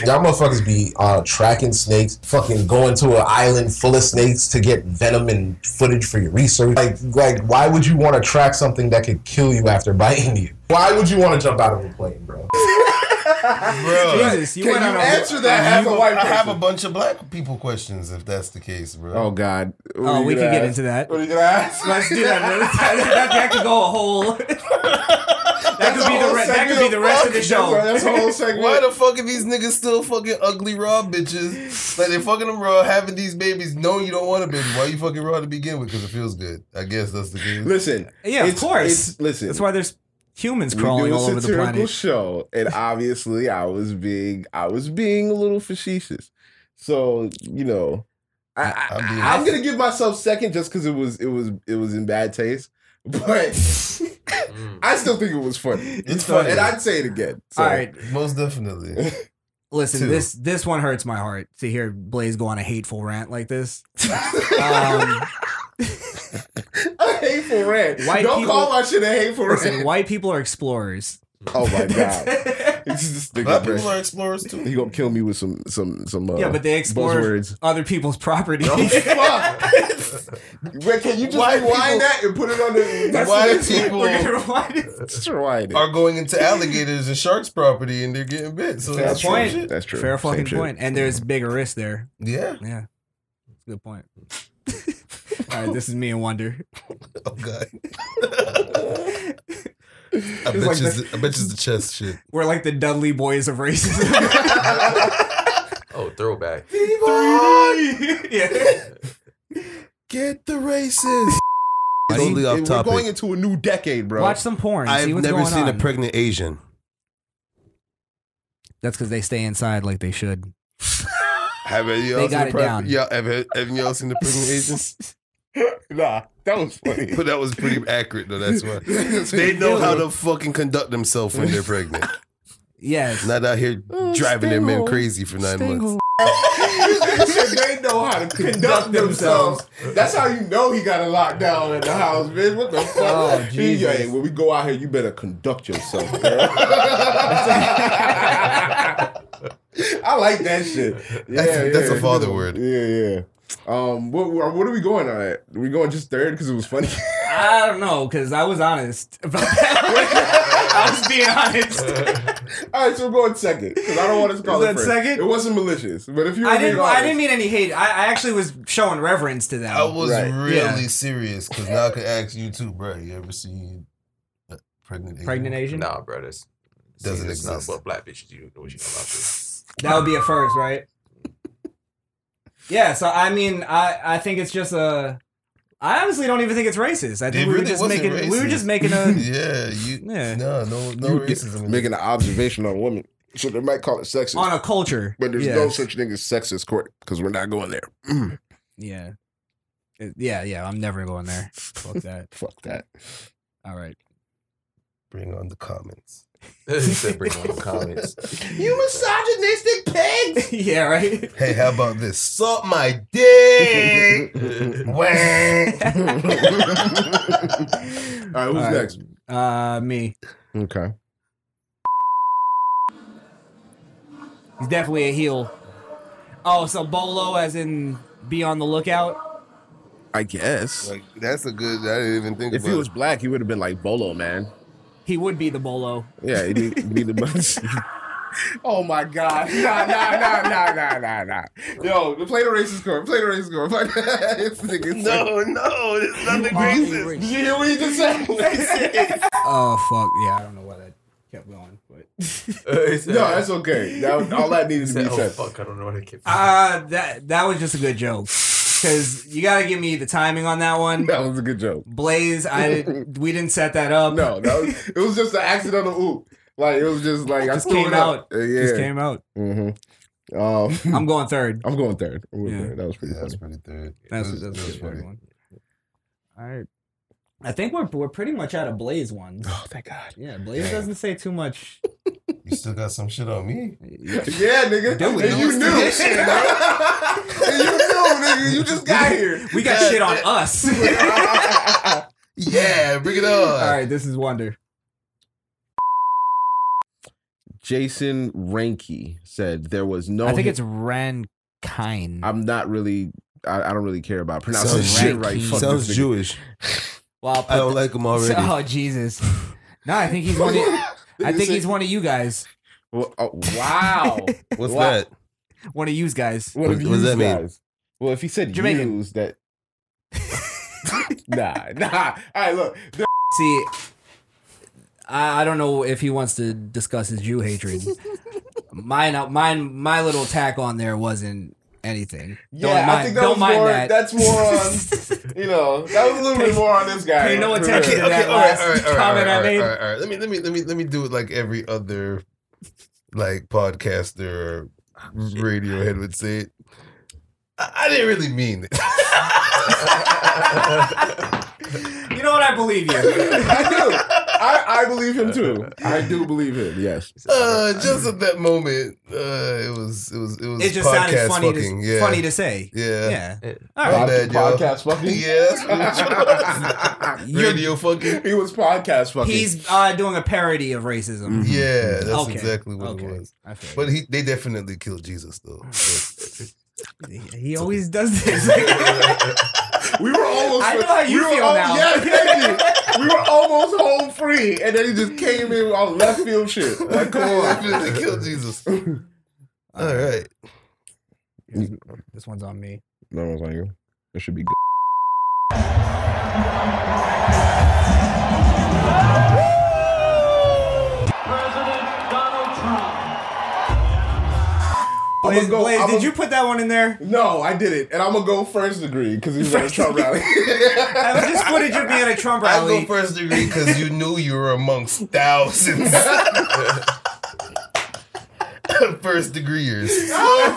Y'all motherfuckers be uh, tracking snakes, fucking going to an island full of snakes to get venom and footage for your research. Like, like, why would you want to track something that could kill you after biting you? Why would you want to jump out of a plane, bro? Bro, Jesus, you Can went you on a answer that half a white I have a person? bunch of black people questions if that's the case, bro. Oh God. What Oh, are you we gonna could get ask? into that. What are you gonna ask? Let's do that another time. That, that could go a whole. that could be the re- that could be the rest of the show. That's a whole segment. Why the fuck are these niggas still fucking ugly raw bitches? Like they fucking them raw, having these babies. No, you don't want a baby. Why you fucking raw to begin with? Because it feels good. I guess that's the case. Listen. Yeah, of it's- course. It's, listen. That's why there's humans we crawling do a all over the satirical planet. show, and obviously, I was being, I was being a little facetious. So you know, I, I, I'm being- I, am gonna give myself second just because it was, it was, it was in bad taste, but Mm, I still think it was funny. It's So- funny. and I'd say it again. So, all right, Most definitely. listen. Two. This this one hurts my heart to hear Blaze go on a hateful rant like this. um, a hateful rant. White Don't people- call my shit a hateful listen, rant. white people are explorers. Oh my god, this is this Black nigga. people bro. are explorers too. He gonna kill me with some, some, some. Uh, yeah, but they explore buzzwords. other people's property. Wait, can you just White rewind people- that and put it on the? That's White what it is. people- We're gonna rewind it. That's right. Are going into alligators and sharks property and they're getting bit. So that's true point. shit. That's true. Fair Same fucking shit. point. And there's bigger risk there. Yeah. Yeah. Good point. All right, this is me and Wonder. Oh god. I bet, like you it's the, I bet you it's the chest shit. We're like the Dudley boys of racism. Oh, throwback. Get the races. Totally off We're topic. going into a new decade, bro. Watch some porn. I've see what's never going seen on. a pregnant Asian. That's because they stay inside like they should. Have you They got it down. Yeah, have, have you all seen the pregnant Asians? nah, that was funny. But that was pretty accurate though. That's why they know how to fucking conduct themselves when they're pregnant. Yes. Not out here Oh, driving their men crazy for nine months. they know how to conduct themselves. That's how you know he got a lockdown in the house, man. What the fuck? Oh, He- Jesus. hey, when we go out here, you better conduct yourself, girl. I like that shit. Yeah, That's- yeah, that's a father word. Yeah, yeah. Um, what, what what are we going on at? Are we going just third because it was funny? I don't know because I was honest about that. I was being honest. All right, so we're going second because I don't want to call Is it that first. second? It wasn't malicious, but if you were I didn't. being I honest- Oh, didn't e- mean any hate. I, I actually was showing reverence to them. I was Right. really Yeah. serious because now I can ask you too, bro. You ever seen a pregnant? Asian? Pregnant Asian. Nah, bro, that's Doesn't it's not exist. about black bitches. You know what you know about this. That would be a first, right? yeah. So I mean, I I think it's just a. I honestly don't even think it's racist. I think It we were really just wasn't making. We were racist. just making a. Yeah, you. Yeah. No, no, no you racism. in making an observation on women, so they might call it sexist. on a culture. But there's yeah. no such thing as sexist court because we're not going there. Mm, Yeah. It- Yeah, yeah. I'm never going there. Fuck that. fuck that. All right. it. Bring on the comments. He said bring on the comments. You misogynistic pig! yeah. Right. Hey, how about this? Suck my dick. Wah. All right, who's right. next? Uh, me. Okay. He's definitely a heel. Oh, so Bolo, as in be on the lookout. I guess. Like that's a good. I didn't even think if about he was black, he would have been like Bolo, man. He would be the Bolo. Yeah, he'd be- be the most. Oh my God! Nah, nah, nah, nah, nah, nah, nah. Yo, play the racist card. Play the racist card. Play This nigga said- no, it's nothing Did you hear what he just said? Oh fuck! Yeah, I don't know why that kept going, but Uh, he said- no, that's okay. That, all that needed he to said, be oh said. fuck, I don't know what I kept. uh, that that was just a good joke. Cause you gotta give me the timing on that one. That was a good joke. Blaze, I we didn't set that up. No, that was, it was just an accidental oop. Like it was just like Just I threw came it up. out. Uh, yeah. just came out. Mm-hmm. Um, I'm I'm, going third. going third. I'm going Yeah. third. That was pretty Yeah, funny. that's pretty third. That That's that's, was- that was that's a good pretty- one. All right. I think we're we're pretty much out of Blaze ones. Oh, thank God. Yeah, Blaze doesn't say too much. You still got some shit on me. Yeah, nigga. Do it. And you knew. and you knew, nigga. You just got here. We got shit on us. Yeah, bring it on. All right, this is Wonder. Jason Ranky said there was no. I think it's Rankine. Oh, I'm not really. I, I don't really care about pronouncing Sounds shit Ranky. right. Fuck Sounds this nigga. Jewish. Well, I'll put I don't like him already. Oh Jesus! No, I think he's one. Of, I think he's one of you guys. Well, oh, wow. What's Wow. that? One of you guys. What, What- what if does yous that mean? guys? Well, if he said Jamaican. use that. nah, nah. All right, look. There- See, I, I don't know if he wants to discuss his Jew hatred. mine, uh, mine, my little tack on there wasn't anything. Yeah, don't mind, I think that don't was mind more. that. That's um, more on. You know, that was a little bit more on this guy. pay no For real. attention. Okay, That okay, all right, last all right, all right, all comment right, I all right, made. all right, all right. Let me, let me, let me, let me do it like every other, like podcaster or Ah, radio head would say it. I, I didn't really mean it. You know what? I believe you. I do. I, I believe him too. I do believe him. Yes. Uh, just at that moment, uh, it was, it was, it was. It just sounded podcast funny. fucking, To, yeah. Funny to say. Yeah. Yeah. My All right. bad, yo. podcast fucking. Yeah, that's what it was. You're- radio fucking. He was podcast fucking. He's uh, doing a parody of racism. Mm-hmm. Yeah, that's Okay. exactly what Okay. it was. I feel But he, they definitely killed Jesus though. you. he always does this. we were almost. I know how you we were feel al- now. Yes, thank you. We were almost home free, and then he just came in on left field shit. Like, come on. definitely killed Jesus. All right. this one's on me. No one's on you. It should be good. President Donald Trump. I'm Blaze, gonna go. Blaze, I'm did gonna- you put that one in there? No, I did it, and I'm gonna go first degree because he's at a Trump rally. I was just footage of being a Trump I rally. go first degree because you knew you were amongst thousands. first degreeers.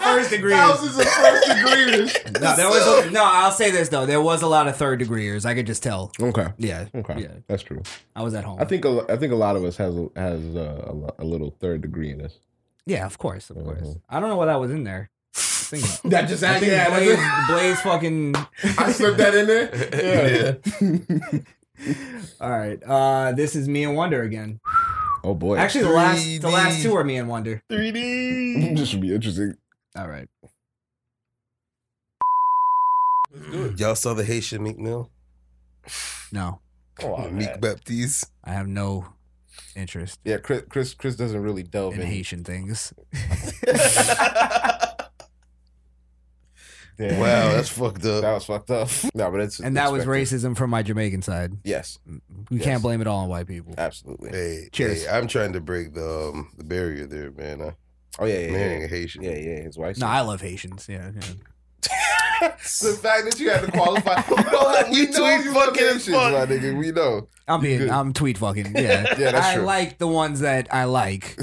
first degree. Thousands of first degrees. No, there was a, no. I'll say this though, there was a lot of third degreeers. I could just tell. Okay. Yeah. Okay. Yeah. That's true. I was at home. I think a, I think a lot of us has a, has uh, a, a, lo- a little third degree in us. Yeah, of course, of course. Mm-hmm. I don't know why that was in there. Thinking- That just I think yeah, Blaze, that's Blaze fucking. it. I slipped that in there. Yeah. All right. Uh, this is me and Wonder again. Oh boy. Actually, the last the last 3D. two are me and Wonder. 3D. this should be interesting. All right. Y'all saw the Haitian Meek Mill? No, Meek Baptiste. I have no interest Yeah, Chris Chris Chris doesn't really delve in in. Haitian things. Yeah. Wow, that's fucked up. that was fucked up. No, but it's And that was expected. racism from my Jamaican side. Yes, We Yes. can't blame it all on white people. absolutely. Hey, Cheers. hey, I'm trying to break the um, the barrier there, man. I, Oh yeah, yeah, man, yeah, Haitian. yeah, yeah. His wife. No, I love Haitians. Yeah. yeah. the fact that you had to qualify. we know, Oh, we know tweet you fucking look Asian, fuck. my nigga. We know. I'm being, good. I'm tweet fucking. Yeah. Yeah, that's I true. like the ones that I like.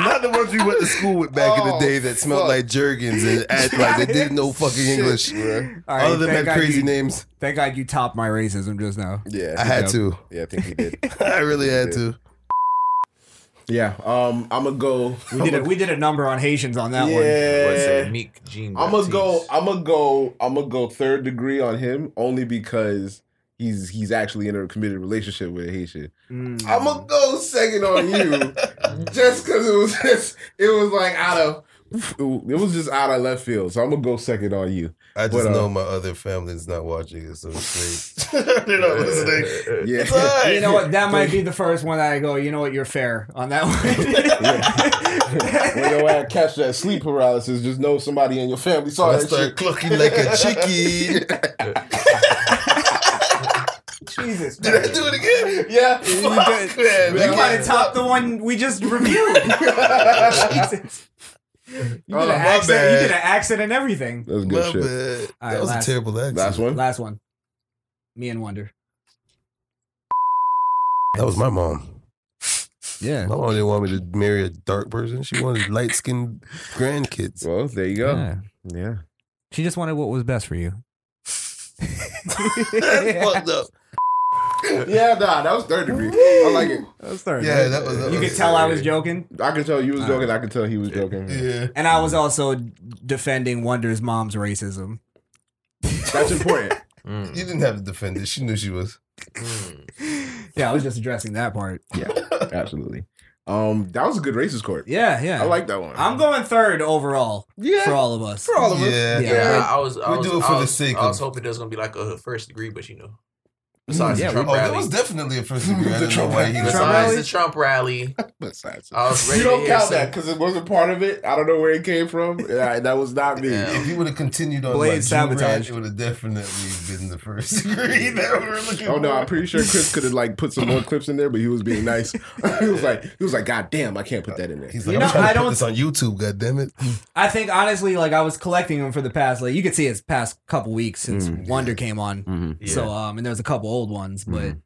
Not the ones we went to school with back in the Oh, day that smelled fuck. like Jergens and act like they didn't know fucking Shit, English. bruh. All right, Other than thank that God crazy you- names, Thank God you topped my racism just now. Yeah, I had yeah. to. Yeah, I think he did. I really had to. yeah, um, I'm gonna go. We did a, we did a number on Haitians on that one. yeah, Meek Gene. I'm gonna go. I'm gonna go. I'm gonna go third degree on him only because he's he's actually in a committed relationship with a Haitian. Mm. I'm gonna go second on you, just because it was just it was like out of it was just out of left field. So I'm gonna go second on you. I just What, uh, know my other family's not watching it, so it's great. They're not listening. Yeah. It's all right. You know what? That might be the first one that I go. You know what? You're fair on that one. when your ass catch that sleep paralysis, just know somebody in your family saw I Oh, that start shit. clucking like a chicky. Jesus. Did I do it again? Yeah, Fuck, man. You That might have was- topped the one we just reviewed. Jesus. You Oh, did, my an accent, you bad. did an accent and everything. That's good My shit. All bad. That right, was last- a terrible accent. Last one. Last one. Me and Wonder. That was my mom. Yeah. My mom didn't want me to marry a dark person. She wanted light skinned grandkids. Well, there you go. Yeah. yeah. She just wanted what was best for you. That's fucked up. nah, that was third degree. I like it. That's third. Yeah, that was. That You was could tell I was joking, I can tell you was joking. I can tell he was joking. Yeah. and I was also defending Wonder's mom's racism. That's important. Mm, You didn't have to defend it. She knew she was. Yeah, I was just addressing that part. Yeah, absolutely. Um, that was a good racist court. Yeah, yeah. I like that one. I'm going third overall yeah for all of us. for all of us. Yeah. Yeah. Yeah, I was. I We was, do it I for the was- sake I was of- hoping there was gonna be like a first degree, but you know, besides yeah, the Trump Oh, that rally, was definitely a first degree. I The don't know Trump why he rally. was. Trump besides rally? the Trump rally, Besides- I was ready You to don't hear count that some. because it wasn't part of it. I don't know where it came from. Yeah, that was not me. Yeah. If you would have continued on Blaze my Jew sabotage. rant, it would have definitely been the first degree that we were looking Oh no, for. I'm pretty sure Chris could have like put some more clips in there, but he was being nice. he was like, he was like, God damn, I can't put that in there. He's like, You I'm know, trying I to put don't- this on YouTube, goddammit. I think honestly, like I was collecting them for the past, like you could see his past couple weeks since Mm. Wonder came on. Yeah. So um, and there was a couple old ones, but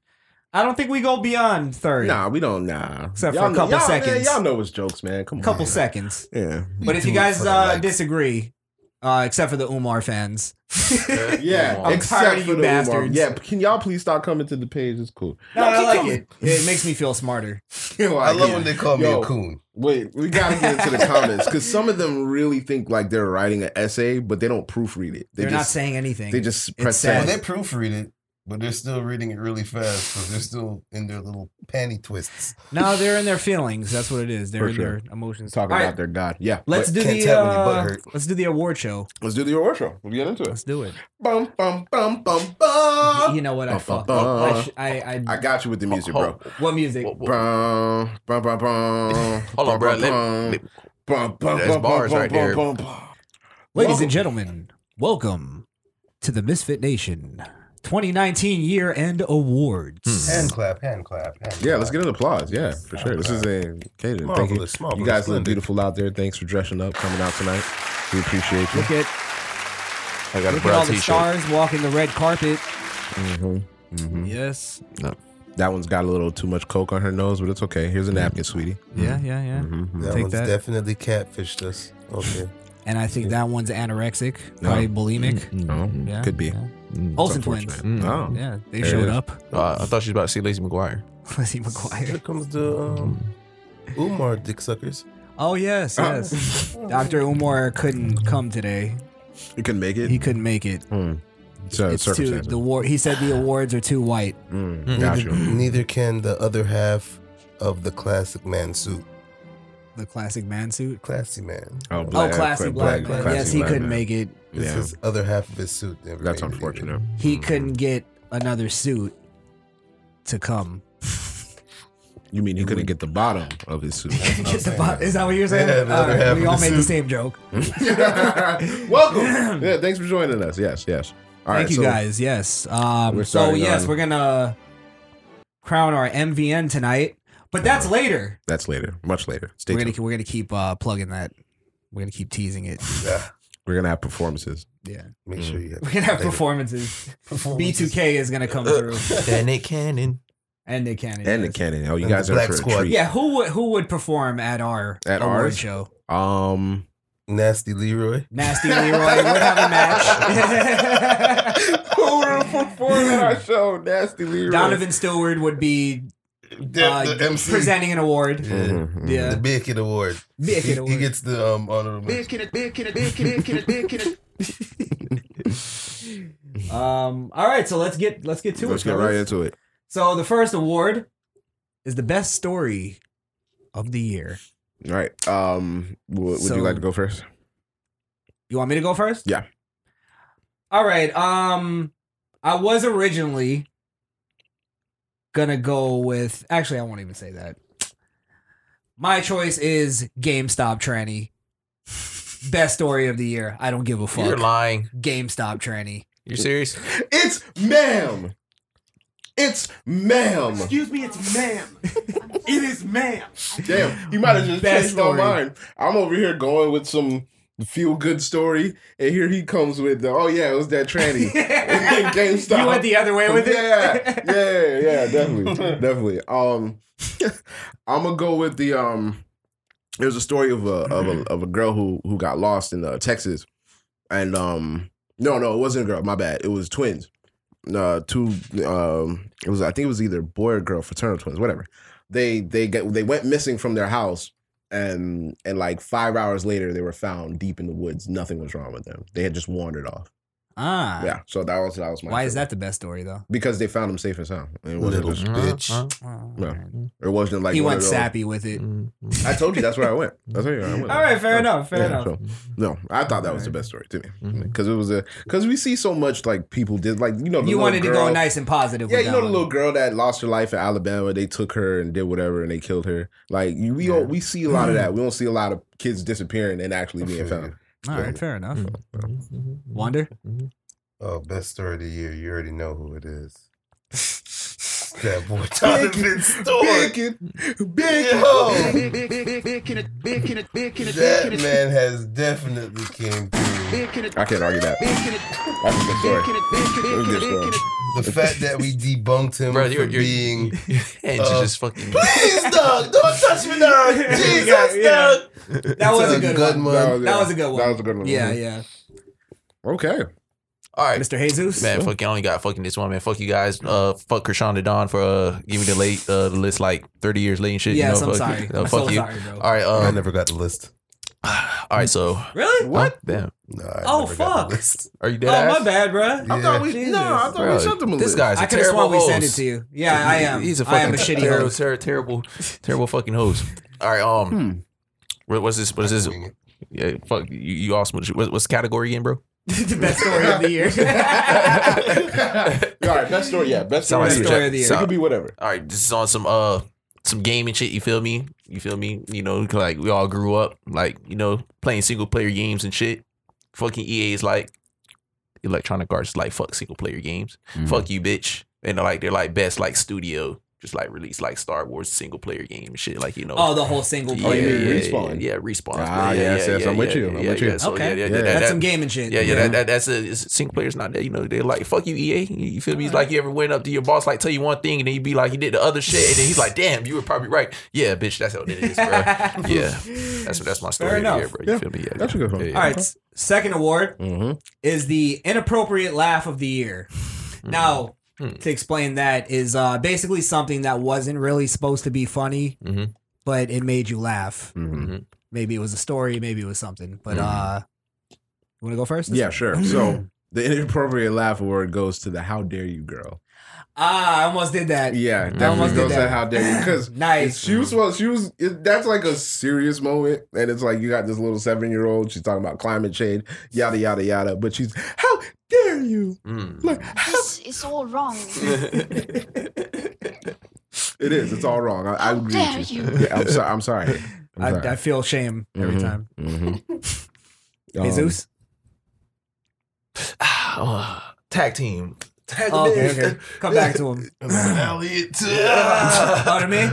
I don't think we go beyond third. Nah, we don't. Nah, Except for a couple y'all, man, seconds. y'all know it's jokes, man. Come on, couple seconds. Yeah, But if do you it guys for the uh, likes. disagree, uh, except for the Umar fans, Uh, yeah. come on. I'm tired Except of for you the Umar. bastards. Yeah, can y'all please stop coming to the page? It's cool. no, Y'all I keep like coming. it. It makes me feel smarter. I love when they call me Yo. a coon. Wait, we gotta get into the comments because some of them really think like they're writing an essay, but they don't proofread it. They They are not just saying anything. they just press sad. Well, send. they proofread it, but they're still reading it really fast because they're still in their little panty twists. no, they're in their feelings. That's what it is. They're For in sure. their emotions. talking All about right, their god. Yeah, Let's do Can't the tell when your butt uh, hurt. let's do the award show. let's do the award show. We'll get into it. Let's do it. Bum bum bum bum bum. You know what I Bum, bum, fucked bum. up. I, sh- I, I, Oh, I got you with the music, bro. what music? Whoa, whoa. Bum bum bum bum. Hold on, bum, bro. Let- Bum let- bum bum There's bum bars bum, right bum, there. bum, bum. Ladies and gentlemen, welcome to the Misfit Nation 2019 year end awards. Hmm. Hand clap, hand clap, hand Yeah, let's get an applause. Yeah, for sure. This is a Caden. Thank you. Marvelous, marvelous, you guys look splendid. beautiful out there. Thanks for dressing up, coming out tonight. We appreciate you. Look at I got a look at all brown the t-shirt. stars walking the red carpet. hmm hmm Yes. No. That one's got a little too much coke on her nose, but it's okay. Here's a napkin, sweetie. Yeah, yeah, yeah. Mhm. That Take one's that. definitely catfished us. Okay. And I think that one's anorexic, No. probably bulimic. No, Mm. Yeah, Mm. Oh, could be. yeah. Mm, it's Olsen twins. unfortunate. Oh, Yeah, they There it showed is. up. Uh, I thought she was about to see Lacey McGuire. Lizzie McGuire. Here comes the Mm. um, Umar dick suckers. Oh yes, yes. Dr. Umar couldn't come today. you couldn't make it. He couldn't make it. Mm. So It's too circumstances. the war. He said the awards are too white. Mm, got neither, you. neither can the other half of the classic man suit. The classic man suit. Classy man. Oh, Oh, black, classy black, man. classy yes, he black couldn't man. make it. This Yeah. is other half of his suit. that That's remained. unfortunate. He couldn't get another suit to come. You mean he couldn't get the bottom of his suit? Get the bo- is that what you're saying? Yeah, the other Alright, half we of all the made the suit. same joke. Welcome. Yeah, thanks for joining us. Yes, yes. All right, Thank you so- guys. Yes. Um, We're so starting yes, on- we're gonna crown our MVN tonight, but Uh, that's later. That's later, much later. Stay We're tuned. gonna we're gonna keep uh, plugging that. We're gonna keep teasing it. We're gonna have performances. Yeah, Make Mm. sure you have we're gonna have performances. B2K is gonna come through, And it cannon. and they can. Uh. And the cannon. Oh, you And guys the are Black for a Squad. treat. Yeah, who would who would perform at our At award ours? show? Um, nasty Leroy. Nasty Leroy would have a match. who would perform at our show? Nasty Leroy. Donovan Stewart would be uh, presenting an award. Yeah. Mhm, Yeah. The Bacon Award. Bacon he, He Award. gets the um, honorable. Um. All right, so let's get let's get to Let's it. get fellas. right into it. So the first award is the best story of the year. All right. Um, w- would So- you like to go first? You want me to go first? Yeah. All right. Um, I was originally gonna go with. Actually, I won't even say that. My choice is GameStop tranny. Best story of the year. I don't give a fuck. You're lying. GameStop tranny. You're serious? It's ma'am. It's ma'am. Excuse me, it's ma'am. it is ma'am. Damn, you might have just Best changed story. my mind. I'm over here going with some feel good story, and here he comes with the oh yeah, it was that tranny. GameStop. You went the other way with it. yeah, yeah, yeah, definitely, definitely. Um, I'm gonna go with the um. There's a story of a of a of a girl who who got lost in uh, Texas, and um, no, no, it wasn't a girl. My bad. It was twins. Uh, two. Um, it was I think it was either boy or girl, fraternal twins, whatever. They they get they went missing from their house. And and like five hours later, they were found deep in the woods. Nothing was wrong with them. They had just wandered off. Ah. Yeah. So that was that was my. Why is favorite that the best story though? because they found him safe and sound. It wasn't, Little just, bitch. Oh, Yeah. all right. it wasn't like he one went of those- sappy with it. Mm-hmm. I told you that's where I went. That's where I went. All right, fair Yeah. enough. Fair Yeah, enough. so, no, I thought that was the best story to Mm-hmm. me because it was a because we see so much like people did like you know the you little wanted to girl- go nice and positive. Yeah, with you that know one. the little girl that lost her life in Alabama. They took her and did whatever, and they killed her. Like you- we all, we see a lot of that. We don't see a lot of kids disappearing and Oh, actually being found. All right, fair enough. Mm-hmm. Wonder. Oh, best story of the year. You already know who it is. that boy Donovan Stewart. Yo, that man has definitely came through. I can't argue that. That's a good story. That was a good story. The fact that we debunked him Bro, for you're, you're being. Your hands uh, are just fucking. Please, dog, don't touch me, dog. Jesus, Yeah. dog. That was a good, one. That yeah. was a good one. That was a good one. Mm-hmm. Yeah, yeah. Okay. All right. Mr. Jesus. Man, fucking, I only got fucking this one, man. Fuck you guys. Uh, fuck Krishan the Don for uh giving me the late uh the list like thirty years late and shit. yes, you know, I'm fuck, sorry. uh, I'm fuck so you. sorry, bro. All right. I Um. never got the list. All right. So Really? what? Damn. No, I Oh, never got fuck. the list. Are you dead? Oh, ass? my bad, bro. I thought we- Jesus. no, I thought Bro, we sent them a This list. guy's a I could have terrible sworn we host. sent it to you. Yeah, I am. He's a fucking I am a shitty terrible, host. ter- terrible, terrible fucking host. All right. Um. Hmm. what- What's this? What is this? Yeah, fuck you. You awesome. What, what's the category again, bro? the best story of the year. All right, best story. Yeah, best Sound like some story story. of the year. Jack- of the year. It sound- could be whatever. all right, this is on some uh some game and shit. You feel me? You feel me? You know, like we all grew up E like you know playing single player games and shit. Fucking EA is like, Electronic Arts is like fuck single player games. Mm-hmm. Mhm. Fuck you, bitch. And like they're like best like studio. Just like release like Star Wars single player game and shit like you know Oh, the whole single yeah, player. yeah, Oh, you mean yeah, Respawn? yeah, yeah respawn Ah, yes, yes, I'm with you, I'm with you. Okay. Yeah, that's some gaming shit. yeah yeah, Yeah. That, that, that's a it's, single players not that you know they're like fuck you EA you feel me it's like you ever went up to your boss like tell you one thing and then you be like he did the other shit and then he's like damn you were probably right yeah bitch that's how it is bro yeah that's that's my story Fair of the enough. year, bro you feel me yeah that's a good one All right, s- second award is the inappropriate laugh of the year. Mm-hmm. Hmm. Now, to explain that is uh, basically something that wasn't really supposed to be funny, Mhm. but it made you laugh. Hmm. Mm-hmm. Mhm. Maybe it was a story, maybe it was something. But uh, you want to go first? Yeah, sure. So the inappropriate laugh award goes to the "How dare you, girl." ah, I almost did that. Yeah, I definitely almost did goes that. to "How dare you" because Nice. She was well. She was. It, that's like a serious moment, and it's like you got this little seven year old. She's talking about climate change, yada yada yada. But she's how dare you? Like This is all wrong. it is. It's all wrong. I, I agree. dare with you. Yeah, I'm sorry. I'm sorry. I, I feel shame every Mhm. time. Mhm. Um, Jesus. Ah, uh, tag team tag Oh, okay, team. okay. Come back to him. Elliot oh, to me?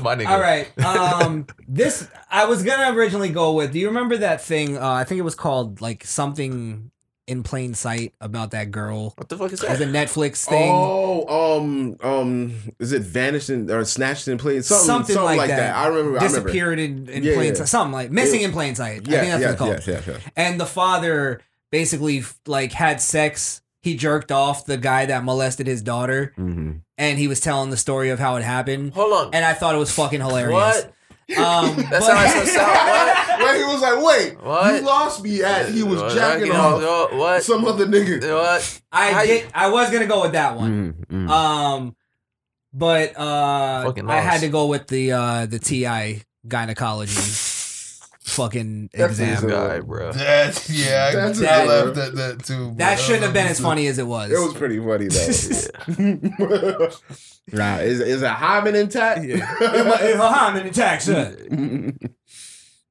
my nigga All right. Um, this I was gonna originally go with. Do you remember that thing? Uh, I think it was called like something in plain sight about that girl. What the fuck is It was a Netflix thing. Oh, um, um, is it vanished in, or snatched in plain something, something, like, that. I remember. disappeared in, in plain sight. Something like missing in plain sight. I Yeah, think that's yeah, what it's called. yeah, yeah, yeah. And the father basically f- like had sex. He jerked off the guy that molested his daughter, Mm-hmm. and he was telling the story of how it happened. Hold on, and I thought it was fucking hilarious. What? Um, That but- sounds so Where he was like, wait, What? you lost me at he was What? jacking Jacking off off, what? some other nigga. Mm-hmm, What? I How you- did. I was gonna go with that one. Mm. Um, but uh, Fucking I had lost. to go with the uh the Ti gynecology fucking That's exam. this guy, bro. That's yeah. I- That's I it, laughed bro. at that too. bro. That shouldn't have been as That funny as it was. It was pretty funny though. nah, is is a hymen intact? Muhammad attacks us.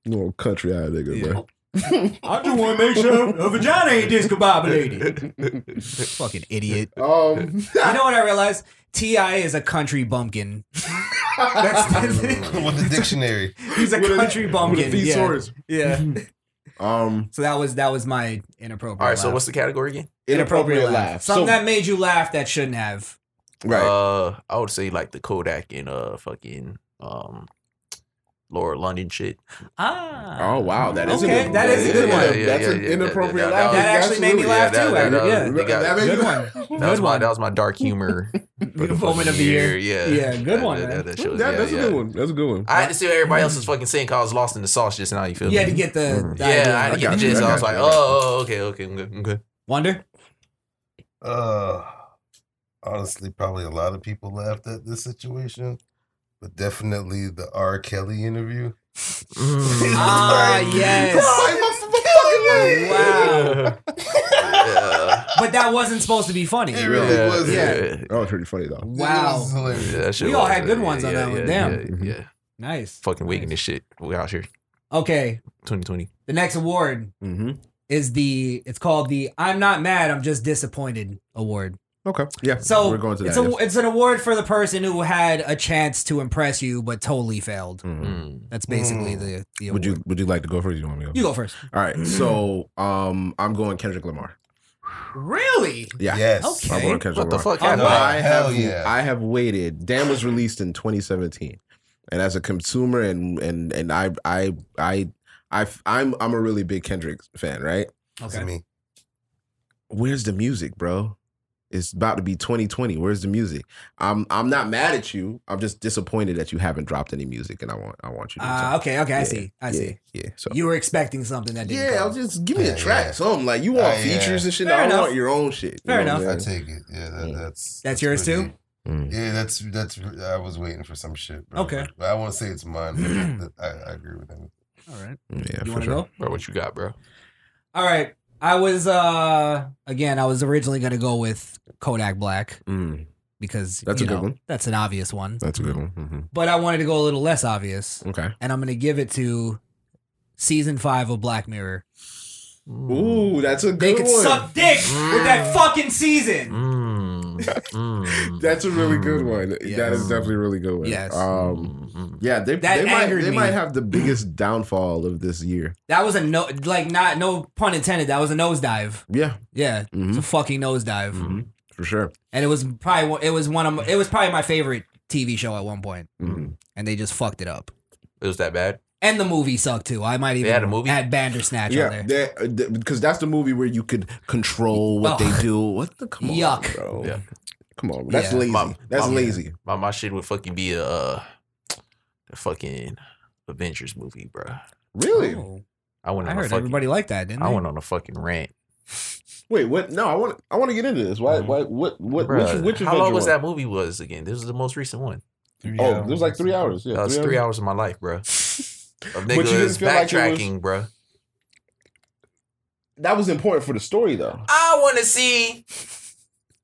Little country eye nigga, bro. I just want to make sure her vagina ain't discombobulated. Fucking idiot. Um, you know what I realized? Ti is a country bumpkin. That's with the dictionary. He's a With a- country with a bumpkin. thesaurus. Yeah. yeah. Um. So that was that was my inappropriate. All right, so laugh. what's the category again? inappropriate, Inappropriate laugh? laugh. Something So- that made you laugh that shouldn't have. Right. Uh, I would say like the Kodak and uh fucking um Laura London shit. Ah. Oh wow, that is Okay, a good that is a good one. That's an inappropriate laugh. That actually made me laugh too. That, I- that, yeah. that, that, Good that, one. that was Good my one. that was my dark humor. Moment of the year. Yeah, Yeah, good That- one, That, man. that, that shit was- That- yeah, that's a yeah. good one. That's a good one. I had to see what everybody else was fucking saying because I was lost in the sauce just now. You feel You me? Mm. had to get the- the idea. yeah, I had I to get the got you, gist. I I was got like, you, I got oh, oh, okay, okay, I'm good, I'm good. Wonder. Uh, honestly, probably a lot of people laughed at this situation, but definitely the R. Kelly interview. Mm. Ah, yes. Wow. But that wasn't supposed to be funny. It really Yeah, wasn't. Yeah. That was Oh, pretty funny though. Wow. that shit we all was- had good ones on yeah, that one. yeah, Damn. Yeah, yeah. Nice. Fucking weak in this shit. We out here. Okay. 2020. The next award Mm-hmm. is the it's called the I'm not mad, I'm just disappointed award. Okay. Yeah. So we're going to it's that. a, it's an award for the person who had a chance to impress you but totally failed. Mm. That's basically the, the award. Mm-hmm. Hmm. Would you Would you like to go first? Or you want me to go? You go first. All right. So, um, I'm going Kendrick Lamar. Really? Yeah. Okay. I'm going Kendrick What the Lamar. fuck Uh, happened? I Hell have. yeah. I have waited. Damn was released in 2017, and as a consumer, and and and I I I I I'm I'm a really big Kendrick fan, right? Okay. Me. where's the music, bro? It's about to be 2020. Where's the music? I'm I'm not mad at you. I'm just disappointed that you haven't dropped any music, and I want I want you. to Ah, drop- okay, okay, I Yeah, see, I yeah, see. Yeah. So You were expecting something that didn't yeah, come. I'll just give me Yeah, a track. yeah. Something like you want Oh, yeah. features and shit. Fair I enough. want your own shit. Fair enough. I take it. Yeah, that, that's That's yours too? Mm. yeah. That's that's. I was waiting for some shit. Bro. Okay. but I won't say it's mine. But I, I agree with him. All right. Yeah, You for wanna sure. go? Bro, what you got, bro? All right. I was uh again, I was originally gonna go with Kodak Black Mm. because That's you a good know, one. That's an obvious one. That's a good one. Mhm. But I wanted to go a little less obvious. Okay. And I'm gonna give it to season five of Black Mirror. Mm. Ooh, that's a good They could one. Mm. suck dick with that fucking season. Mm, That's a really good one. That is definitely a really good one. Yes. mm, Um, yeah, they, That they, might, angered they me. might have the biggest downfall of this year. That was a no, like not no pun intended. That was a nosedive. Yeah. mm-hmm, Yeah, it's Mm. a fucking nosedive, for sure. and it was probably one- it was one of my- it was probably my favorite TV show at one point, Mhm. and they just fucked it up. It was that bad. And the movie sucked too. I might even had a movie? add Bandersnatch on there. Yeah, that- uh, th- because that's the movie where you could control what Oh. they Ugh. do. What the come on, Yuck. bro? Come on, that's Yeah. lazy. My- that's my- lazy. My my shit would fucking be a uh, the fucking Avengers movie, bro. Really? Oh. I went. Oh, I On heard a fucking, everybody liked that, didn't I they? went on a fucking rant. Wait, what? No, I want I want to get into this. Why? Why? What? What? Mm. Bruh, which? Which? how long Avenger was one? that movie? Was again? This is the most recent one. Oh, it was like three hours. Yeah, That was three hours of my life, bro. Of you didn't niggas feel like it was- backtracking, bro. That was important for the story, though. I want to see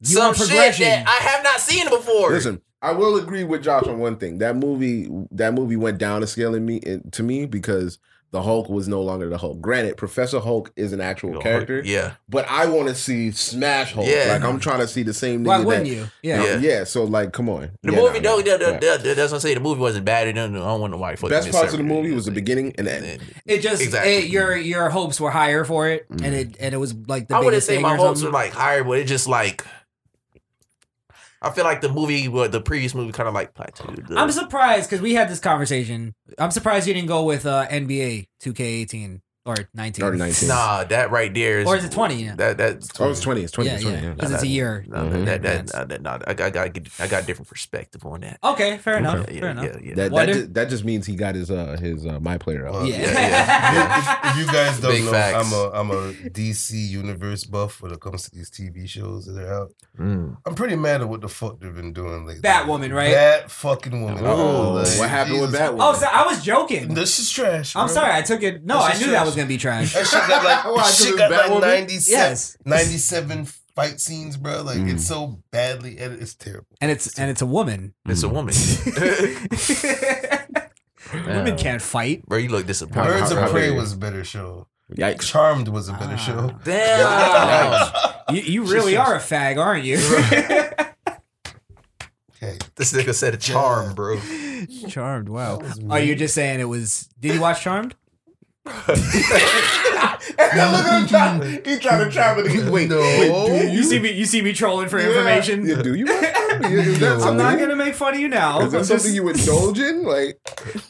some want shit progression. that I have not seen before. Listen, I will agree with Josh on one thing. That movie, that movie went down a scale in me in- to me because the Hulk was no longer the Hulk. Granted, Professor Hulk is an actual Hulk, character. yeah. But I want to see Smash Hulk. Yeah. Like I'm trying to see the same nigga. Why wouldn't that- you? Yeah. Yeah. Yeah. So like, come on. the Yeah, movie, though, nah, the- nah, the- nah. the- that's what I'm saying. The movie wasn't bad. It don't- I don't want nobody fucking. Best parts of the misinterpret movie was the beginning and end. It just Exactly. it, your your hopes were higher for it, and it and it was like the I wouldn't biggest say thing my or hopes something. were like higher, but it just like I feel like the movie, well, the previous movie, kind of like plateaued. I'm surprised because we had this conversation. I'm surprised you didn't go with uh, NBA 2K18 or 19 Nah, that right there is. Or is it 20, yeah? That that's Oh, it's 20, it's 20, Yeah, it's 20, yeah. yeah. Nah, 'Cause it's a nah, year nah, Mhm. That that, nah, that, nah, I got I got get- I got a different perspective on that. Okay, Oh, fair enough. Yeah, fair yeah, enough. yeah. That that Wonder- just, that just means he got his uh his uh my player up. Yeah. If you guys don't Big know, facts. I'm a I'm a DC universe buff when it comes to these TV shows that are out. Mm. I'm pretty mad at what the fuck they've been doing lately. Batwoman, right? That fucking woman. Oh, what happened with Batwoman? Oh, so I was joking. This is trash. I'm bro. sorry, I took it. No, This I is knew trash. that was gonna be trash. That shit got like, Why, shit the got like Batwoman? 97, Yes. 97 fight scenes, bro. Like it's Mm. so badly edited. It's terrible. and it's and it's a woman. It's mm. a woman. Women can't fight. Bro, you look disappointed. Birds of Prey was a better show. Yikes. Charmed was a better show. Damn. you, you really Jesus. are a fag, aren't you? This nigga said a charm, bro. Charmed. Wow. Oh, you're just saying it was. Did you watch Charmed? Look at him trying. He trying to try to wait. No. Wait, do You see me. You see me trolling for Oh, Yeah. information. Yeah, do you? Yeah, is that I'm something not you- gonna make fun of you now. Is that I'm something just- you indulge in? Like,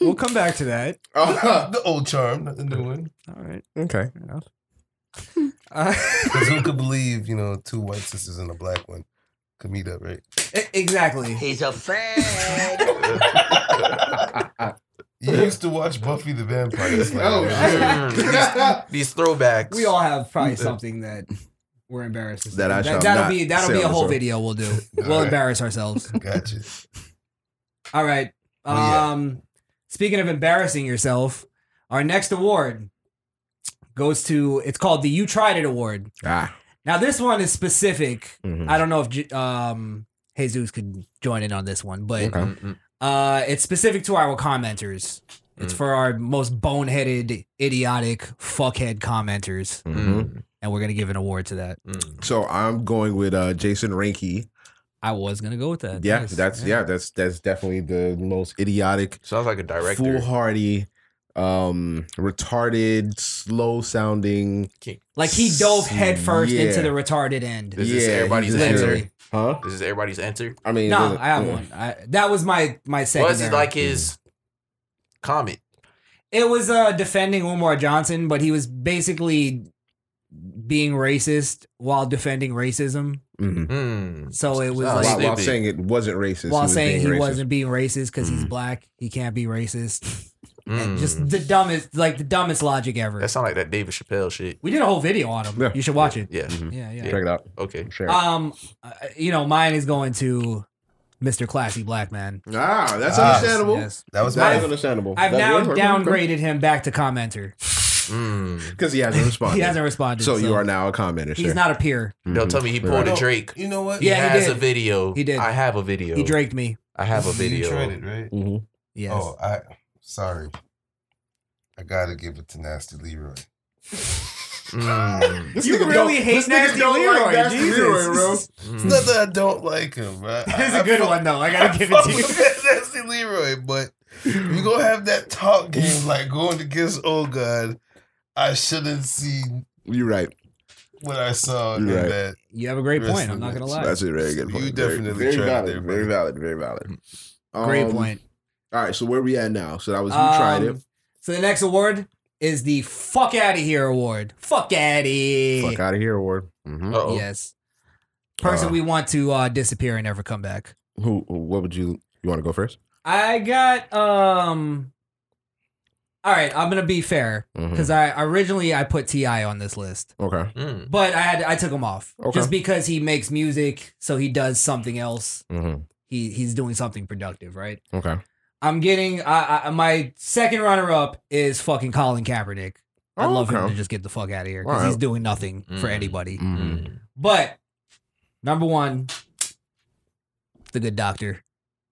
We'll come back to that. uh, The old charm, not the new one. All right. Okay. Fair enough. Uh, Because who could believe, you know, two white sisters and a black one could meet up, right? E- Exactly. He's a fag. You used to watch Buffy the Vampire Slayer. Oh, These throwbacks. We all have probably something that we're embarrassed. to say. That I shall that'll not be that'll say be a on the whole show. video we'll do. we'll Alright. embarrass ourselves. Gotcha. All right. Oh, yeah. Um, speaking of embarrassing yourself, our next award goes to it's called the You Tried It Award. Ah. Now this one is specific. Mhm. I don't know if J- um Jesus could join in on this one, but Okay. uh, it's specific to our commenters. It's Mm. for our most boneheaded, idiotic, fuckhead commenters, Mm, Mhm. and we're gonna give an award to that. So I'm going with uh, Jason Ranke. I was gonna go with Uh, that. Yeah, yes, that's yeah. that's that's definitely the most idiotic, Sounds like a director. foolhardy, um, retarded, slow sounding. Like he dove headfirst Yeah. into the retarded end. Is this everybody's he's answer? literally- Huh? This is everybody's answer. I mean, No, uh, I have one. I, that was my my second. Was it like his comment? It was uh, defending Umar Johnson, but he was basically being racist while defending racism. mhm. Mm. So it was Sounds like While, while Stupid. saying it wasn't racist, while was saying being he racist. wasn't being racist because he's Mm. black, he can't be racist. Mm. Eh, Just the dumbest, like the dumbest logic ever. that sound like that David Chappelle shit. we did a whole video on him. Yeah. You should watch it. Yeah. Yeah, yeah. Check it out. Okay. Share. it. Um, uh, you know, mine is going to Mr. Classy Black Man. ah, that's Ah, understandable. yes. That was that my is understandable. I've now downgraded him back to commenter. Mm. because he hasn't responded. He hasn't responded. So, you are now a commenter. Mm-hmm. He's sure. not a peer. Don't tell me he Right. pulled No, a Drake. You know what? Yeah, he has did. a video. He did. I have a video. He draked me. I have a You tried it, video. right? Mhm. Yes. Oh, I sorry. I gotta give it to Nasty Leroy. Mm, This You nigga really don't- hate this nigga Nasty don't Leroy, like Nasty Jesus. Leroy, bro. it's not that I don't like him, bro. This is a good one, though. I gotta give it to you. Nasty Leroy, but you gonna have that talk game like going against old God. I shouldn't see You're right. what I saw in You're right. that. You have a great point. I'm wrestling not gonna match. lie. That's a very good point. You Very- definitely very, tried valid, there, very valid. Very valid. Um, Great point. All right, so where we at now? So that was you Um, tried it. So the next award is the "Fuck Out of Here" award. Fuck out of here. Fuck out of here, award. mm. Mhm. Uh, Yes. Person Uh, we want to uh, disappear and never come back. Who? who- What would you? You want to go first? I got um. All right, I'm gonna be fair Mhm. because I originally I put Ti on this list, Okay. Mm, but I had I took him off Okay. just because he makes music, so he does something else. Mm-hmm. He he's doing something productive, right? Okay. I'm getting I, I my second runner up is fucking Colin Kaepernick. I Oh, love him okay. to just get the fuck out of here All because right. he's doing nothing for Mm. anybody. mm, Mhm. But number one, the good doctor,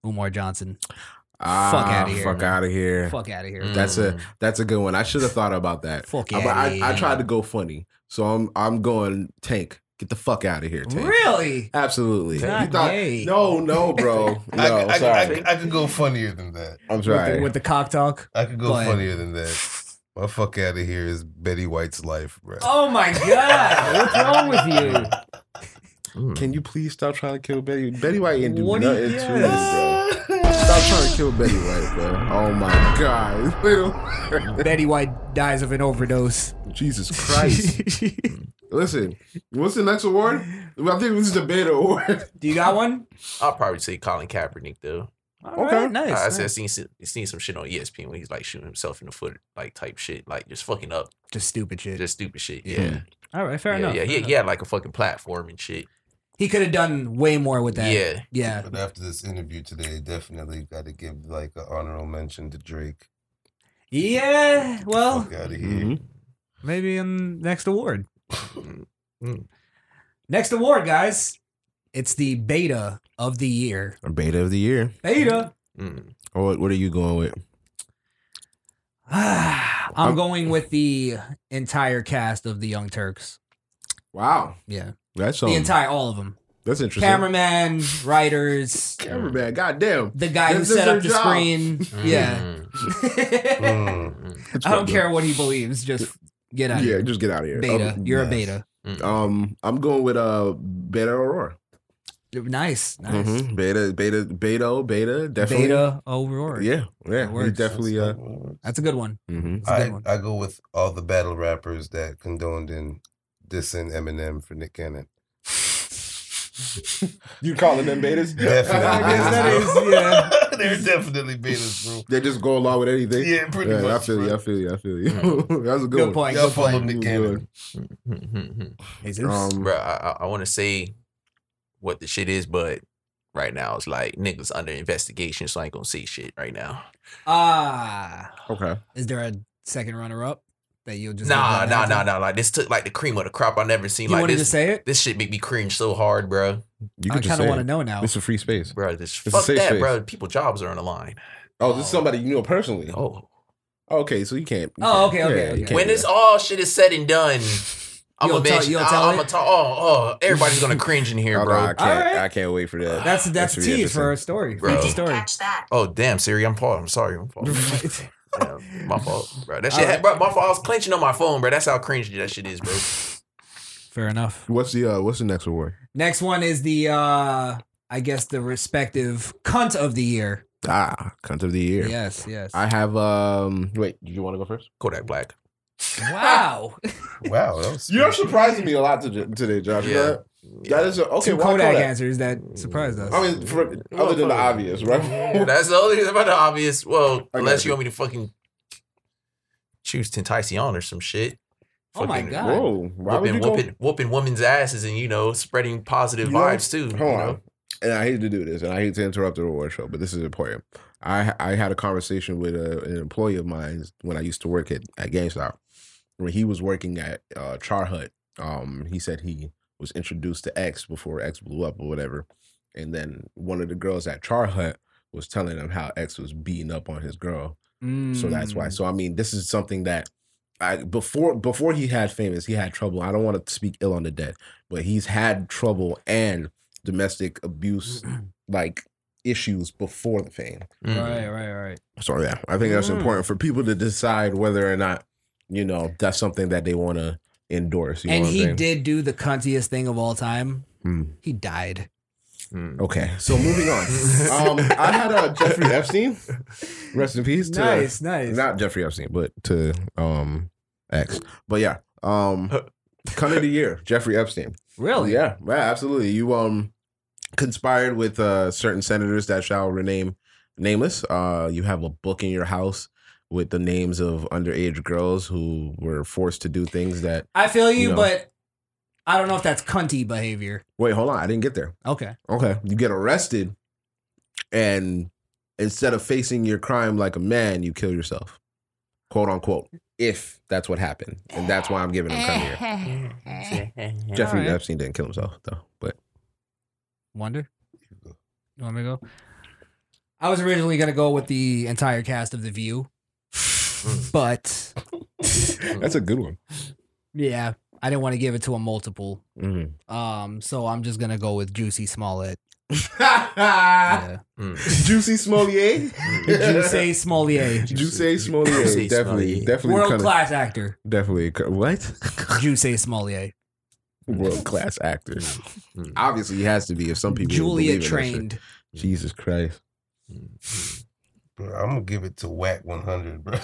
Umar Johnson. fuck Ah, out of here. Fuck man. out of here. Fuck outta here. That's a that's a good one. I should have thought about that. Fuck Uh, but outta I, I here. tried to go funny, so I'm I'm going tank. Get the fuck out of here, tank. Really? Absolutely. Not You thought- gay. no, no, bro. No, I, I, sorry. I, I could go funnier than that. I'm sorry. With the cock talk. I could go Go ahead. funnier than that. My fuck out of here is Betty White's life, bro. Oh my god, what's wrong with you? mm. Can you please stop trying to kill Betty? Betty White ain't do What do you- nothing to me, bro. Stop trying to kill Betty White, bro. Oh my god. Betty White dies of an overdose. Jesus Christ. Listen, what's the next award? I think this is a beta award. Do you got one? I'll probably say Colin Kaepernick though. All right, nice, I, I nice. said seen some- seen some shit on E ESPN when he's like shooting himself in the foot, like type shit, like just fucking up, just stupid shit, just stupid shit. Yeah, All right, fair yeah, enough. Yeah, fair he, enough. he had like a fucking platform and shit. He could have done way more with that. Yeah. Yeah. But after this interview today, definitely got to give like an honorable mention to Drake. Yeah. Well, Fuck out of here. Mm-hmm. maybe in next award. next award, guys. It's the beta of the year. Beta of the year. Beta. Mm-hmm. Or what, what are you going with? I'm going with the entire cast of the Young Turks. Wow. Yeah. That's the um, entire, all of them. That's interesting. Cameraman, writers, Cameraman, goddamn. the guy who That's- that's set up the their job. screen. Mm. Yeah. Mm-hmm. I don't care what he believes. Just get out. of Yeah, here. just get out of here. Beta. Um, You're a yes. beta. Um, I'm going with uh Beta Aurora. Nice. Nice. Mhm. Beta, Beta, Beto, Beta, definitely. Beta Aurora. Yeah, yeah. That He works. definitely. Uh, That's a good one. Mm-hmm. Mhm. That's a good I, one. I go with all the battle rappers that condoned and dissing Eminem for Nick Cannon. you calling them betas? Definitely. I guess that is. that is, yeah. They're definitely betas, bro. They just go along with anything. Yeah, pretty I much, feel you. bro. I feel you. I feel Mm-hmm. you. That's a good, Good one. point, Y'all good follow point. Nick That was Cannon. good. Jesus. Um, Bro, I, I- I want to say what the shit is, but right now it's like niggas under investigation, so I ain't gonna say shit right now. Ah. Okay. Is there a second runner up that you'll just Nah, leave nah, that nah, out nah, Like this took like the cream of the crop I never seen. You like wanted this, to say it? This shit make me cringe so hard, bro. You I could just kinda say wanna it. know now. It's a free space, bro. This It's a fuck safe that, space. bro. People jobs are on the line. Oh, this is somebody you knew personally. Oh, okay. So you can't. you Oh, okay, can't- okay, you okay. can't when do this all shit is said and done, I'm You'll a tell- bitch. you'll I- tell I'm it? a talk. Oh, oh, everybody's gonna cringe in here, Oh, no, bro. I can't. Alright. I can't wait for that. That's that's, That's a really tease for interesting. a story. Bro. Feature story. Oh damn, Siri, I'm Paul. I'm sorry, I'm Paul. Yeah, my fault, bro. That shit, Alright. bro. My fault. I was clenching on my phone, bro. That's how cringy that shit is, bro. Fair enough. What's the uh, What's the next award? Next one is the uh I guess the respective cunt of the year. Ah, cunt of the year. Yes, yes. I have. Um. Wait. Do you want to go first? Kodak Black. wow. Wow, that was You're surprising me a lot to, today, Josh. You know Yeah. that? That is a, okay. Two why Kodak, Kodak? answers that surprised us. I mean, for, other than the obvious, right? That's the only thing about the obvious. Well, I unless got you you. want me to fucking choose Tentacion or some shit. Oh my Fucking God. Whoa! Why would Whooping, you go? whooping, whooping women's asses and you know spreading positive You know- vibes too. Hold you on. know? And I hate to do this, and I hate to interrupt the award show, but this is important. I I had a conversation with a, an employee of mine when I used to work at, at GameStop. When he was working at uh, Char Hut, um, he said he was introduced to X before X blew up or whatever. And then one of the girls at Char Hut was Mm. telling him how X was beating up on his girl. So that's why. So I mean, this is something that I, before before he had famous, he had trouble. I don't want to speak ill on the dead, but he's had trouble and domestic abuse Mm. like issues before the fame. Mm. Right, right, right. So yeah, I think that's Mm. important for people to decide whether or not you know that's something that they want to endorse. You know and what I'm he saying? did do the cuntiest thing of all time. Hmm. He died. Okay, so moving on. um, I had uh, Jeffrey Epstein. Rest in peace. To, Nice, nice. Not Jeffrey Epstein, but to um X. But yeah, um, cunt of the year, Jeffrey Epstein. Really? Yeah, yeah, absolutely. You um conspired with uh certain senators that shall rename nameless. Uh, you have a book in your house with the names of underage girls who were forced to do things that. I feel you, know- but I don't know if that's cunty behavior. Wait, hold on. I didn't get there. Okay. Okay. You get arrested, and instead of facing your crime like a man, you kill yourself, quote unquote. If that's what happened, and that's why I'm giving him come here. Jeffrey Alright. Epstein didn't kill himself though, but Wonder. You want me to go? I was originally gonna go with the entire cast of The View, Hmm. but Mm-hmm. that's a good one. yeah, I didn't want to give it to a multiple. Mhm. Um, so I'm just gonna go with Juicy Smollett. Yeah. Juicy Smollier, Mm-hmm. Juicy Smollier. Juicy Smollier, Juicy definitely, Smollier. definitely World kinda- class actor. definitely. co- What? Juicy Smollier. World class actor. Obviously, he has to be. If some people Mm-hmm. Julia believe in that shit. trained. Jesus Christ. Bro, I'm gonna give it to Whack 100, bro.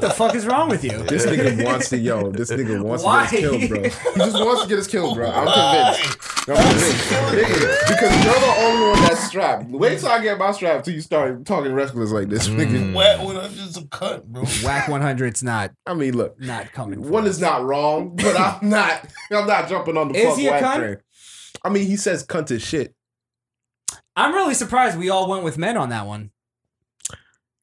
the fuck is wrong with you? This nigga wants to yo. This nigga wants to Why? get us killed, bro. He just wants to get us killed, bro. I'm convinced. I'm convinced. Nigga, because you're the only one that's strapped. Wait till I get my strap till you start talking wrestlers like this, Mm. nigga. Whack 100's a cut, bro. Whack 100's not I mean, look, not coming. for one us. is not wrong, but I'm not. I'm not jumping on the Is fuck he a whack cunt? train. I mean, he says cunt is shit. I'm really surprised we all went with men on that one.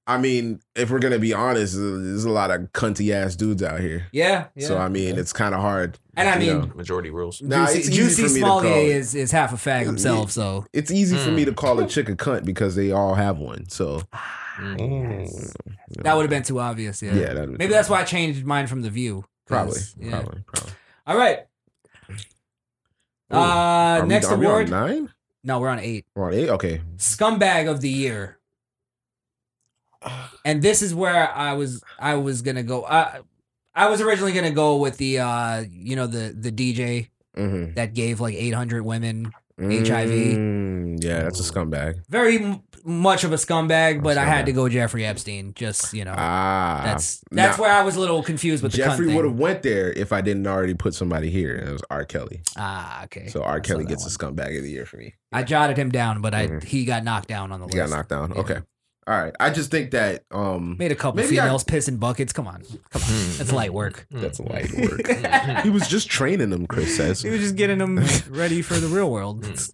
I mean, if we're gonna be honest, there's a lot of cunty ass dudes out here. Yeah, yeah. So I mean, it's kind of hard. And I you mean, know. Majority rules. Nah, it's Juicy, easy Juicy for me to call Smollett it. is, is half a fag himself, so it's easy for me to call a chick a cunt because they all have one. So Mm. that would have been too obvious. Yeah, Yeah, that would've been maybe too that's why I changed mine from the view. 'cause- yeah. All right. Ooh. Are Uh, we- next are we on award. nine? No, we're on eight. We're on eight. Okay. Scumbag of the year. And this is where I was. I was gonna go. I I was originally gonna go with the uh, you know, the the DJ Mhm. that gave like 800 women HIV. Mm, yeah, that's a scumbag. very m- much of a scumbag, but I had scumbag. to go Jeffrey Epstein. Just you know, Ah, Uh, that's that's now- where I was a little confused with Jeffrey the cunt would have thing. went there if I didn't already put somebody here, and it was R. Kelly. Ah, okay. So R. Kelly gets a scumbag of the year for me. I jotted him down, but I he got knocked down on the He list. got knocked down. Okay. All right. I just think that um Made a couple Maybe I- Hmm. females piss in buckets. Come on, come on, it's light work. Hmm. that's light work. Mm. he was just training them. Chris says. He was just getting them ready for the real Hmm. world.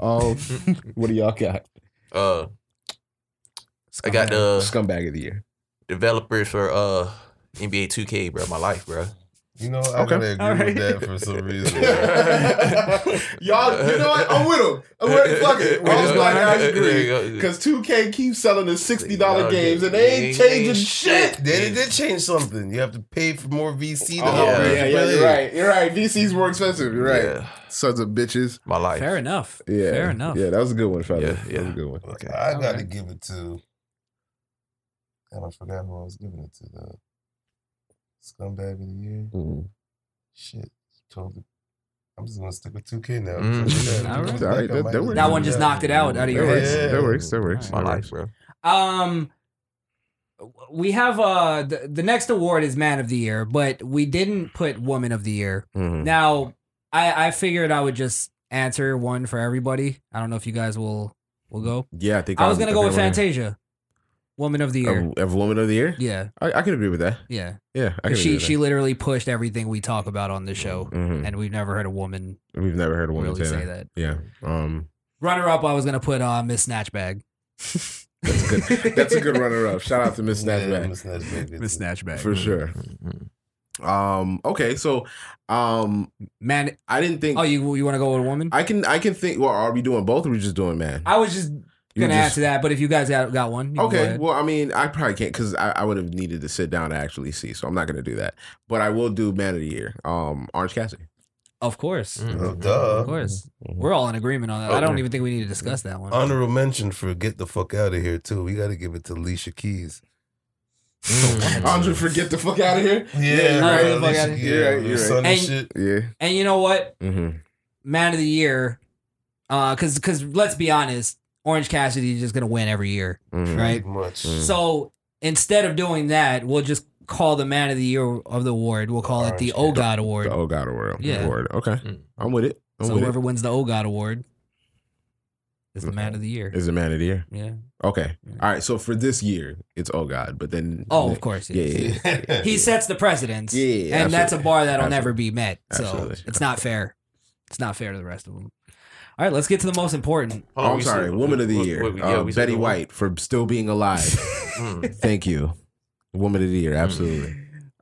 Oh. Um, what do y'all got? Uh, I got the scumbag of the year. Developers for uh NBA 2K, bro. My life, bro. You know, I gotta agree with that for some reason. Y'all, you know what? I'm with him. I'm with him. Oh, Fuck it. I was glad I There you agree. go. Because 2K keeps selling the $60 games and they ain't changing shit. They did change something. You have to pay for more VC to Oh, upgrade yeah, your yeah, you're player. right. You're right. DC's more expensive. You're right. Sons of bitches. My life. Fair enough. Yeah. Fair enough. Yeah, that was a good one, fella. Yeah, That was yeah. a good one. I gotta give it to. And I forgot who I was giving it to. The scumbag of the year. Shit, totally. I'm just gonna stick with 2K now. Mm. All right. All right, that- that works. That one just knocked it out out of your That head. works. That works. That works. My that life, works. bro. Um, we have uh the, the next award is Man of the Year, but we didn't put Woman of the Year. Mhm. Now, I I figured I would just answer one for everybody. I don't know if you guys will will go. Yeah, I think I was gonna go with everyone- Fantasia, Woman of the Year. Of, of woman of the year? Yeah. I, I can agree with that. Yeah, Yeah, I 'Cause can agree she with she literally pushed everything we talk about on this show, Mhm. and we've never heard a woman that. We've never heard a woman really say, say that. Yeah. Um, runner up. I was gonna put uh, Miss Snatchbag. that's good. that's a good runner up. Shout out to Miss Snatchback. Miss Snatchback. Miss Snatchback for sure. Mm-hmm. Um. Okay. So, um, man, I didn't think. Oh, you you want to go with a woman? I can. I can think. Well, are we doing both? or we just doing man? I was just You gonna just- answer that, but if you guys got, got one, you can go Okay, ahead. well, I mean, I probably can't because I, I would have needed to sit down to actually see, so I'm not gonna do that. But I will do Man of the Year, um, Orange Cassidy. of course, Hmm. Mm-hmm. duh. of course, we're all in agreement on that. I don't even think we need to discuss that Uh, one. Honorable mention for Get the Fuck Out of Here, too. We got to give it to Alicia Keys. Mm. Andre, forget the fuck out of here. Oh, Yeah, you're right, right. the fuck Yeah, outta here. you're right, you're Son of right. shit. Yeah. And you know what? Mm-hmm. Man of the year, because because let's be honest, Orange Cassidy is just gonna win every year, Mhm. right? Pretty much. Mhm. So instead of doing that, we'll just call the Man of the Year of the award. We'll call it the O God Award. The Oh God Award. Yeah. Mm. Award. Okay, I'm with it. I'm so with whoever wins the O God Award is the Man of the Year. it. Is it Man of the Year? Yeah. Okay. All right. So for this year, it's Oh God, but then Oh, of course. yeah, yeah, yeah, yeah. he sets the precedence. Yeah, yeah, and that's a absolutely. bar that'll Absolutely. never be met. So Absolutely. it's not fair. It's not fair to the rest of them. All right, let's get to the most important. Oh, I'm sorry. Woman of the year, uh, Betty White for still being alive. mm, Thank you, Woman of the year. Absolutely.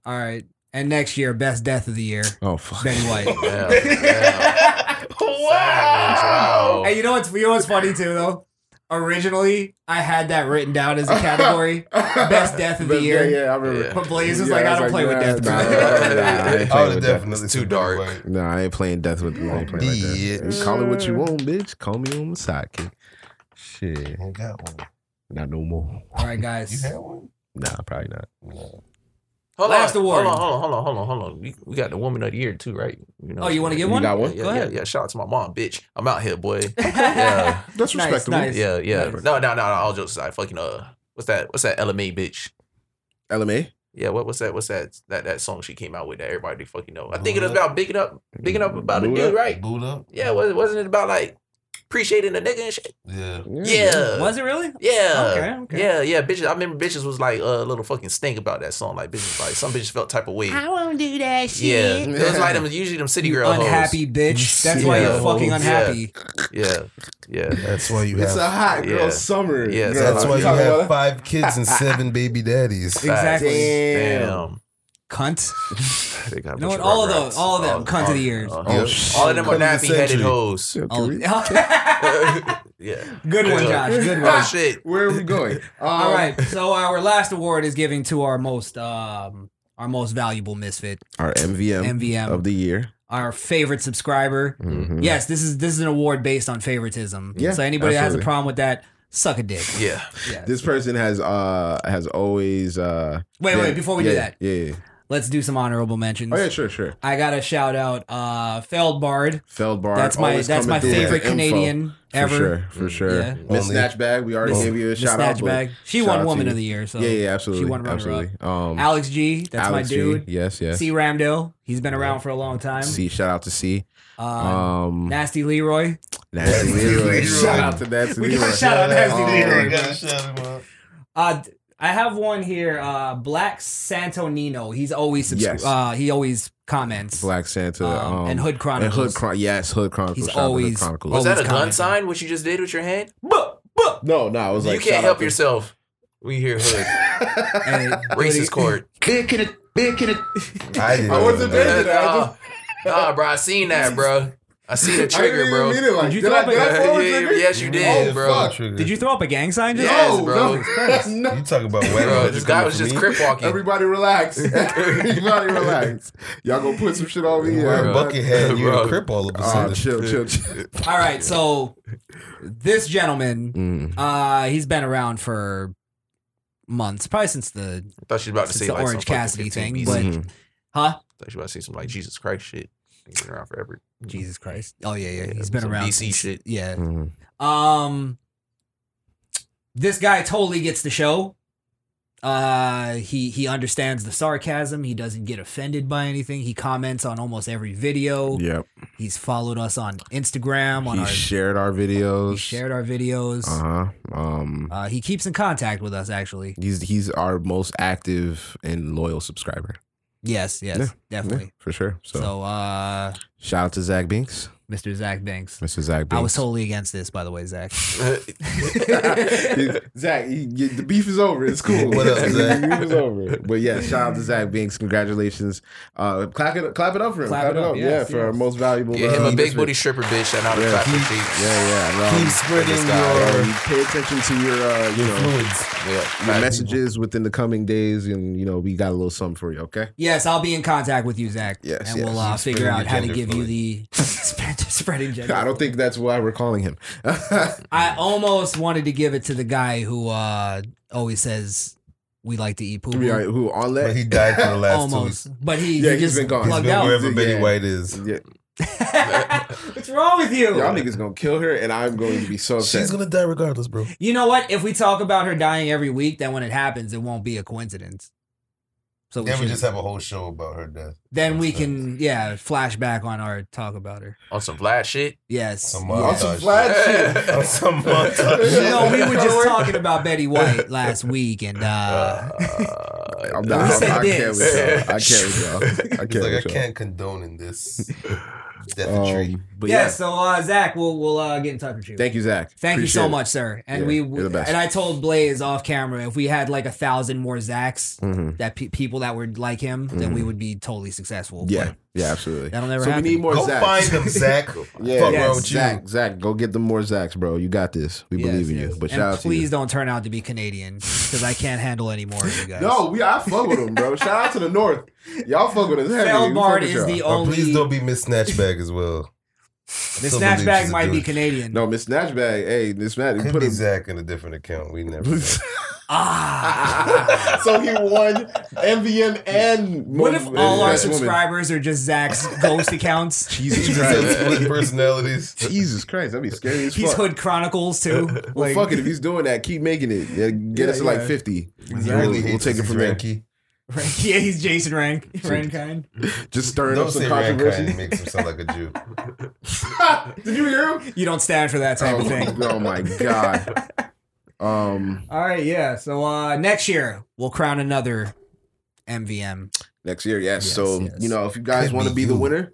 All right, and next year, best death of the year. Oh fuck, Betty White. wow. And you know what's you know what's funny too though. Originally, I had that written down as a category, best death of the But year. Yeah, yeah, I remember. But Blaze was like, I don't play with death. Nah, nah, I ain't I playing would with death. definitely Too dark. No, I ain't playing death with. I ain't playing like that. Bitch. Call it what you want, bitch. Call me on my sidekick. Shit, I got one. not no more. All right, guys. You had one? Nah, probably not. Hold Last on, award. Hold on, hold on, hold on, hold on, hold on. We, we got the woman of the year too, right? You Oh, you wanna yeah, get one? Yeah, Got one? Yeah, Go yeah, ahead. yeah. Shout out to my mom, bitch. I'm out here, boy. Yeah, That's Nice, respectable. nice, yeah, yeah. nice. No, no, no. All jokes aside, fucking uh, what's that? What's that? LMA, bitch. LMA. Yeah, what what's that? What's that? That that song she came out with that everybody fucking know. I think it was Uh-huh. about bigging up, bigging Mm, up about a Boot dude, up? right? Boot up. Yeah, was wasn't it about like appreciating a nigga and shit? Yeah. Yeah. Was it really? Yeah. Okay, okay. Yeah, yeah. Bitches, I remember bitches was like uh, a little fucking stink about that song. Like bitches, like some bitches felt type of way. won't do that Yeah, it was like them usually them city girl unhappy bitch. That's why you're Yeah. fucking Yeah. unhappy. hoes. Yeah, yeah. That's why you It's have. a hot girl Yeah. summer. Yeah, girl. that's why you Talking have about- five kids and seven baby daddies. Exactly. Damn. Damn. Cunt. They got You know bunch what? All of rugrats. those, all of them, Oh, cunt of the years. oh, Oh, oh, shit. all of them Cunt are of the nappy headed century. hoes. All- Can we- yeah. Oh. Good one, Yeah. Josh. Good Oh one. shit. Where are we going? All Um, right. So our last award is giving to our most um our most valuable misfit, Our MVM, MVM. of the year. our favorite subscriber. Mhm. Yes, this is this is an award based on favoritism. Yeah, so anybody that has a absolutely. problem with that, suck a dick. Yeah. Yeah. This person has uh has always uh Wait, been- wait, before we yeah, do that. Yeah, yeah. Let's do some honorable mentions. Oh yeah, sure, sure. I gotta shout out uh Feldbard. Feldbar. That's my- always that's coming my through with favorite info. Canadian for ever. Sure, for sure. Yeah. Miss Only- Snatchbag, we already Miss- gave you a Miss shout out. Snatchbag. but She shout won out to Woman you. of the Year, so yeah, yeah, absolutely. she won runner-up. absolutely. Um, Alex G, that's Alex my G, dude. Yes, yes. C Ramdale, he's been around for a long time. C, shout out to C. Uh, Um, Nasty Leroy. Nasty Leroy. Leroy. Shout out to Nasty We gotta Leroy. shout out Nasty Um, Leroy. gotta shout him out. Uh, d- I have one here. Uh, Black Santonino. He's always subscri- Yes. uh, he always comments. Black Santa Um, um, and Hood And Hood Chronicles. Chron- yes, Hood Chronicles. He's Shout out to Hood always- Chronicles. Was that a Always gun commenting. sign? What you just did with your hand? No, no, I was like, you can't shout help out to- yourself. We hear hood. And it- Racist court. Big in it, big in it. I, didn't I wasn't know that. there. I Nah, just- nah, bro. I seen that, bro. I seen the I didn't trigger, even bro. mean it Oh, like Did you that. throw up a- Did I, did I throw a Yeah, trigger? yes, you did, Yeah, bro. fuck, Trigger. Did you throw up a gang sign? Just Yes, No, bro. no, Christ, no. You talk about Bro, wet this guy was just crip walking. Everybody relax. Everybody relax. Y'all gonna put some shit on me. We're uh, a bucket head. You Bro. a crip all of a uh, sudden. chill, chill, chill. all right. So this gentleman, uh, he's been around for months, probably since the I thought she was about to It's say the like Orange some fucking Cassidy 15 thing, pieces. but- Mhm. huh? thought she was about to say some like Jesus Christ shit. He's been around forever. Jesus Christ. Oh yeah, yeah. Yeah, He's been some around. DC since- shit. Mm. Yeah. Mhm. Um, this guy totally gets the show. Uh, he he understands the sarcasm. He doesn't get offended by anything. He comments on almost every video. Yep. He's followed us on Instagram. On He our, shared our videos. he shared our videos. Uh huh. Um, Uh, he keeps in contact with us. Actually, he's he's our most active and loyal subscriber. yes, yes, Yeah, definitely. Yeah, for sure. So, So, uh, shout out to Zach Binks. Mr. Zach Banks. Mr. Zach I was Banks. totally against this, by the way, Zach. Zach, you- you- the beef is over. It's cool. What up, Zach? the beef is over. But yeah, shout out to Zach Binks. Congratulations. Uh, clap it, clap it up for him. Clap Clap, it it up, up. yes, yeah, for our most valuable. Get him uh, a big this booty week. stripper bitch and I'll clap keep, for you. Yeah, yeah. Keep spreading this guy, your- um, pay attention to your uh, you Your know, fluids. Yeah, your right. messages within the coming days, and you know we got a little something for you. Okay. Yes, I'll be in contact with you, Zach. Yes, and yes. we'll uh, Spreading figure out your how to gender give you fluid. the spread, spreading gender. I don't think that's why we're calling him. I almost wanted to give it to the guy who uh, always says we like to eat poo. We are- who on that? Mm-hmm. But he died for the last two almost. weeks. But he, he Yeah, he's just been gone. He's plugged been out. wherever Betty Yeah. White is. Yeah. What's wrong with you? Y'all niggas gonna kill her, and I'm going to be so upset. She's gonna die regardless, bro. You know what? If we talk about her dying every week, then when it happens, it won't be a coincidence. So we Then we should- just have a whole show about her death. then we can yeah flashback on our talk about her. On some Vlad shit. Yes. Some yes. On some Vlad shit. On some montage You know, we shit. were just talking about Betty White last week, and uh, I'm we not, I'm, said I can't this. with y'all. I can't with y'all. I can't It's like, with I y'all. can't condone in this deathtree. but yeah, yeah. So uh, Zach, we'll we'll uh, get in touch with you. Thank you, Zach. Thank Appreciate you so it. much, sir. And Yeah, we you're the best. and I told Blaze off camera if we had like a thousand more Zachs Mhm. that pe- people that were like him, then we would be totally successful. Hmm. Yeah, But yeah, absolutely. That'll never so happen. we need more Go Zachs. find them, Zach. yeah, Fuck yeah, wrong with you. Zach, Zach, go get them more Zachs, bro. You got this. We believe in you. But and shout out to please you. don't turn out to be Canadian because I can't handle any more of you guys. No, we I fuck with them, bro. Shout out to the North. Y'all fuck with us. heavy. We fuck Feldbard with is y'all. the only. Please don't be Miss Snatchback as well. Miss Snatchback might be Canadian. No, Miss Snatchbag. Hey, Miss Matt, Could put be a Zach in a different account. We never. know. Ah. so he won MVM and What if all our Best Woman. subscribers are just Zach's ghost accounts? Jesus Split Christ. personalities. Jesus Christ, that'd be scary as He's fuck. Hood Chronicles too. well, fuck it. If he's doing that, keep making it. Yeah, get Yeah, us to like yeah. 50. He We'll- really we'll hates take it his from there. Yankee. Rank- yeah, he's Jason Rank. Rankind. Just stirring Don't up some say Rankind controversy. makes him sound like a Jew. Did you hear him? You don't stand for that type Oh, of thing. oh my god. Um, All right, yeah. So uh next year we'll crown another MVM. next year, yes. so you know, if you guys Could want to be be, the you. winner,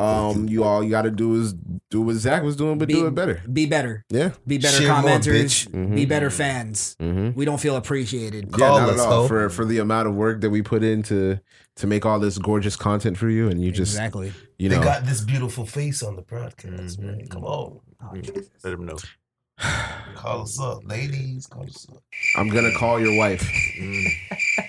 um, you all you got to do is do what Zach was doing, but Be- do it better. Be better. Yeah. Be better Share more, commenters. bitch. Mhm. Be Mm. better fans. Mhm. We don't feel appreciated. yeah, not at all for for the amount of work that we put in to to make all this gorgeous content for you, and you just Exactly. you know, they got this beautiful face on the broadcast, man. Come on. Let him know. Call us up, ladies. Call us up. I'm gonna call your wife.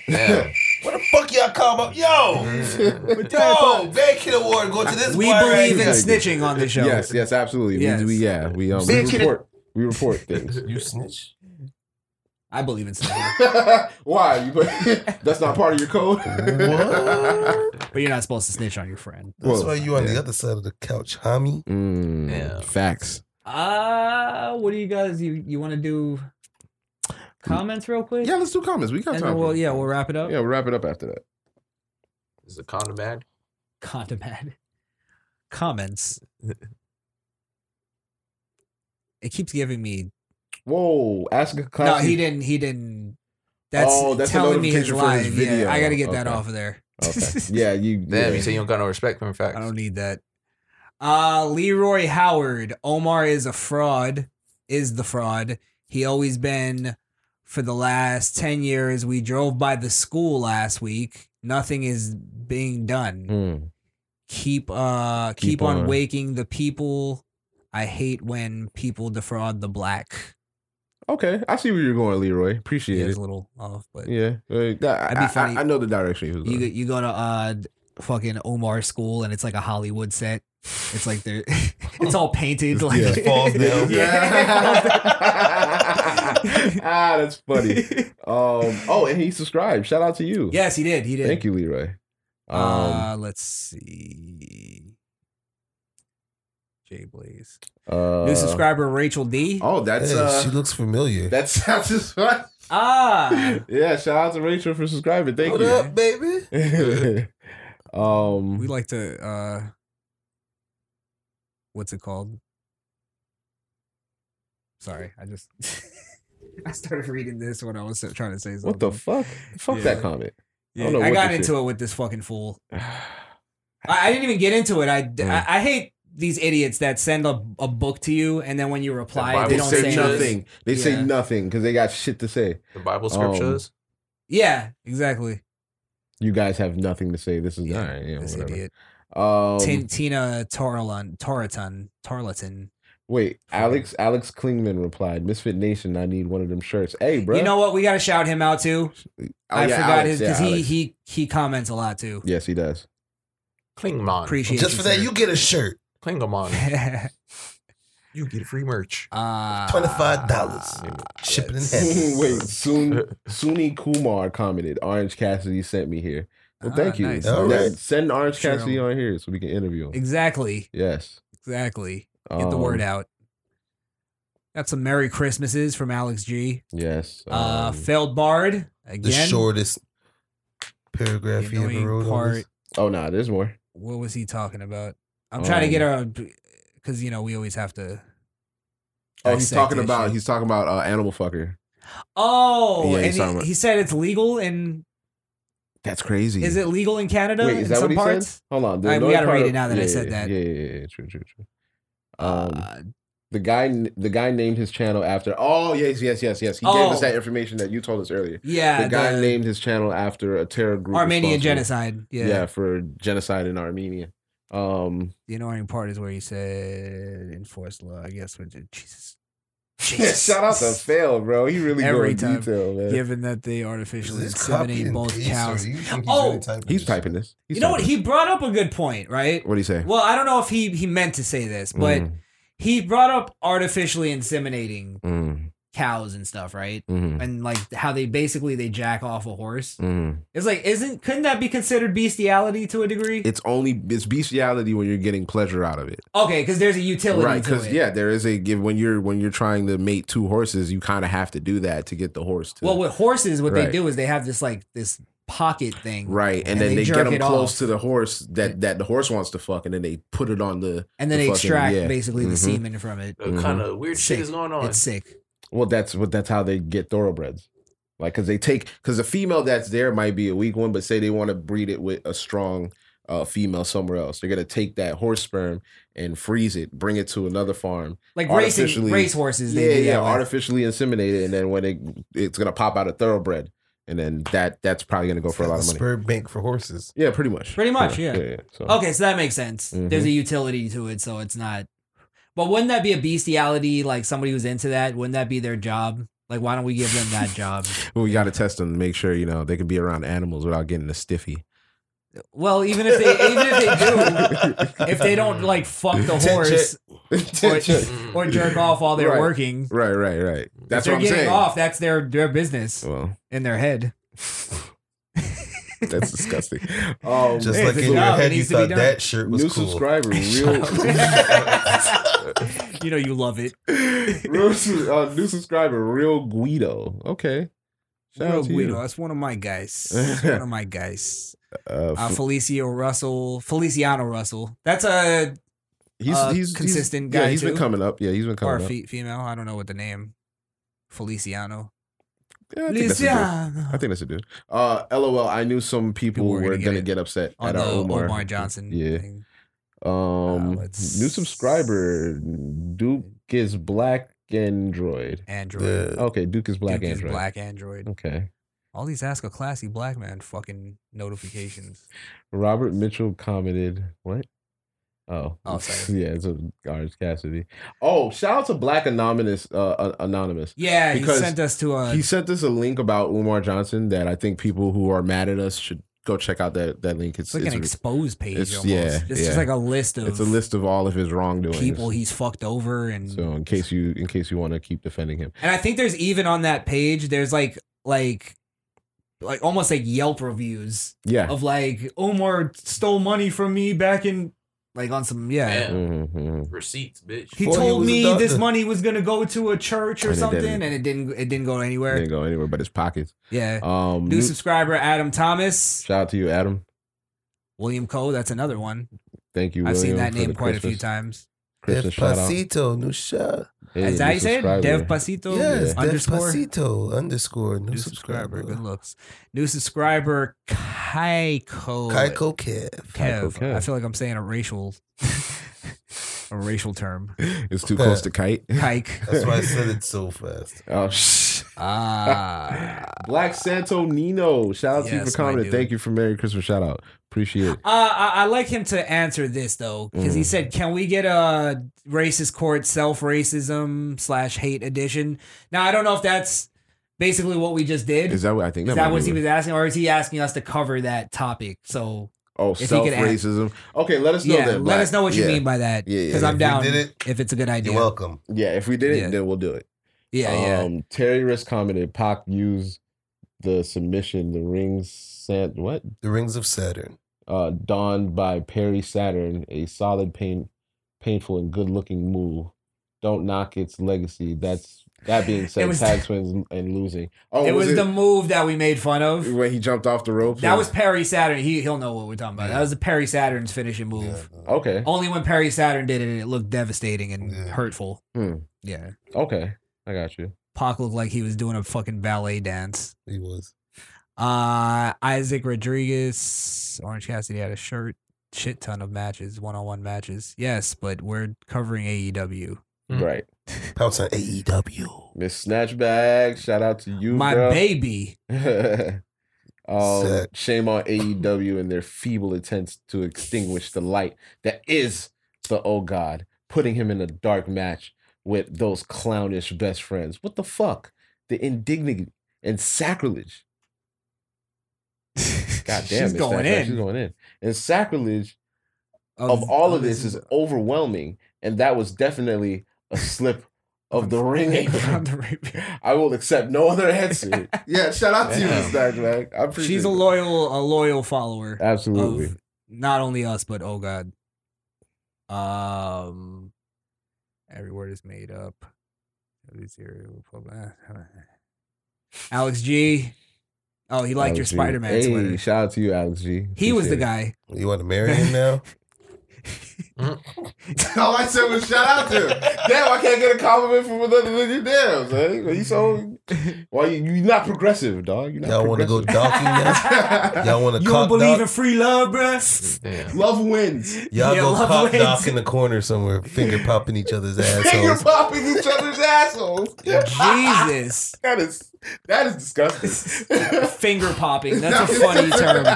Damn. What the fuck y'all call up? Yo! Yo! Bad Kid Award go to this We boy right believe in here. snitching on the show. Yes, yes, absolutely. Yes. We, we yeah, we um, we Bitch, it- report we report things. You snitch? I believe in snitching. Why? You put, that's not part of your code. But you're not supposed to snitch on your friend. That's Well, why you on yeah. the other side of the couch, homie. Mm, Facts. Uh what do you guys you you want to do comments real quick? Yeah, let's do comments. We got And time. then for we'll it. yeah, we'll wrap it up. yeah, we'll wrap it up after that. Is the condom bad? Condiment. Comments. It keeps giving me Whoa, ask a No, classy. he didn't he didn't that's, Oh, that's a telling me his notification for live. his Yeah, video. I gotta get that Okay. off of there. Okay. Yeah, you. Damn, yeah. you say you don't got no respect for him, facts. I don't need that. Uh Leroy Howard. Omar is a fraud. Is the fraud. He always been for the last 10 years. We drove by the school last week. Nothing is being done. Mm. Keep uh keep, Keep on, on. waking the people. I hate when people defraud the black. Okay, I see where you're going, Leroy. Appreciate He it. was a little off, but yeah, like, that, That'd be I, I- funny. I, know the direction he was You going. go, you go to uh fucking Omar school and it's like a Hollywood set. It's like they're it's all painted like Yeah. Falls down. Yeah. ah, that's funny. um, oh, and he subscribed. Shout out to you. yes, he did. He did. Thank you, Leroy. Um, uh, let's see. Jay Blaze. uh, New subscriber Rachel D. Oh, that's Hey, uh, she looks familiar. that sounds just fun. Ah. Yeah, shout out to Rachel for subscribing. Thank What up, baby? you. um, We like to uh what's it called? Sorry, I just I started reading this when I was trying to say something. what the fuck? Fuck Yeah. that comment. Yeah, I, don't know what got this into shit- it with this fucking fool. I, I didn't even get into it. I, I, I hate these idiots that send a, a book to you and then when you reply, Bible they don't say, say nothing. They say Yeah. nothing because they got shit to say. The Bible scriptures. Um, Yeah, exactly. you guys have nothing to say. This is all right. Yeah, this whatever. idiot. Um, Tin- Tina Tarlan, Tarleton, Tarleton. wait, Alex Alex Klingman replied, "Misfit Nation, I need one of them shirts." Hey, bro. You know what? We gotta shout him out too. I Oh, yeah, forgot Alex, his yeah, because he Alex. he he comments a lot too. Yes, he does. Klingmon. Appreciate Just you, for that, sir. you get a shirt. Klingamon. you get free merch. Uh, Twenty-five dollars. Shipping in heaven. Wait, Sun, Suni Kumar commented, "Orange Cassidy sent me here." Well, Ah, thank you. nice. All All right. right. Send Orange True. Cassidy on here so we can interview him. Exactly. Yes. Exactly. Get the Um, word out. Got some Merry Christmases from Alex G. Yes. Uh, um, failed Bard The again. shortest paragraph he ever annoying wrote. On part- this. oh no, nah, there's more. What was he talking about? I'm trying to Um, get our because you know we always have to. Oh, he's dissect talking this about shit. he's talking about uh, animal fucker. Oh, Yeah, he's and he, talking about- he said it's legal in. That's crazy. Is it legal in Canada Wait, is in that some what he parts? said? Hold on. the Alright, we annoying gotta part read of- it now that I yeah, said yeah, that. Uh, Yeah, yeah, yeah, true, true, true. Um, the guy, the guy named his channel after. Oh yes, yes, yes, yes. He gave us Oh. that information that you told us earlier. Yeah, the guy the- named his channel after a terror group. Armenian responsible- genocide, yeah. yeah, for genocide in Armenia. Um, The annoying part is where he said enforced law. I guess when Jesus, shout out to Fail, bro. He really Every Every time. detail, man. given that they artificially Is this copy inseminate and both paste, or cows. you think Oh, He's typing this. He's you know what? typing He brought up a good point, right? What'd he say? Well, I don't know if he he meant to say this, but Mm. he brought up artificially inseminating this. Mm, cows and stuff, right? Mhm. And like how they basically they jack off a horse. mm. It's like isn't couldn't that be considered bestiality to a degree? It's only it's bestiality when you're getting pleasure out of it. Okay, because there's a utility right to because it. yeah there is a give when you're when you're trying to mate two horses you kind of have to do that to get the horse to Well, with horses, what Right. they do is they have this like this pocket thing, right and, then they, get jerk them it close off, to the horse that that the horse wants to fuck and then they put it on the and then the they fucking- extract yeah. basically the Mhm. semen from it. What kind of weird shit is going on? Mm-hmm. It's sick. well that's what that's how they get thoroughbreds like because they take because the female that's there might be a weak one but say they want to breed it with a strong uh, female somewhere else they're gonna take that horse sperm and freeze it bring it to another farm Like racing- artificially- race horses, they yeah do that yeah with. artificially inseminate it and then when it it's gonna pop out a thoroughbred and then that that's probably gonna go for a lot of money Spur bank for horses. yeah pretty much Pretty much, yeah. so. Okay, so that makes sense. There's a Mm-hmm. utility to it, so it's not. But wouldn't that be a bestiality? Like somebody who's into that, wouldn't that be their job? Like, why don't we give them that job? well, we got to test them to make sure you know they can be around animals without getting a stiffy. Well, even if they even if they do, if they don't like fuck the Tit horse check. Mm-hmm. or, or jerk off while they're Right. working, Right, right, right. That's if they're what I'm getting saying. off. That's their their business Well, in their head. that's disgusting. Um, Just Hey, like it's in a your job, it head, you needs to be thought done. that shirt was new cool. subscriber, real, You know, you love it. real su- uh, new subscriber, real Guido. Okay, Shout out Real to you. Guido, that's one of my guys. That's one of my guys. Uh, Uh, Felicio Russell, Feliciano Russell. That's a he's uh, he's consistent he's, guy Yeah, he's been too? E. coming up. Yeah, he's been or coming up. fe- female. I don't know what the name. Feliciano. Yeah, I, think that's a dude. Feliciano. I think that's a dude. Uh, LOL. I knew some people were were gonna gonna, get it. get, upset On at our the Omar. Omar Johnson Yeah. thing. Uh, Um, new let's- subscriber. Duke is black android. Android. Okay, Duke is Oh, black Duke is android. Black Android. Okay. All these ask a classy black man fucking notifications. Robert Mitchell commented, "What? Oh, Oh, sorry. yeah, it's a Orange Cassidy. Oh, shout out to Black Anonymous. Uh, uh, anonymous. Yeah, he sent us to a. he sent us a link about Umar Johnson that I think people who are mad at us should go check out. That that link. it's like an expose page. it's- almost. yeah, it's yeah. just like a list of It's a list of all of his wrongdoings. people he's fucked over and So in case you in case you want to keep defending him, And I think there's even on that page, there's like like like almost like Yelp reviews. Yeah. Of like Omar stole money from me back in like on some Yeah. yeah. Mhm. Receipts, bitch. He Well, he told was a me this doctor. money was gonna go to a church or And it something, didn't. and it didn't it didn't go anywhere. didn't go anywhere but his pockets. Yeah. Um, New new- subscriber Adam Thomas, shout out to you, Adam. William Coe. That's another one. Thank you. I've seen William, that for name the quite a few Christmas- times. Christmas shout out. Despacito, new shot. Hey, Is that how new you say it? subscriber. Dev Pasito Yes, underscore Despacito underscore new, new subscriber. subscriber. Good looks. New subscriber Kaiko. Kaiko Kev. Kev. Kev. I feel like I'm saying a racial a racial term. It's too close to kite. Kike. That's why I said it so fast. Oh shh. Ah. Black Santo Nino. Shout out to you Yes, for my coming. dude. Thank you for Merry Christmas shout out. Appreciate it. Uh, I, I like him to answer this though, because he Mm. said, "Can we get a racist court self racism slash hate edition?" Now I don't know if that's basically what we just did. Is that what I think? Is might that be what he was asking, or is he asking us to cover that topic? So Oh, if he could self add- racism. Okay, let us know yeah, that. let Black. us know what you Yeah. mean by that. Yeah, yeah. because I'm If we down did if it's a good idea. You're welcome. Yeah, if we did it, Yeah. then we'll do it. Yeah, yeah. Um, Terry Risk commented, Pac used the submission, the rings sent what? The Rings of Saturn. Uh donned by Perry Saturn, a solid pain painful and good looking move. Don't knock its legacy. That's that being It said, was- tag twins and losing. Oh, it was, the move that we made fun of. when he jumped off the rope. That was Perry Saturn. He he'll know what we're talking about. That was the Perry Saturn's finishing move. Oh. okay. Only when Perry Saturn did it, and it looked devastating and hurtful. Hmm. Yeah. Okay, I got you. Pac looked like he was doing a fucking ballet dance. He was. Uh, Isaac Rodriguez, Orange Cassidy had a shirt, shit ton of matches, one on one matches. Yes, but we're covering E AEW. Right. Pounce on AEW. Miss Snatchbag, shout out to you, My girl. baby. um, shame on AEW and their feeble attempts to extinguish the light that is the old god, putting him in a dark match with those clownish best friends. What the fuck? The indignity and sacrilege. God damn, She's Miss going Snatchbag, in. She's going in. And sacrilege Of- of, all of of this this- is overwhelming, and that was definitely a slip of the ring apron. I will accept no other answer. yeah, shout out to you, Damn. Miss Snatchbag. I appreciate She's a it. loyal, a loyal follower. Absolutely. Of not only us, but oh god. Um, every word is made up. Alex G. Oh, he liked your Alex G. Spider Man Hey, sweater. Shout out to you, Alex G. He was the Appreciate guy. You want to marry him now? All Oh, I said was shout out to him. Damn, I can't get a compliment from another than you. Damn, son. You so why you you not progressive, dog? You not Y'all want to go docking now? Y'all want to You cock don't dock? believe in free love, bruh? Love wins. Y'all Yeah, go love cock wins. dock in the corner somewhere, finger popping each other's Finger assholes. popping each other's assholes. Jesus. that is that is disgusting. Finger popping. That's a funny term.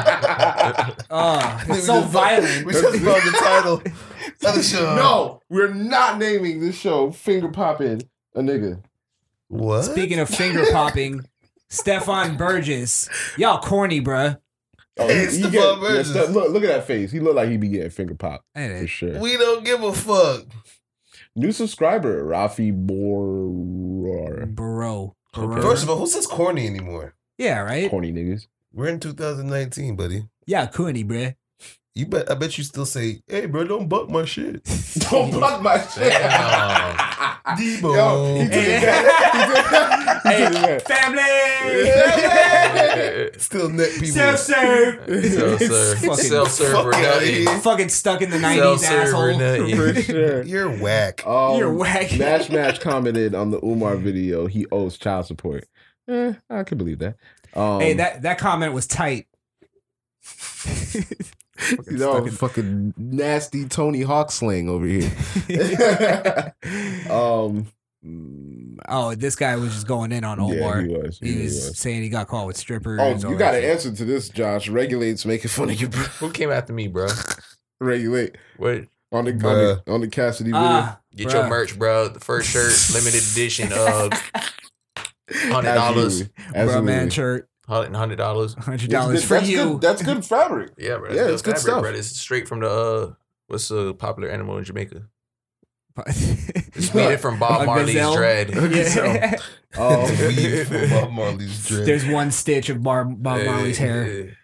Oh, We it's so just- violent. we just brought the title of the uh, show. No, we're not naming this show finger popping a nigga. What? Speaking of finger popping, Stefan Burgess. Y'all corny, bruh. Oh, Hey, he, he Stephon get, yeah, Burgess. Steph- look, look at that face. He looked like he be getting finger pop for sure. We don't give a fuck. New subscriber, Rafi Bor Bro. First of all, who says corny anymore? Yeah, right? Corny niggas. We're in 2019, buddy. Yeah, corny, bruh. You bet. I bet you still say, "Hey, bro, don't buck my shit." don't buck my shit. Debo. Yo, he took it back. He took it back. Family! Still net people. Self serve. Self-serve. Self-serve or nothing. Fucking stuck in the 90s, Self-serve or asshole. nothing. For sure. You're whack. Um, You're whack. Mash Mash commented on the Umar video. He owes child support. Eh, I can believe that. Um, hey, that, that comment was tight. you know, fucking nasty Tony Hawk slang over here. um, Oh, this guy was just going in on Yeah, Omar. he was. He He really was was. saying he got caught with strippers. oh, all you that got shit. an answer to this, Josh. Regulates making fun of you, bro. Who came after me, bro? Regulate What? on the, on Bruh. the on the Cassidy video. Ah, Get bruh. your merch, bro. The first shirt, limited edition of hundred dollars. Absolutely. Bruh, Absolutely. man, shirt, Hundred dollars. hundred It's dollars good- for that's you. Good, that's good fabric. Yeah, bro. Yeah, it's good fabric, stuff. Bro. It's straight from the uh, what's a popular animal in Jamaica? It's What? made from Bob A Marley's gazelle? dread. Yeah. Oh, Weave for Bob Marley's dread. There's one stitch of Bar- Bob Marley's hair.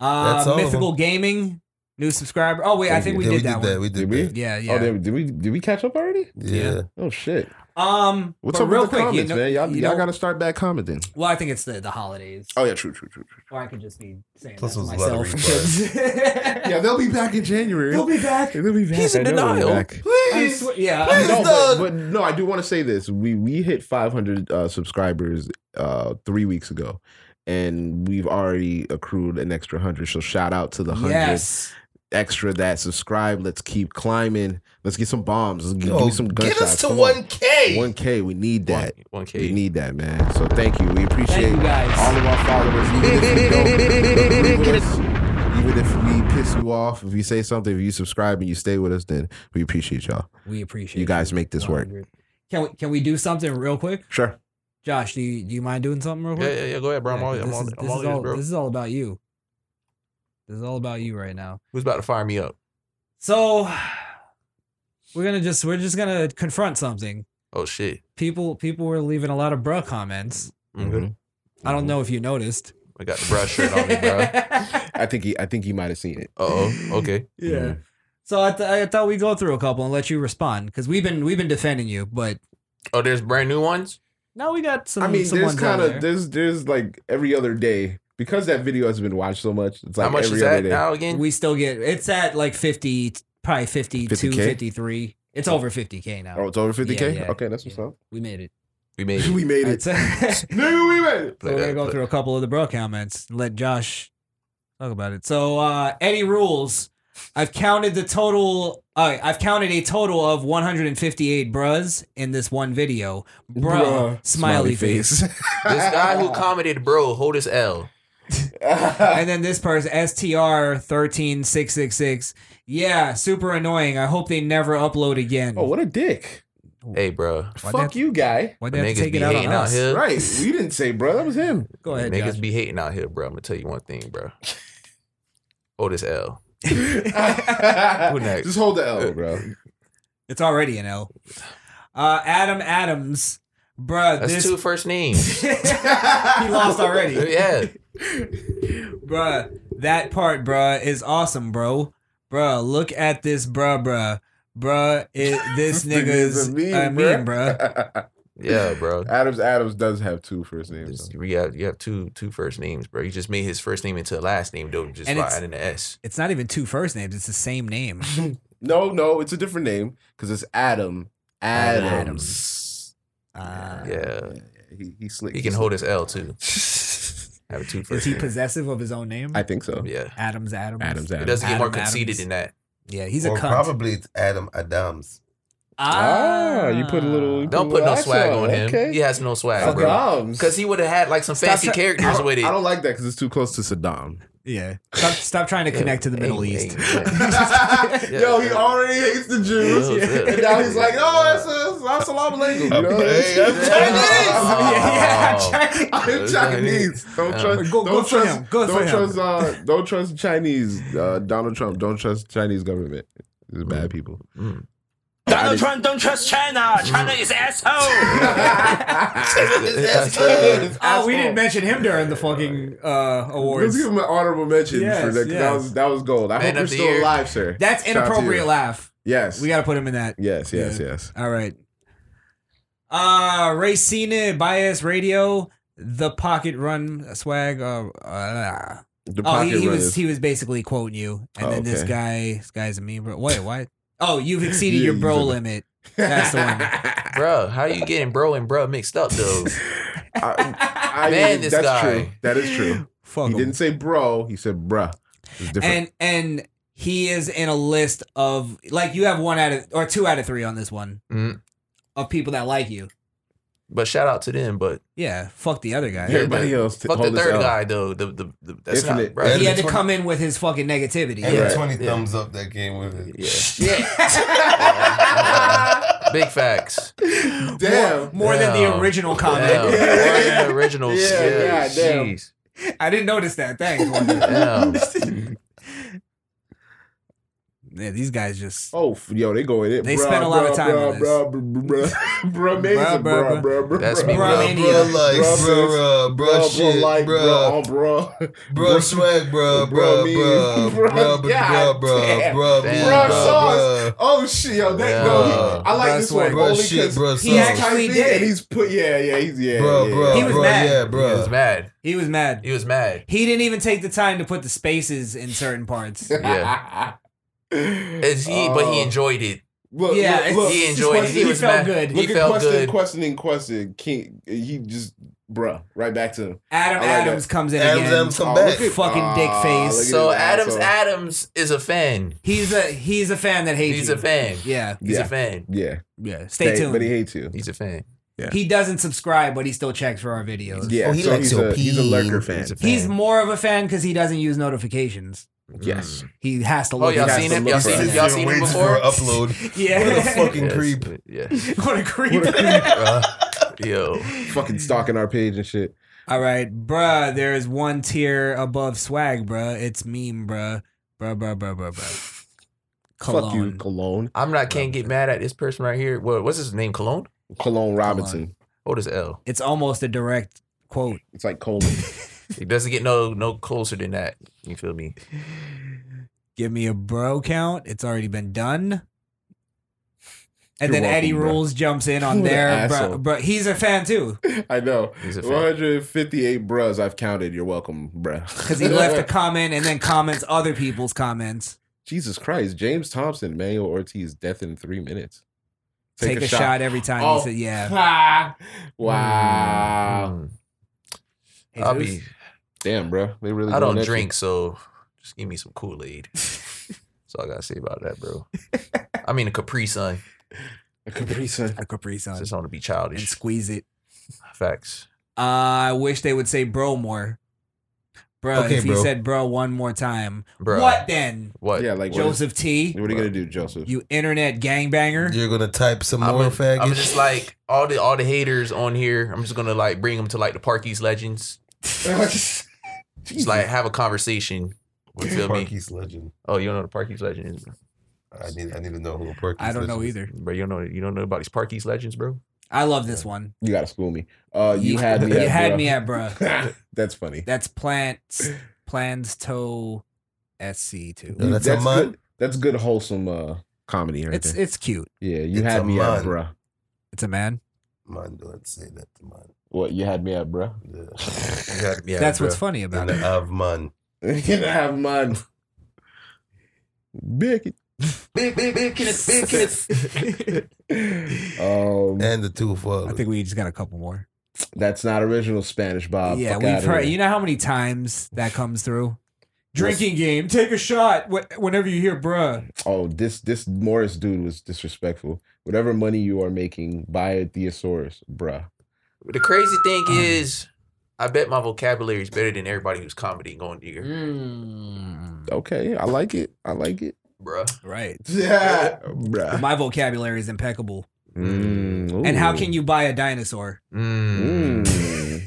That's Uh, all of 'em. Mythical Gaming, new subscriber. Oh wait, I think we Yeah, did that one. We did did we? that. Yeah, Oh, yeah. did, did we did we catch up already? Yeah. Oh shit! Um, What's but up real with the quick, comments, you know, man? Y'all, you y'all know- gotta start back commenting. Well, I think it's the the holidays. Oh yeah, true, true, true. true. Or I could just be saying Plus that to it was a lot of myself. Yeah, they'll be back in January. They'll be back. They'll be back. He's in I know they'll be denial. back. I Please. swear- yeah. Please, No, but, dog. but no, I do want to say this. We we hit 500 uh, subscribers uh, three weeks ago, and we've already accrued an extra hundred. So shout out to the hundred Yes. extra that subscribe. Let's keep climbing. Let's get some bombs. Let's give Yo, me some get us gunshots. to Come on. 1K. 1K. We need that. 1K. We need that, man. So thank you. We appreciate you, guys. all of our followers. Even if you don't live with us, even if we piss you off, if you say something, if you subscribe and you stay with us, then we appreciate y'all. We appreciate you guys. Make this work. Can we can we do something real quick? Sure. Josh, do you do you mind doing something real Yeah, quick? yeah, yeah, go ahead, bro. I'm all- 'cause I'm this all- is- I'm this all is ears, bro. This is all about you. This is all about you right now. Who's about to fire me up? So we're gonna just we're just gonna confront something. Oh shit. People people were leaving a lot of bruh comments. Mm-hmm. Mhm. I don't know if you noticed. I got the bruh shirt on me, bruh. I think he I think he might have seen it. Oh, okay. Yeah. So I, th- I thought we'd go through a couple and let you respond because we've been we've been defending you, but Oh, there's brand new ones. now we got some. I mean, some there's ones out kind of there. there's there's like every other day because that video has been watched so much. It's like every other day. again? We still get it's at like 50, probably 52, 50K? 53. It's over 50K now. Oh, it's over 50K? Yeah, yeah. Okay, that's what's up. We made it. We made we made it. That's- Nigga, we made it. So we're uh, gonna go through a couple of the bro comments and let Josh talk about it. So uh any rules. I've counted the total uh, I've counted a total of 158 bros in this one video. Bruh, Bruh. smiley, Smiley face. face. This guy who commented, bro, hold his L. and then this person STR13666. Yeah, super annoying. I hope they never upload again. Oh, what a dick. Hey, bro. Fuck you, guy. Why'd The they have to niggas take be it out on hating out us? here. Right. We didn't say, bro. That was him. Go ahead, Niggas Josh. be hating out here, bro. I'm gonna tell you one thing, bro. Hold his L. Who next? Just hold the L, bro. It's already an L. Uh, Adam Adams, bruh. That's this two first names. he lost already. yeah. Bruh, that part, bruh, is awesome, bro. Bruh, look at this, bruh, bruh. Bruh, it, this This nigga nigga's is a a meme, meme, bruh. Yeah, bro. Adams Adams does have two first names. You got you have two two first names, bro. You just made his first name into a last name, though, just And by it's- adding the S. It's not even two first names, it's the same name. No, no, it's a different name because it's Adam Adam Adams. Uh, Yeah. He, he slick. He can hold his L too. Have a two is first he name. possessive of his own name? I think so. Yeah. Adams Adams. Adams It Adams. doesn't get more Adam conceited Adams. than that. Yeah, he's or a cunt. probably it's Adam Adams. Ah, you put a little. you Don't a put no little swag accent on him. Okay. He has no swag, bro. Saddam's. Because he would have had like some fancy try- I characters don't- with it. I don't like that because it's too close to Saddam. Yeah. Stop, stop trying to connect to the Middle East. Yo, he already hates the Jews, Yeah, that's it. and now he's like, "Oh, that's a salam alaikum." You know, Hey, I'm Chinese. yeah, Oh. yeah, Chinese. I'm Chinese. Don't Yeah. trust. Go- go don't for trust. him. Go for don't him. trust. Uh, don't trust Chinese. Uh, Donald Trump. Don't trust Chinese government. It's Mm. bad people. Mm. Donald Trump don't trust China. China is Ah, asshole. Oh, we didn't mention him during the fucking uh, Let's awards. give him an honorable mention for Yes, that. That yes. was that was gold. I Man hope you're of the still year. alive, sir. That's Shout out to you. inappropriate laugh. Yes. We got to put him in that. Yes. Yes. Yeah. Yes. All right. Uh Racine Bias Radio, the pocket run swag. Uh, uh, The oh, he, he run was is- he was basically quoting you, and Oh, then this okay. guy, this guy's a mean bro. Wait, what? Oh, you've exceeded Yeah, your you bro said that. limit. That's the one. Bro, how you getting bro and bro mixed up though? I, I Man, mean, this that's guy. true. That is true. Fuck he him. didn't say bro. He said bruh. It's different. and and he is in a list of like you have one out of or two out of three on this one Mm. of people that like you. But shout out to them. But Yeah, fuck the other guy. Everybody else. fuck the hold this third up. guy though. The the, the that's not Infinite. bro. He Yeah. had to come in with his fucking negativity. And Yeah. the 20 Yeah. thumbs up that came with it. Big facts. Damn. More than the Damn. original Damn. comment. More than the originals. Yeah, Yeah, goddamn. jeez. I didn't notice that. Thanks. Wanda. Damn. yeah, these guys just. Oh, f- yo, they go in it. They Bruh, spent a lot of bruh, time bruh, on this. Bruh, bruh, bruh, bruh, amazing, Bruh, bruh, bruh, bruh, bruh, That's bruh, me, Bruh, bruh, Bruh, mania. bruh, like, Bruh, bruh, bruh, bruh, bruh, shit, like, bruh, bruh, bruh, bruh, swag, bruh, bruh, bruh, me. bruh, Bruh, bruh, bruh, God bruh, damn. bruh, me, Bruh, bruh, sauce. bruh, Oh shit, yo, that Yeah. no, he- I like Bruh, this sweat. one Bruh, only shit, because bruh, he sauce. actually He did did. And he's put, yeah, yeah, he's yeah, bruh, yeah, bruh, yeah. He was bruh, mad. yeah, He was bruh. mad. He was mad. He was mad. He didn't even take the time to put the spaces in certain parts. Yeah. Is he? But he Oh. enjoyed it. Look, Yeah, look, it's- look, he enjoyed it. He, question- was felt mad. good. He Look at felt question, good. questioning, question. King, he just bruh, right back to him. Adam I like Adams that. comes in Adam again. Adams come Oh, back. look at- Fucking dick Ah, face. look at So his Adams asshole. Adams is a fan. He's a he's a fan that hates. He's you. a fan. Yeah. He's Yeah. a fan. Yeah. Yeah. Stay tuned. But he hates you. He's a fan. Yeah. He doesn't subscribe, but he still checks for our videos. yeah. Oh, he so likes he's your a, he's a pee. lurker fan. He's a fan. He's more of a fan because he doesn't use notifications. Yes. He has to Oh, look. y'all at seen it. him? Y'all seen him? Y'all seen him Waits for before? an upload. Yeah. What a fucking Yes. creep. Yeah. What a creep. Yo. Mm. Fucking stalking our page and shit. All right, bruh. There is one tier above swag, bruh. It's meme, bruh. Bruh, bruh, bruh, bruh, bruh. Cologne. Fuck you, Cologne. I'm not can't get mad at this person right here. What, what's his name? Cologne? Cologne Robinson. What is L? It's almost a direct quote. It's like Coleman. It doesn't get no no closer than that. You feel me? Give me a bro count. It's already been done. And You're then Eddie welcome, bruh. Rules jumps in on What an there, asshole. bruh. bruh. He's a fan too I know. He's a fan. 158 bruhs I've counted. You're welcome, bruh. because he left a comment and then comments other people's comments. Jesus Christ. James Thompson, Manuel Ortiz, death in three minutes. Take, a, shot. every time. Oh. He said, "Yeah, Hmm. Ah. wow. Mm. I'll Jesus. be. Damn, bruh. They really I going don't at you. drink, so just give me some Kool Aid. That's all I gotta say about that, bro. I mean a Capri Sun. A Capri Sun. a Capri Sun Just want to be and childish. squeeze it." Facts. I wish they would say bro more. Bro, Okay, if he bro. said bro one more time. Bro. What then? What? Yeah, like what is- Joseph T, What are you gonna do, Joseph? you internet gangbanger. You're gonna type some I'm, more a, faggots. I'm just like all the all the haters on here. I'm just gonna like bring them to like the Park East Legends. Just like have a conversation. You feel me? Parky's legend. Oh, you don't know the Park East Legend is, I need. I need to know who Parky's. I don't know either. bro. You don't know you don't know about these Park East Legends, bro. I love this one. You gotta school me. Uh, you, had me. You at, had bruh. me at bro. That's funny. That's plants plans toe SC two. Yeah, that's a mon. good. That's good wholesome uh, comedy right It's there. it's cute. yeah, you it's had a me mon. at bruh. It's a man. Mine don't say that to mine. What you had me at bruh? Yeah. You gotta be That's out, what's bro. funny about In it. the of man. you didn't have mine. Big. Big, big, big, can it, big, can it. Um, and the two for I think we just got a couple more. that's not original Spanish, Bob. yeah, Uh, Fuck we've outta heard. here. You know how many times that comes through. Drinking game. Take a shot wh- whenever you hear bruh. Oh, this this Morris dude was disrespectful. Whatever money you are making, buy a Theosaurus, bruh. The crazy thing Um. is, I bet my vocabulary is better than everybody who's comedy going here, Mm. Mm. Okay, I like it. I like it. bruh. Right. Yeah, bruh. My vocabulary is impeccable. Mm, And how ooh. can you buy a dinosaur? Mm. Mm.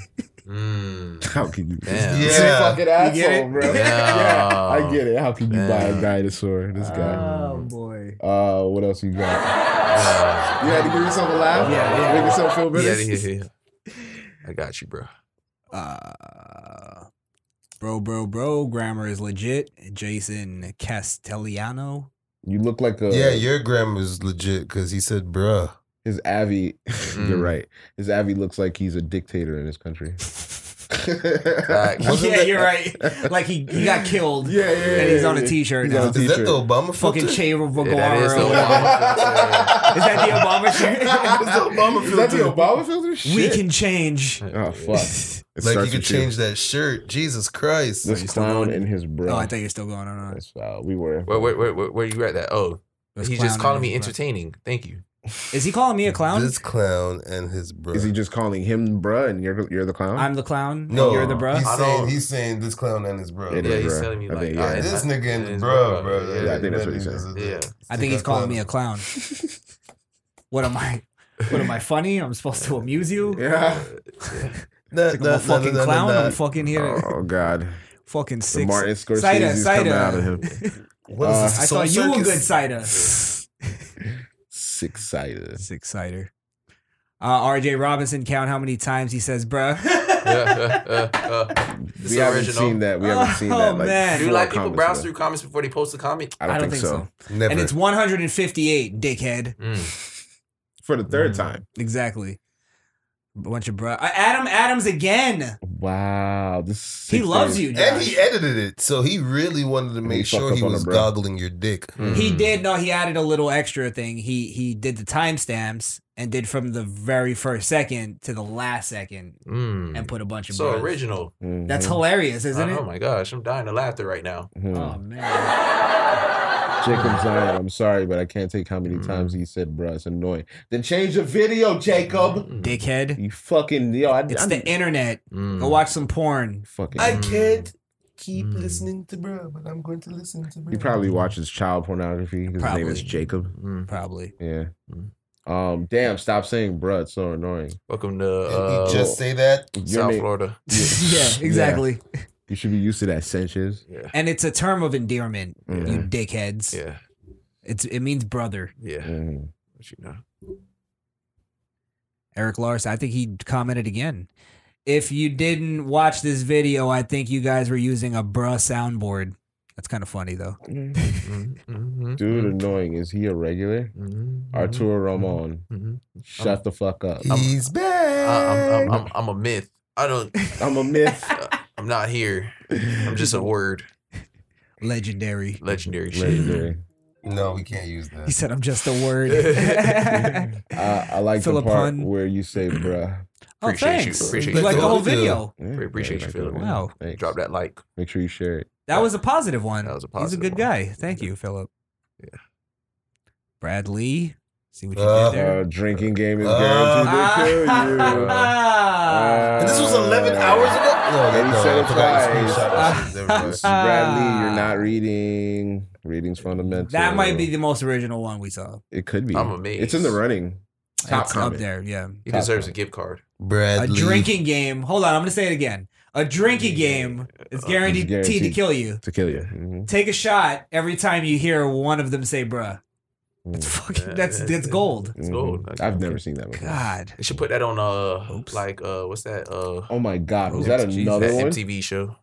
Mm. How can you? Damn. This Yeah. fucking You get asshole, it? bro. Damn. Yeah, I get it. How can you buy a Damn. dinosaur? This guy. Um. boy. Uh, what else you got? Yeah, You had to give yourself a laugh. Yeah, yeah. Make yourself feel better. yeah, yeah. I got you, bro. Uh, bro, bro, bro. Grammar is legit. Jason Castellano. You look like uh, a. yeah, your grammar's legit because he said bruh. His Avi. You're right. His Avi looks like he's a dictator in his country. Wasn't yeah, you're right. Like he, he got killed. Yeah, yeah, and he's on a yeah. T-shirt He's on now. a Is that T-shirt. the Obama Fucking filter? Che Guevara. Yeah, that is the Is that the Obama shirt? That's the Obama Is that the filter. Obama filter? Shit. we can change. Mm. Oh fuck! It Like starts you could with change that shirt. Jesus Christ. This clown and his bro. Oh, I thought you're still going on. on. That's foul. We were. Where, where, where, where, where you at? That oh, This he's clown just calling and me his bro. entertaining. Thank you. Is he calling me a clown? This clown and his bro. Is he just calling him bruh and you're you're the clown? I'm the clown. No, you're the bruh. He's I saying don't- he's saying this clown and his bro. It yeah, is, he's bruh. telling me I like think, ah, yeah. it's this not- nigga and his it's bro, not- bro. Yeah, I think that's what he said. Yeah. I think he's calling me a clown. What am I? What am I funny? I'm supposed to amuse you? yeah. No, Like I'm a fucking clown. I'm fucking here. Oh god. Fucking six. The Martin Cider, Scorsese's cider. Uh, coming out of him. What is this? I Soul thought you were Circus? good cider. Six sided. Six cider. Uh, R.J. Robinson, count how many times he says "bruh." Uh, uh, uh, uh. This We haven't original. seen that. We haven't seen Oh, that. Like, man. Do four like people comments browse ago. through comments before they post a comment? I don't, think, so. Never. And it's 158, Mm. dickhead. Mm. For the third time. Exactly. bunch of bro. Adam Adams again. Wow, this He loves you, and Josh. he edited it, so he really wanted to And make he fucked sure up he on Mm-hmm. was it, bro. goggling your dick. He did. No, he added a little extra thing. He he did the timestamps and did from the very first second to the last second Mm. and put a bunch of So bros. original. Mm-hmm. That's hilarious, isn't Uh, it? Oh my gosh, I'm dying of laughter right now. Oh man. Jacob Zion, I'm sorry, but I can't take how many times he said, bruh, it's annoying. Then change the video, Mm, Jacob. Dickhead. You fucking, yo, I, It's I- the internet. Mm. Go watch some porn. Fucking. I can't keep listening to bro, but I'm going to listen to bro. He probably watches child pornography. His name Probably. is mm. Jacob. Mm. Probably. Yeah. Mm-hmm. Um. Damn. Stop saying bruh. It's so annoying. Welcome to Did uh, he just say that? Your South name- Florida. yeah, exactly. You should be used to that, Sanchez. Yeah. And it's a term of endearment, Yeah. you dickheads. Yeah. It's it means brother. Yeah. Mhm. What you know? Eric Larson. I think he commented again. If you didn't watch this video, I think you guys were using a bruh soundboard. That's kind of funny though. Mm-hmm, Dude, annoying. Is he a regular? Arturo Mm-hmm. Ramon. Shut the fuck up. He's I, back. I'm, I'm, I'm, I'm a myth. I don't. I'm a myth. I'm not here. I'm just a word. Legendary. Legendary shit. Legendary. no, we can't use He that. said, "I'm just a word." Uh, I, I like Philip the part Hun. where you say bruh. oh, Appreciate you. thanks. Appreciate you you. like the Thank whole you. video. Yeah, We appreciate you, yeah, like Philip. that. Wow. Thanks. Drop that like. Make sure you share it. That was a positive one. That was a He's a positive good one. guy. Thank you, Philip. Yeah. Brad Lee. See what you Uh, did there. Uh, drinking game is Uh, guaranteed to kill you. Uh, Ah. And this was 11 hours ago. No, And that, he no, said I it forgot you twice. screenshot this. Never mind. Bradley, you're not reading. Reading's fundamental. that might be the most original one we saw. It could be. I'm amazed. It's in the running. Top it's up comment. there, yeah. He Top deserves a comment. gift card. A Bradley. drinking game. Hold on, I'm gonna say it again. A drinking Uh, game is guaranteed, to guaranteed. kill you. to kill you. Mhm. Take a shot every time you hear one of them say "bruh." That's fucking. That's that's gold. It's Mhm. gold. I've never seen that before. God. They should put that on uh like uh what's that uh Oh my god, was that Jesus, another that one? MTV show?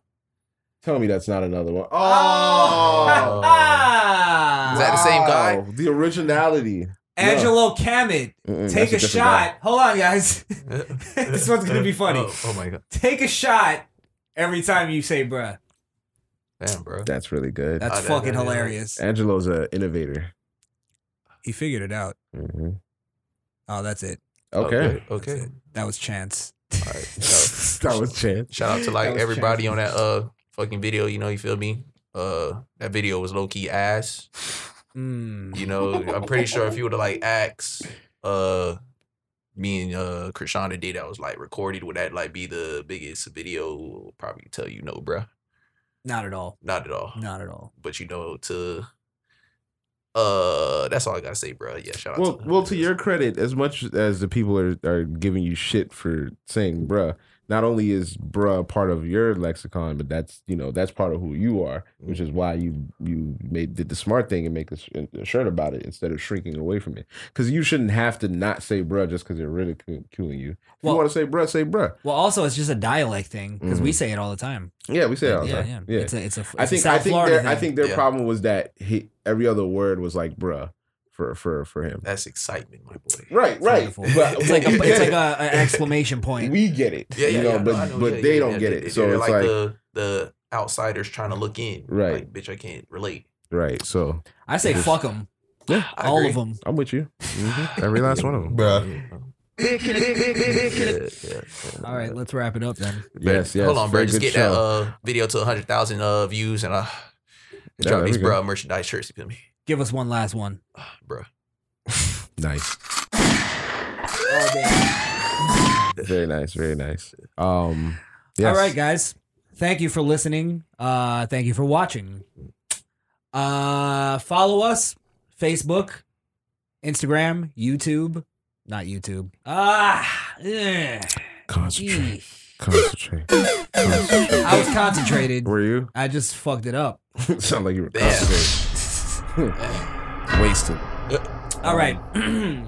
Tell me that's not another one. Oh. Oh, Is that the same guy? Wow, Oh, The originality. Angelo Camet, Mm-mm, take that's a, different shot. Hold on, guys. this one's gonna be funny. Oh, oh my god, take a shot every time you say "bruh." damn, bro. guy. That's really good. That's Oh, that- fucking that- that- hilarious. Angelo's an innovator. He figured it out. Mhm. Oh, that's it. Okay. okay. That was chance. All right. Shout, that was chance. shout out to That like was everybody on that uh fucking video. You know, you feel me? Uh, that video was low key ass. Mm. You know, I'm pretty sure if you would have like asked, uh, me and uh Krishana did that was like recorded, would that like be the biggest video? Probably tell you no, bruh. Not at all. Not at all. Not at all. But you know, to uh, that's all I gotta say, bruh. Yeah, shout out. Well, to well, to your credit, as much as the people are, are giving you shit for saying bruh, not only is bruh part of your lexicon, but that's you know that's part of who you are, Mm. which is why you you made did the smart thing and make a, sh- a shirt about it instead of shrinking away from it. Because you shouldn't have to not say bruh just because they're ridiculing you. If Well- you want to say bruh, say bruh. Well, also it's just a dialect thing because Mm. we say it all the time. Yeah, we say that all the yeah, time. yeah, yeah. It's a it's a. it's I a think South I think Florida their thing. I think their Yeah. problem was that he, every other word was like bruh for for for him. that's excitement, my boy. Right, It's right. wonderful. But- it's like a, it's but you get like it. a, an exclamation point. we get it. Yeah, yeah, you know, yeah, no, but I know, but yeah, they yeah, don't yeah, get they- it. they- so they're it's like, the the outsiders trying to look in. Right. Like, bitch, I can't relate. right. So I say fuck them. Yeah, I all agree. of them. I'm with you. Mhm. Every last one of them. Bruh. All right, let's wrap it up then. Yes, yes. Hold on, bro. very Just good get that show. uh, video to 100,000 uh, views and uh, Yeah, drop there these we go. bro merchandise shirts. You feel me? Give us one last one. Bro. nice. All, day. Very nice. Very nice. Um. all Yes. right, guys. Thank you for listening. Uh, thank you for watching. Uh, follow us: Facebook, Instagram, YouTube. Not YouTube. Ah, yeah. Concentrate. Eesh. Concentrate. Concentrate. I was concentrated. Were you? I just fucked it up. Sound like you were Damn. concentrating. Wasted. All right.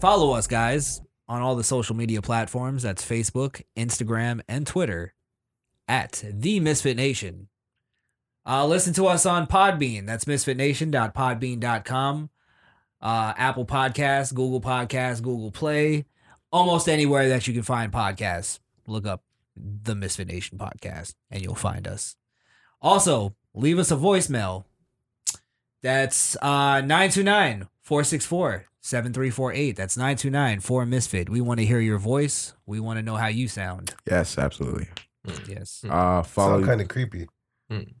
Follow us, guys, on all the social media platforms. That's Facebook, Instagram, and Twitter at The Misfit Nation. Uh, listen to us on Podbean. That's misfitnation.podbean.com. Uh, Apple Podcasts, Google Podcasts, Google Play, almost anywhere that you can find podcasts. Look up the Misfit Nation podcast and you'll find us. Also, leave us a voicemail. That's uh 929-464-7348. That's 929-4-MISFIT. We want to hear your voice. We want to know how you sound. Yes, absolutely. Yes. Uh, follow. Sound kind of creepy. We,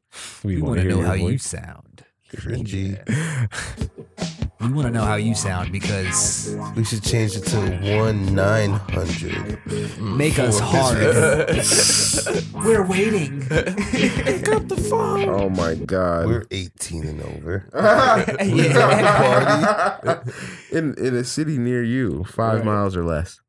We want want to to hear know your how you voice. sound. Cringy. We want to know how you sound because We should change it to one nine hundred. make us hard. We're waiting. Pick up the phone. Oh my god. We're eighteen and over. in in a city near you, five miles or less.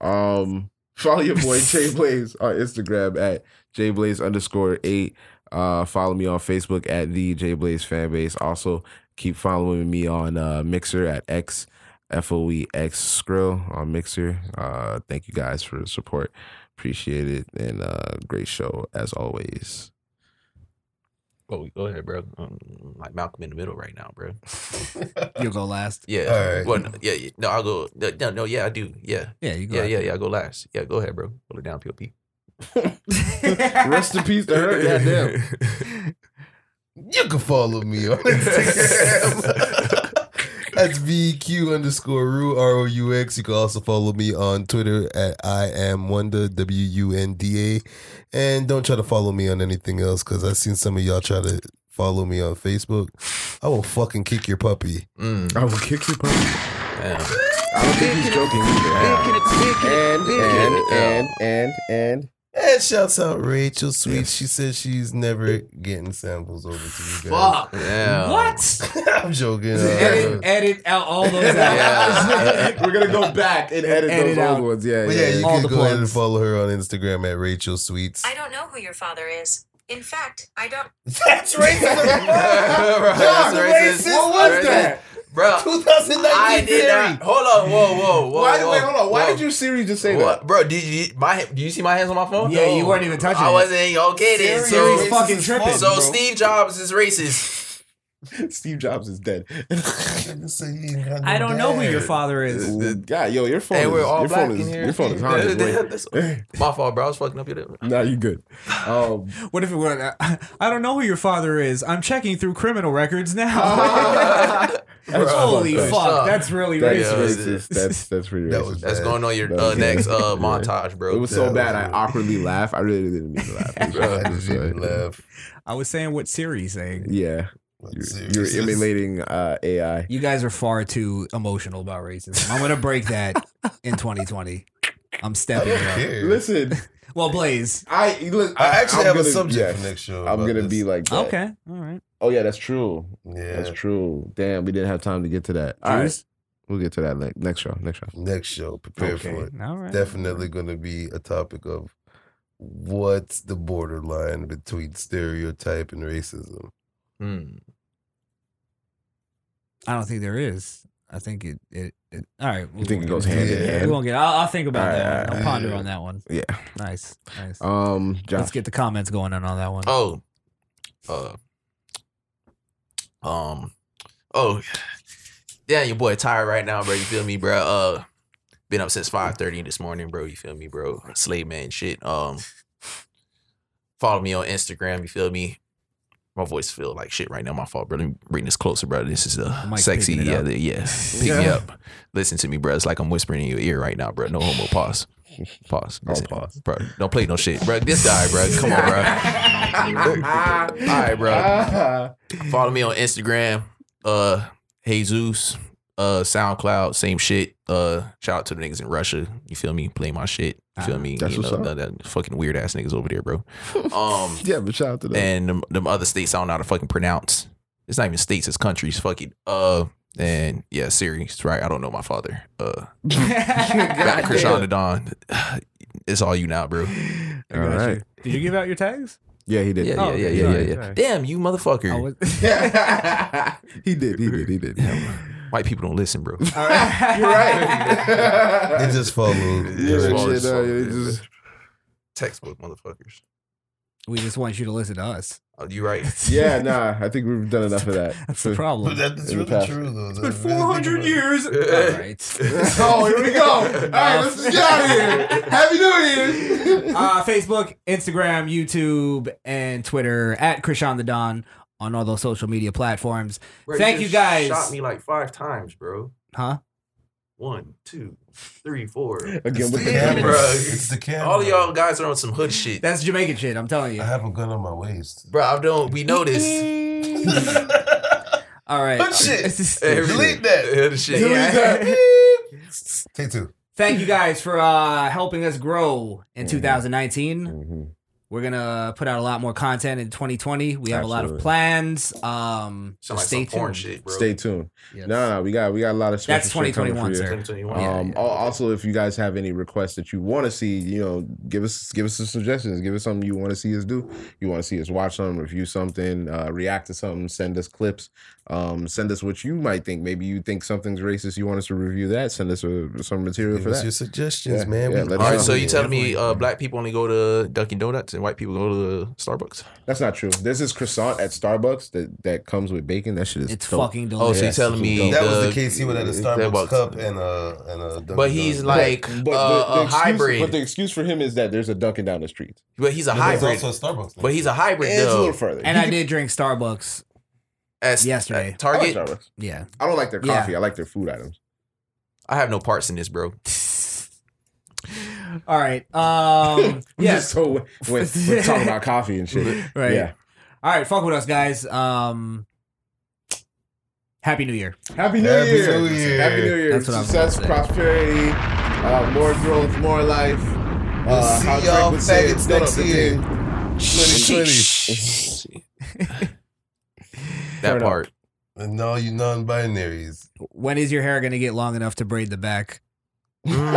Um, follow your boy Jay Blaze on Instagram at jblaze underscore eight. Uh, follow me on Facebook at the Jay Blaze fan base. Also, keep following me on uh, Mixer at X F O E X Skrill on Mixer. Uh, thank you guys for the support. Appreciate it and uh, great show as always. Oh, Go, go ahead, bro. Um, like Malcolm in the middle right now, bro. You'll go last. Yeah. All right. Well, no, yeah, yeah. No, I'll go. No, no, no, yeah, I do. Yeah. Yeah, you go Yeah, last. yeah, yeah. I'll go last. Yeah, go ahead, bro. Pull it down, POP. Rest in peace to her. Goddamn. You can follow me on Instagram. That's VQ underscore Rue, R O U X. You can also follow me on Twitter at I am Wonder, W U N D A. And don't try to follow me on anything else because I've seen some of y'all try to follow me on Facebook. I will fucking kick your puppy. I will kick your puppy. Mm, Damn. I don't think he's joking either. And and and and And shouts out Rachel Sweet. She says she's never getting samples over to you guys. Fuck. Yeah. What? I'm joking. edit, Uh, edit out all those out. and we're gonna go back and edit, Edit those old out. ones. Yeah, but yeah. yeah, you yeah. All can the go ahead and plugs. follow her on Instagram at Rachel Sweets. I don't know who your father is. In fact, I don't. That's racist. Bro, that's racist. What was Racist. that? Bro, 2019 I did not. Hold on. Whoa, whoa, whoa. whoa, Why did wait, hold on? Why whoa. did you Siri just say What, that? bro? Did you my? Do you see my hands on my phone? Yeah, you weren't even touching I it. wasn't okay then. Serious So, He's fucking tripping. so bro. Steve Jobs is racist. Steve Jobs is dead. I don't know who your father is. God, yo, your phone. Hey, is, we're all your black phone is, in here. Your phone is haunted. That's- my fault, bro. I was fucking up your. nah, you good. Um, What if it were? I I don't know who your father is. I'm checking through criminal records now. that's Oh. that's Holy fucked fuck, up. that's really That's Yeah, racist. was- racist. That's that's pretty That racist. was That's- going on your That uh, was- next yeah. uh, montage, bro. It was so That bad. was I real. awkwardly laugh. I really didn't mean to laugh. I'm sorry. I just didn't laugh. I was saying what Siri's saying. Yeah, you're, you're Seriously. emulating uh, AI. You guys are far too emotional about racism. I'm gonna break that in 2020. I'm I stepping don't it care. Listen, up. Well, Blaze. I, look, I actually I'm have gonna- a subject yes, for next show. I'm about gonna this. be like that. Okay. All right. Oh yeah, that's true. Yeah. That's true. Damn, we didn't have time to get to that. All right, Juice? we'll get to that next, next show. Next show. Next show. Prepare for it. Okay. All right. Definitely going to be a topic of what's the borderline between stereotype and racism. Mm. I don't think there is. I think it. it, it all right. You think it goes Yeah. hand in We hand? won't get. I'll, I'll think about All right, that. all One. I'll right, ponder yeah. on that one. Yeah. Nice. Nice. Um, Josh. Let's get the comments going on on that one. Oh, uh, um, oh, yeah, your boy tired right now, bro. You feel me, bro? Uh, been up since five thirty this morning, bro. You feel me, bro? Slave man, shit. Um, follow me on Instagram. You feel me? My voice feel like shit right now. My fault, bro. Let me bring this closer, bro. This is The uh, mic's sexy. picking it Yeah, up. the, yeah. Pick me up. Listen to me, bro. It's like I'm whispering in your ear right now, bro. No homo. Pause. Pause. That's it. pause. Bro, don't play no shit, bro. This guy, bro. Come on, bro. All right, bro. Follow me on Instagram, uh, Jesus, uh, SoundCloud, same shit. Uh, shout out to the niggas in Russia. You feel me? Play my shit. You feel me? That's you what's know, up. that, that fucking weird ass niggas over there, bro. Um, yeah, but shout out to them. and them, them other states I don't know how to fucking pronounce. It's not even states, it's countries. Fuck it. Uh, and yeah, series, right? I don't know my father. Uh, back Ah, to Krishan the Don. It's all you now, bro. I All got you. right. Did you give out your tags? Yeah, he did. Yeah, Oh, yeah, yeah, yeah, sorry, yeah, yeah. sorry. Damn, you motherfucker. I was. he did. He did. He did. White people don't listen, bro. All right. You're right. They just follow. Yeah, Just shit, follow- uh, just follow- yeah, just- Textbook motherfuckers. We just want you to listen to us. Oh, you right. Yeah, nah. I think we've done enough of that. That's the problem. But that's really true, though. It's been 400 years. All right. oh, here we go. All right, let's get out of here. Happy New Year. uh, Facebook, Instagram, YouTube, and Twitter at Krishan the Don on all those social media platforms. Bro, Thank you just guys. Shot me like five times, bro. Huh? One, two, three, four. Again with the camera. camera. It's the camera. All of y'all guys are on some hood shit. That's Jamaican shit. I'm telling you. I have a gun on my waist, bro. I don't. We noticed. All right. Hood shit. Every- Delete that. Hood shit. Delete Yeah. Take two. Thank you guys for uh, helping us grow in 2019. We're gonna put out a lot more content in 2020. We have a lot of Absolutely. plans. Um, Sound like stay some tuned. porn shit, bro. Stay tuned. Yes. No, no, we got we got a lot of special That's shit coming 2021, for you. sir. 2021. Um, Yeah, al- Also, if you guys have any requests that you want to see, you know, give us give us some suggestions. Give us something you want to see us do. You want to see us watch something, review something, uh, react to something. Send us clips. Um, send us what you might think. Maybe you think something's racist. You want us to review that. Send us uh some material Give for us that. your suggestions, Yeah, man. yeah, We- let All us right, know. so you telling me uh, black people only go to Dunkin' Donuts and white people go to Starbucks? That's not true. There's this croissant at Starbucks that, that comes with bacon. That shit is It's dope. fucking delicious. Oh, so you're Yes, telling it's me dope. That was uh, the The- case he would have a Starbucks Starbucks. cup and a and a. Dunkin' But he's like Donuts. uh, a excuse, hybrid. But the excuse for him is that there's a Dunkin' down the street. But he's a But there's hybrid. also a Starbucks but he's a hybrid It's a though. little further. And I did drink Starbucks As- yesterday. at Target. I like Starbucks. yeah. I don't like their Yeah. coffee. I like their food items. I have no parts in this, bro. All right. Um, I'm yeah. just so with, with, with talking about coffee and shit. right. Yeah. All right. Fuck with us, guys. Um, Happy New Year. Happy New, Happy Year. New Year. Happy New Year. That's what I was Success, gonna say. prosperity, uh, more growth, more life. We'll uh, see how Drake y'all would say it, faggots don't next up the year. dick. 2020. That Fair part. And all you non-binaries. When is your hair going to get long enough to braid the back? oh Oh,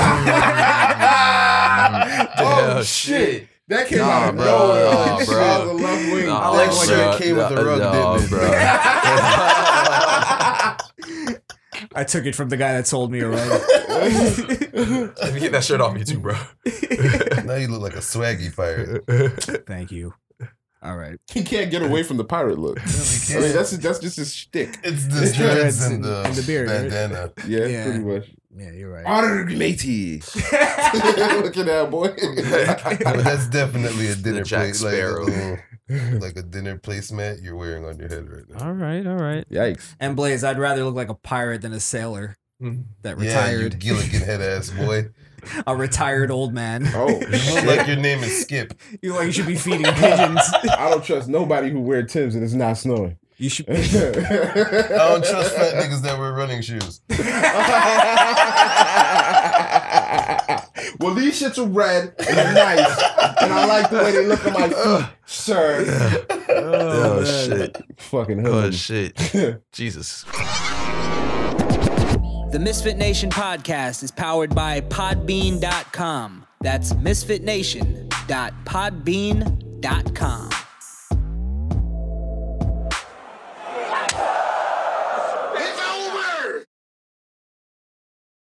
Yeah, shit. shit. That came Nah, out of bro, nowhere. nah, That shit bro. out of the left wing. Nah, that bro, shit came with the rug, nah, didn't it? bro. I took it from the guy that sold me a rug. Let me get that shirt off you too, bro. now you look like a swaggy pirate. Thank you. All right. He can't get away from the pirate look. I mean, that's that's just his shtick. It's the dreads and the, and the beard, right? bandana. Yeah, Yeah. pretty much. Yeah, you're right. Honored matey. Look at that boy. But that's definitely a dinner Jack plate, like a Sparrow. little- like a dinner placemat you're wearing on your head right now. All right, all right. Yikes. And Blaze, I'd rather look like a pirate than a sailor Mm. that you retired. Gilligan head ass boy. a retired old man. Oh, You look like your name is Skip. you like you should be feeding pigeons. I don't trust nobody who wear Tim's and it's not snowing. You should. I don't trust fat niggas that wear running shoes. well, these shits are red and they're nice, and I like the way they look at my feet, sir. Oh, shit. Fucking Oh hood. shit. Jesus. The Misfit Nation podcast is powered by Podbean.com. That's misfitnation.podbean.com.